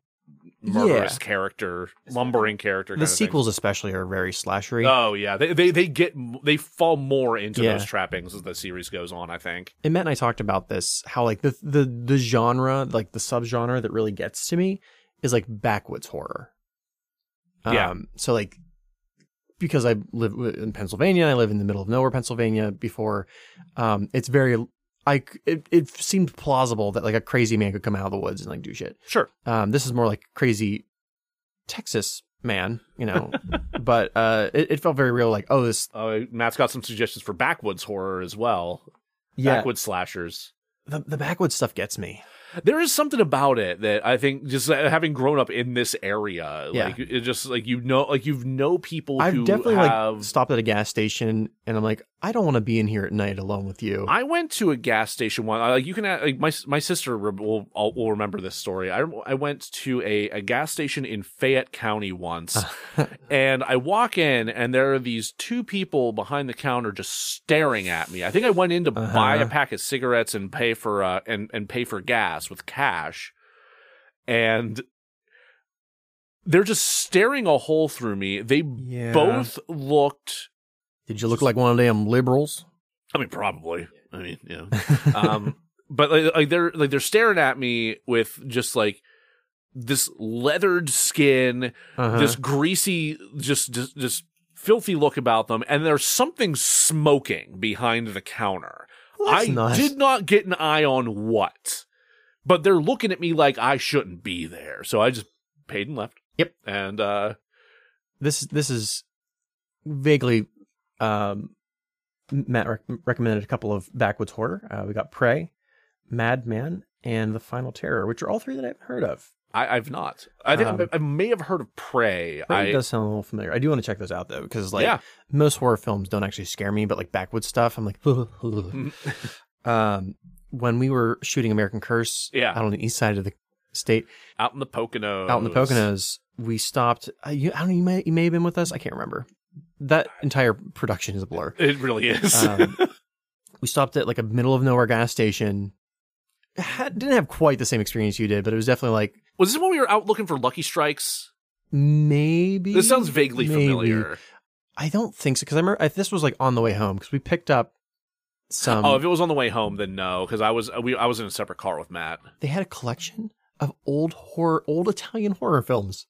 Speaker 2: murderous character, lumbering character. kind
Speaker 1: the
Speaker 2: of thing.
Speaker 1: sequels especially are very slashery.
Speaker 2: Oh yeah, they, they they get they fall more into
Speaker 1: Yeah.
Speaker 2: those trappings as the series goes on. I think.
Speaker 1: and Matt and I talked about this how like the the the genre like the subgenre that really gets to me is like backwoods horror.
Speaker 2: Yeah.
Speaker 1: Um, so like because I live w- in Pennsylvania, I live in the middle of nowhere, Pennsylvania. Before, um, it's very I c- it, it seemed plausible that like a crazy man could come out of the woods and like do shit.
Speaker 2: Sure.
Speaker 1: Um, this is more like crazy Texas man, you know, but uh, it, it felt very real. Like oh this
Speaker 2: Uh, Matt's got some suggestions for backwoods horror as well. Backwoods slashers.
Speaker 1: the the backwoods stuff gets me.
Speaker 2: There is something about it that I think just uh, having grown up in this area,
Speaker 1: Yeah.
Speaker 2: like it just like you know, like you've know people
Speaker 1: I've
Speaker 2: who
Speaker 1: definitely
Speaker 2: have.
Speaker 1: like stopped at a gas station and I'm like, I don't want to be in here at night alone with you.
Speaker 2: I went to a gas station one. Like you can, a- like my my sister re- will I'll- will remember this story. I rem- I went to a, a gas station in Fayette County once, and I walk in, and there are these two people behind the counter just staring at me. I think I went in to buy a
Speaker 1: Uh-huh.
Speaker 2: pack of cigarettes and pay for uh, and and pay for gas with cash, and they're just staring a hole through me. They
Speaker 1: yeah.
Speaker 2: both looked.
Speaker 1: Did you look like one of them liberals?
Speaker 2: I mean, probably. I mean, yeah um but like, like they're like they're staring at me with just like this leathered skin,
Speaker 1: Uh-huh.
Speaker 2: this greasy, just, just just filthy look about them, and there's something smoking behind the counter.
Speaker 1: Well, that's
Speaker 2: I
Speaker 1: nice.
Speaker 2: did not get an eye on what, but they're looking at me like I shouldn't be there. So I just paid and left.
Speaker 1: Yep.
Speaker 2: And uh,
Speaker 1: this this is vaguely um Matt rec- recommended a couple of backwoods horror. Uh, we got Prey, Madman, and The Final Terror, which are all three that I haven't heard of.
Speaker 2: I, I've not. I think
Speaker 1: Um,
Speaker 2: I may have heard of Prey.
Speaker 1: Prey
Speaker 2: I,
Speaker 1: does sound a little familiar. I do want to check those out though, because like
Speaker 2: yeah.
Speaker 1: most horror films don't actually scare me, but like backwoods stuff, I'm like,
Speaker 2: Mm.
Speaker 1: um, when we were shooting American Curse
Speaker 2: Yeah.
Speaker 1: out on the east side of the state,
Speaker 2: Out in the Poconos.
Speaker 1: out in the Poconos, we stopped. Uh, you, I don't know, you may you may have been with us. I can't remember. That entire production is a blur.
Speaker 2: It really is.
Speaker 1: Um, we stopped at like a middle of nowhere gas station. Had, didn't have quite the same experience you did, but it was definitely like
Speaker 2: Was this when we were out looking for Lucky Strikes?
Speaker 1: maybe.
Speaker 2: This sounds vaguely
Speaker 1: maybe. Um,
Speaker 2: familiar.
Speaker 1: I don't think so because I remember I, this was like on the way home because we picked up some.
Speaker 2: oh, if it was on the way home, then no, because I was we I was in a separate car with Matt.
Speaker 1: they had a collection of old horror, old Italian horror films.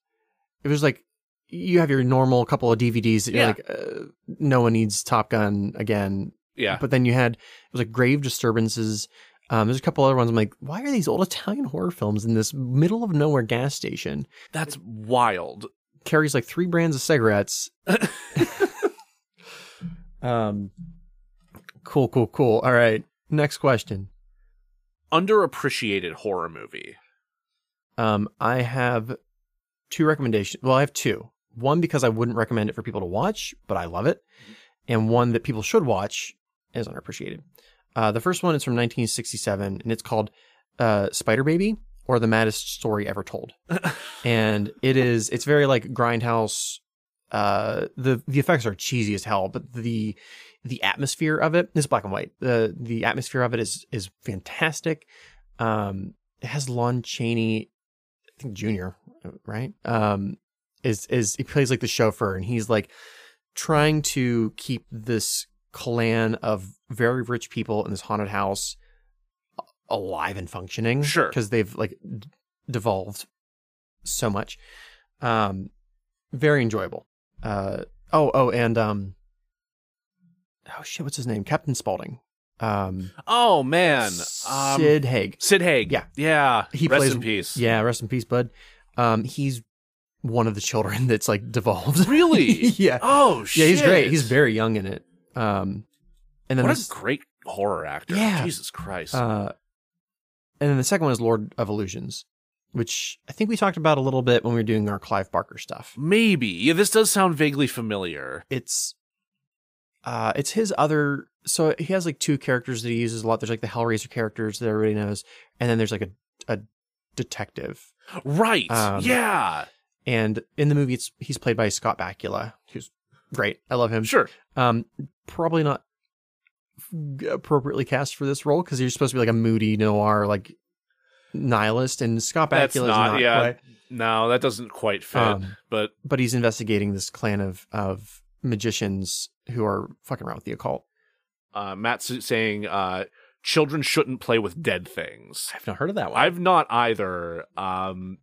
Speaker 1: It was like you have your normal couple of DVDs that you're
Speaker 2: Yeah.
Speaker 1: like, uh, no one needs Top Gun again.
Speaker 2: Yeah,
Speaker 1: But then you had it was like Grave Disturbances. Um, there's a couple other ones. I'm like, why are these old Italian horror films in this middle of nowhere gas station?
Speaker 2: that's wild.
Speaker 1: Carries like three brands of cigarettes. um, cool, cool, cool. All right, next question.
Speaker 2: Underappreciated horror movie.
Speaker 1: Um, I have two recommendations. Well, I have two. One because I wouldn't recommend it for people to watch, but I love it, and one that people should watch is underappreciated. Uh, the first one is from 1967, and it's called uh, "Spider Baby" or "The Maddest Story Ever Told," and it is it's very like grindhouse. Uh, the the effects are cheesy as hell, but the the atmosphere of it is black and white. the The atmosphere of it is is fantastic. Um, it has Lon Chaney, I think Junior, right? Um, is is he plays like the chauffeur, and he's like trying to keep this clan of very rich people in this haunted house a- alive and functioning.
Speaker 2: Sure.
Speaker 1: because they've like d- devolved so much. Um, very enjoyable. Uh, oh, oh, and um, oh shit, what's his name? Captain Spaulding. Um,
Speaker 2: Oh man, um, Sid,
Speaker 1: Sid Haig.
Speaker 2: Haig.
Speaker 1: Yeah.
Speaker 2: yeah.
Speaker 1: He
Speaker 2: Rest
Speaker 1: plays-
Speaker 2: in peace.
Speaker 1: Yeah, rest in peace, bud. Um, he's one of the children that's like devolved.
Speaker 2: Really?
Speaker 1: yeah,
Speaker 2: Oh shit.
Speaker 1: yeah, he's great. He's very young in it. Um, and then
Speaker 2: What
Speaker 1: this-
Speaker 2: a great horror actor.
Speaker 1: Yeah.
Speaker 2: Jesus Christ.
Speaker 1: uh, and then the second one is Lord of Illusions, which I think we talked about a little bit when we were doing our Clive Barker stuff.
Speaker 2: Maybe. Yeah, this does sound vaguely familiar.
Speaker 1: It's, uh, it's his other. So he has like two characters that he uses a lot. There's like the Hellraiser characters that everybody knows, and then there's like a a detective
Speaker 2: Right.
Speaker 1: Um,
Speaker 2: yeah.
Speaker 1: And in the movie, it's he's played by Scott Bakula, who's great. I love him.
Speaker 2: Sure.
Speaker 1: Um, probably not f- appropriately cast for this role because you're supposed to be like a moody noir, like nihilist, and Scott Bakula
Speaker 2: That's
Speaker 1: is
Speaker 2: not-
Speaker 1: not.
Speaker 2: yeah.
Speaker 1: quite-
Speaker 2: No, that doesn't quite fit.
Speaker 1: Um,
Speaker 2: but
Speaker 1: but he's investigating this clan of of magicians who are fucking around with the occult.
Speaker 2: uh, Matt's saying uh, children shouldn't play with dead things.
Speaker 1: I've not heard of that one.
Speaker 2: I've not either. Um,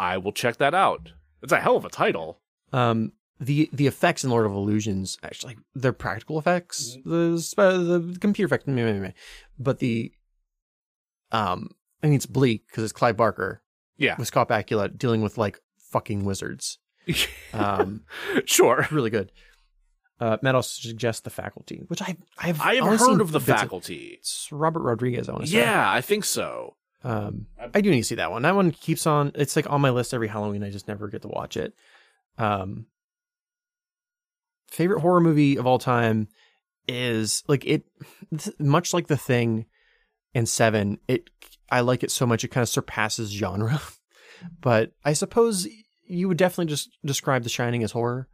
Speaker 2: I will check that out. It's a hell of a title.
Speaker 1: um the the effects in Lord of Illusions actually like, they're practical effects
Speaker 2: Mm-hmm.
Speaker 1: the sp- the computer effects meh, meh, meh. but the um I mean it's bleak because it's Clive Barker
Speaker 2: Yeah.
Speaker 1: with Scott Bakula dealing with like fucking wizards um
Speaker 2: sure.
Speaker 1: really good uh Matt also suggests the faculty which I I've
Speaker 2: I have
Speaker 1: honestly
Speaker 2: heard of the
Speaker 1: bits
Speaker 2: faculty.
Speaker 1: it's Robert Rodriguez I want to say
Speaker 2: yeah, I think so.
Speaker 1: um I do need to see that one that one keeps on it's like on my list every Halloween I just never get to watch it um favorite horror movie of all time is like it th- much like the thing and seven it i like it so much it kind of surpasses genre but i suppose you would definitely just describe the shining as horror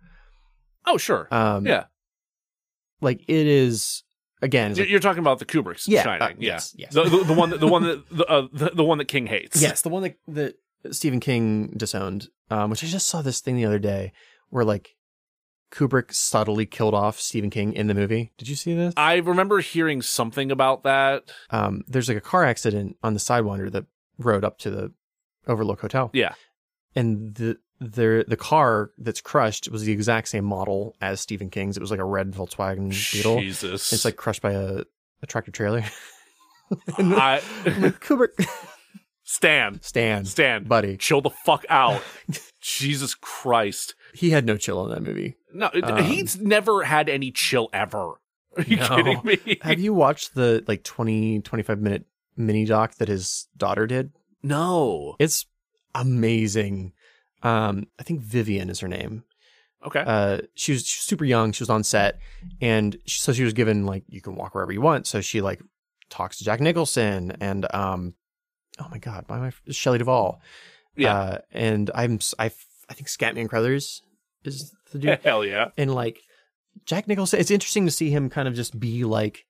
Speaker 2: Oh, sure.
Speaker 1: um
Speaker 2: yeah.
Speaker 1: like it is again it's
Speaker 2: You're
Speaker 1: like,
Speaker 2: you're talking about the Kubrick's
Speaker 1: Yeah,
Speaker 2: Shining.
Speaker 1: uh,
Speaker 2: yeah.
Speaker 1: yes, yes.
Speaker 2: The, the, the one that the one that the, uh, the, the one that King hates.
Speaker 1: yes the one that that stephen king disowned um which i just saw this thing the other day where like kubrick subtly killed off stephen king in the movie did you see this
Speaker 2: I remember hearing something about that.
Speaker 1: um, there's like a car accident on the sidewinder that rode up to the Overlook Hotel.
Speaker 2: Yeah.
Speaker 1: And the the the car that's crushed was the exact same model as Stephen King's. It was like a red Volkswagen Beetle.
Speaker 2: Jesus.
Speaker 1: Mm, It's like crushed by a, a tractor trailer.
Speaker 2: I,
Speaker 1: I'm like, Kubrick,
Speaker 2: Stan,
Speaker 1: Stan,
Speaker 2: Stan,
Speaker 1: buddy,
Speaker 2: chill the fuck out. Jesus Christ.
Speaker 1: he had no chill in that movie.
Speaker 2: No, it-
Speaker 1: Um,
Speaker 2: he's never had any chill ever. Are you
Speaker 3: No.
Speaker 2: kidding me?
Speaker 1: Have you watched the like 20, 25 minute mini doc that his daughter did?
Speaker 2: no.
Speaker 1: It's amazing. Um, I think Vivian is her name.
Speaker 2: Okay.
Speaker 1: Uh, she was, she was super young. She was on set, and she, so she was given like you can walk wherever you want. So she like talks to Jack Nicholson and um, oh my god, by my Shelley Duvall.
Speaker 2: Yeah.
Speaker 1: uh, and I'm s- I f- I think Scatman Crothers is the dude,
Speaker 2: Hell yeah.
Speaker 1: and like Jack Nicholson. It's interesting to see him kind of just be like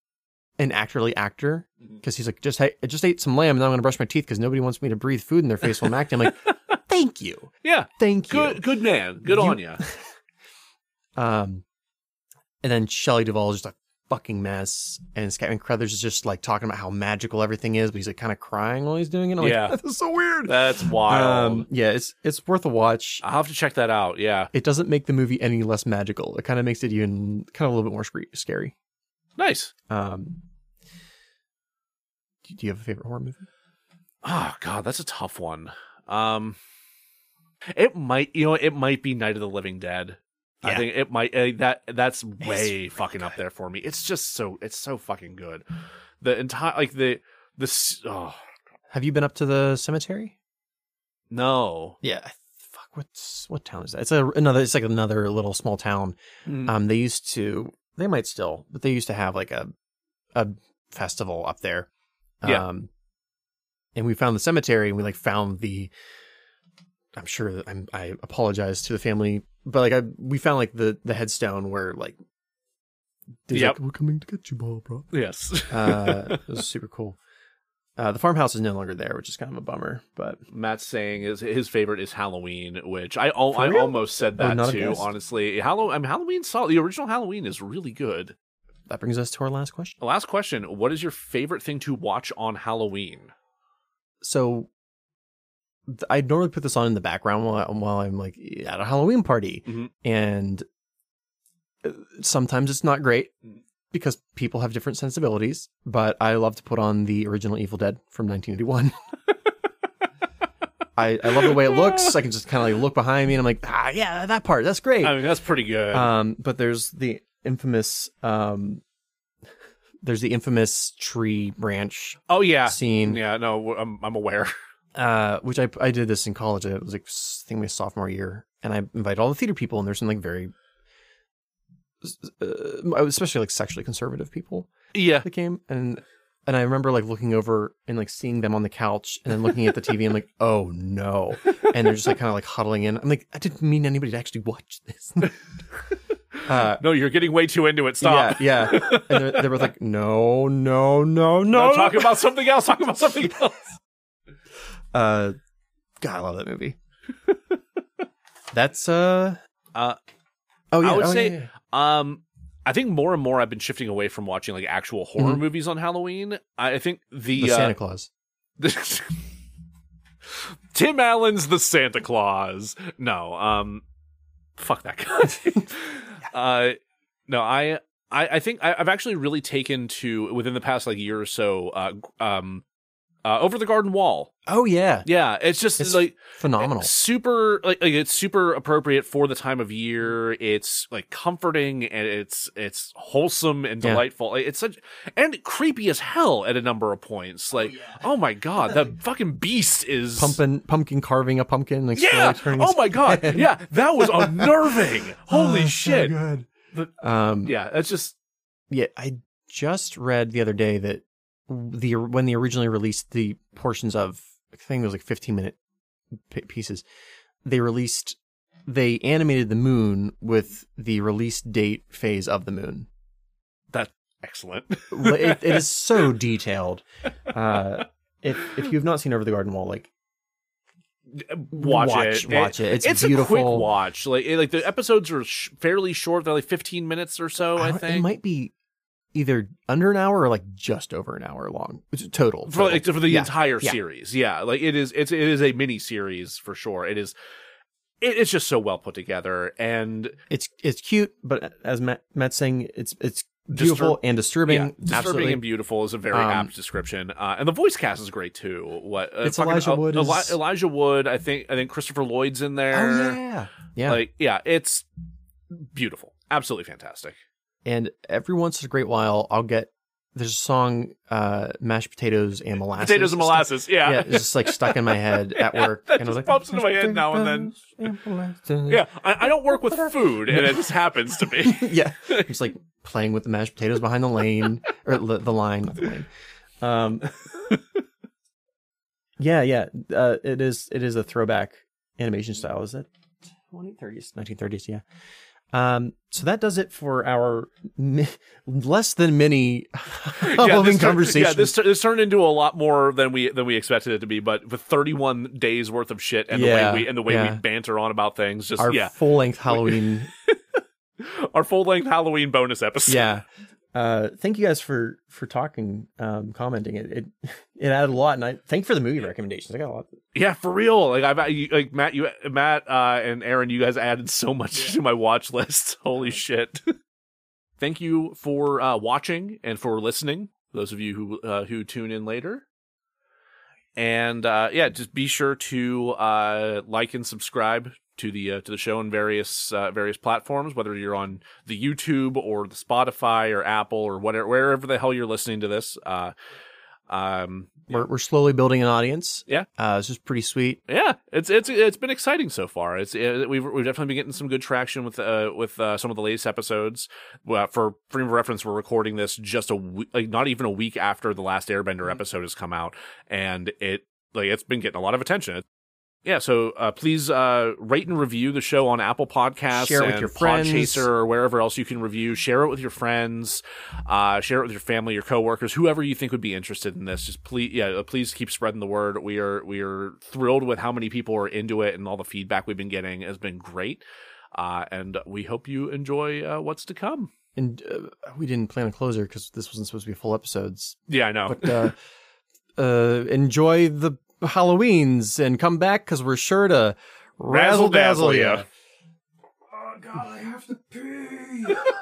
Speaker 1: an actorly actor
Speaker 2: Mm-hmm.
Speaker 1: because he's like just hey, I just ate some lamb and now I'm gonna brush my teeth because nobody wants me to breathe food in their face while I'm acting. I'm like, thank you,
Speaker 2: Yeah.
Speaker 1: thank you.
Speaker 2: Good good man. Good
Speaker 1: You-
Speaker 2: on ya.
Speaker 1: Um, and then Shelley Duvall is just a fucking mess, and Scatman Crothers is just like talking about how magical everything is, but he's like kind of crying while he's doing it. I'm
Speaker 2: Yeah.
Speaker 1: like, this is so weird.
Speaker 2: That's wild.
Speaker 1: Um, yeah, it's it's worth a watch.
Speaker 2: I'll have to check that out. Yeah.
Speaker 1: It doesn't make the movie any less magical. It kind of makes it even kind of a little bit more scre- scary.
Speaker 2: Nice.
Speaker 1: Um, do do you have a favorite horror movie?
Speaker 2: Oh god, that's a tough one. Um it might you know, it might be Night of the Living Dead. I
Speaker 3: Yeah.
Speaker 2: think it might uh, that that's way
Speaker 3: really
Speaker 2: fucking up there for me. It's just so it's so fucking good. The entire like the the s- oh
Speaker 1: Have you been up to the cemetery?
Speaker 2: no.
Speaker 1: Yeah. I- Fuck. What's what town is that? It's a, another. It's like another little small town. Um, they used to. They might still, but they used to have like a a festival up there.
Speaker 2: Yeah.
Speaker 1: Um, and we found the cemetery, and we like found the. I'm sure that I'm. I apologize to the family, but like I, we found like the the headstone where like. they're
Speaker 2: Yep.
Speaker 1: Like, We're coming to get you, Barbara.
Speaker 2: yes.
Speaker 1: Uh, it was super cool. Uh, the farmhouse is no longer there, which is kind of a bummer. But
Speaker 2: Matt's saying is his favorite is Halloween, which I al-
Speaker 1: For
Speaker 2: I
Speaker 1: real?
Speaker 2: almost said
Speaker 1: Oh,
Speaker 2: that
Speaker 1: not a
Speaker 2: too.
Speaker 1: guess.
Speaker 2: Honestly, Hallow- I mean, Halloween solid. The original Halloween is really good.
Speaker 1: that brings us to our last question.
Speaker 2: Last question: What is your favorite thing to watch on Halloween?
Speaker 1: so th- I normally put this on in the background while, I, while I'm like at a Halloween party,
Speaker 2: Mhm.
Speaker 1: and uh, sometimes it's not great
Speaker 2: Mm.
Speaker 1: because people have different sensibilities. But I love to put on the original Evil Dead from 1981. I, I love the way it looks. I can just kind of like look behind me, and I'm like, ah, yeah, that part, that's great.
Speaker 2: I mean, that's pretty good.
Speaker 1: Um, but there's the infamous, um, there's the infamous tree branch
Speaker 2: oh yeah,
Speaker 1: scene
Speaker 2: yeah. No, w- I'm I'm aware.
Speaker 1: uh, which I I did this in college. It was like s- I think my sophomore year, and I invited all the theater people, and there's some like very, uh, especially like sexually conservative people
Speaker 2: yeah,
Speaker 1: that came, and and I remember like looking over and like seeing them on the couch, and then looking at the TV, and like oh no, and they're just like kind of like huddling in. I'm like I didn't mean anybody to actually watch this. Uh,
Speaker 2: no, you're getting way too into it. Stop.
Speaker 1: Yeah, yeah. And they're, they were like, no, no, no,
Speaker 2: No,
Speaker 1: no. no.
Speaker 2: talk about something else. Talk about something else.
Speaker 1: Uh, God, I love that movie. That's uh,
Speaker 2: Uh,
Speaker 1: oh
Speaker 2: I
Speaker 1: yeah,
Speaker 2: would
Speaker 1: oh,
Speaker 2: say-
Speaker 1: yeah, yeah.
Speaker 2: Um, I think more and more I've been shifting away from watching like actual horror movies on Halloween. I I think the,
Speaker 1: Mm-hmm. the
Speaker 2: uh,
Speaker 1: Santa Claus.
Speaker 2: Tim Allen's the Santa Claus. No, um, fuck that guy. uh, no, I, I, I think I, I've actually really taken to within the past like year or so. Uh, um, uh, over the garden wall.
Speaker 1: Oh yeah,
Speaker 2: Yeah, it's just
Speaker 1: It's
Speaker 2: like
Speaker 1: phenomenal.
Speaker 2: super like, like it's super appropriate for the time of year it's like comforting and it's it's wholesome and
Speaker 1: Yeah.
Speaker 2: delightful Like, it's such and creepy as hell at a number of points like oh my god that fucking beast is
Speaker 1: Pumpkin, pumpkin carving a pumpkin. Like
Speaker 2: yeah
Speaker 1: slowly turning
Speaker 2: oh
Speaker 1: his-
Speaker 2: my god yeah that was unnerving holy
Speaker 1: Oh, so
Speaker 2: shit
Speaker 1: good.
Speaker 2: The-
Speaker 1: um, yeah.
Speaker 2: yeah that's just
Speaker 1: I just read the other day that the when they originally released the portions of I think it was like fifteen minute p- pieces, they released they animated the moon with the release date phase of the moon.
Speaker 2: excellent
Speaker 1: Li- it, it is so detailed. Uh, if if you've not seen Over the Garden Wall, like
Speaker 2: watch,
Speaker 1: watch,
Speaker 2: it
Speaker 1: watch it. It's,
Speaker 2: it's
Speaker 1: beautiful.
Speaker 2: a quick watch like it- like the episodes are sh- fairly short they're like 15 minutes or so i,
Speaker 1: don't-
Speaker 2: think
Speaker 1: it might be either under an hour or like just over an hour long It's total.
Speaker 2: for like,
Speaker 1: total.
Speaker 2: for the
Speaker 1: Yeah.
Speaker 2: entire
Speaker 1: Yeah.
Speaker 2: series. Yeah, like it is. It's it is a mini series for sure. It is. It, it's just so well put together, and
Speaker 1: It's it's cute, but as Matt, Matt's saying, it's it's beautiful
Speaker 2: Disturb-
Speaker 1: and disturbing.
Speaker 2: yeah, disturbing
Speaker 1: absolutely.
Speaker 2: and beautiful is a very
Speaker 1: Um,
Speaker 2: apt description. Uh, and the voice cast is great too. What uh,
Speaker 1: It's
Speaker 2: fucking
Speaker 1: Elijah
Speaker 2: El-
Speaker 1: Wood
Speaker 2: Eli-
Speaker 1: is-
Speaker 2: Elijah Wood. I think. I think Christopher Lloyd's in there.
Speaker 1: oh yeah, yeah.
Speaker 2: Like yeah, it's beautiful. Absolutely fantastic.
Speaker 1: and every once in a great while, I'll get there's a song, uh, mashed potatoes and molasses.
Speaker 2: Potatoes and molasses. Yeah.
Speaker 1: yeah, it's just like stuck in my head at work.
Speaker 2: that
Speaker 1: and I was
Speaker 2: just
Speaker 1: like,
Speaker 2: pops into my head now and then.
Speaker 1: then.
Speaker 2: Yeah, I, I don't work with food, and it just happens to me.
Speaker 1: yeah. Just like playing with the mashed potatoes behind the lane or the, the line, not the lane. Um, yeah, yeah. Uh, it is. It is a throwback animation style. Is it 2030s, 1930s? Yeah. Um, so that does it for our mi- less than mini Halloween
Speaker 2: this turned-
Speaker 1: conversation.
Speaker 2: yeah, this, tur- this turned into a lot more than we than we expected it to be, but with 31 days worth of shit and
Speaker 1: Yeah,
Speaker 2: the way we and the way
Speaker 1: yeah.
Speaker 2: we banter on about things, just
Speaker 1: our
Speaker 2: yeah,
Speaker 1: full length Halloween
Speaker 2: our full length Halloween bonus episode.
Speaker 1: yeah uh thank you guys for for talking um commenting it it, it added a lot and i thank you for the movie recommendations i got a lot
Speaker 2: yeah, for real. Like I've you, like Matt, you Matt uh, and Aaron, you guys added so much to my watch list. Holy shit! Thank you for uh, watching and for listening. Those of you who uh, who tune in later. and uh, yeah, just be sure to uh, like and subscribe to the uh, to the show on various uh, various platforms, whether you're on the YouTube or the Spotify or Apple or whatever wherever the hell you're listening to this. Uh, um,
Speaker 1: we're, we're slowly building an audience
Speaker 2: Yeah.
Speaker 1: uh this is pretty sweet
Speaker 2: yeah, it's it's it's been exciting so far. It's it, we've we've definitely been getting some good traction with uh with uh, some of the latest episodes. Well, for frame of reference, we're recording this just a week, like not even a week after the last
Speaker 1: Mm-hmm.
Speaker 2: Airbender episode has come out, and it like it's been getting a lot of attention. Yeah, so uh, please uh, rate and review the show on Apple Podcasts,
Speaker 1: Share it with
Speaker 2: and
Speaker 1: your friends.
Speaker 2: Podchaser, or wherever else you can review. Share it with your friends, uh, share it with your family, your coworkers, whoever you think would be interested in this. Just please, yeah, uh, please keep spreading the word. We are we are thrilled with how many people are into it, and all the feedback we've been getting has been great. Uh, and we hope you enjoy uh, what's to come.
Speaker 1: and uh, we didn't plan a closer because this wasn't supposed to be full episodes
Speaker 2: Yeah, I know.
Speaker 1: but uh uh enjoy the halloweens and come back because we're sure to razzle dazzle
Speaker 2: Razzle-dazzle
Speaker 1: you
Speaker 2: ya.
Speaker 4: Oh, God, I have to pee.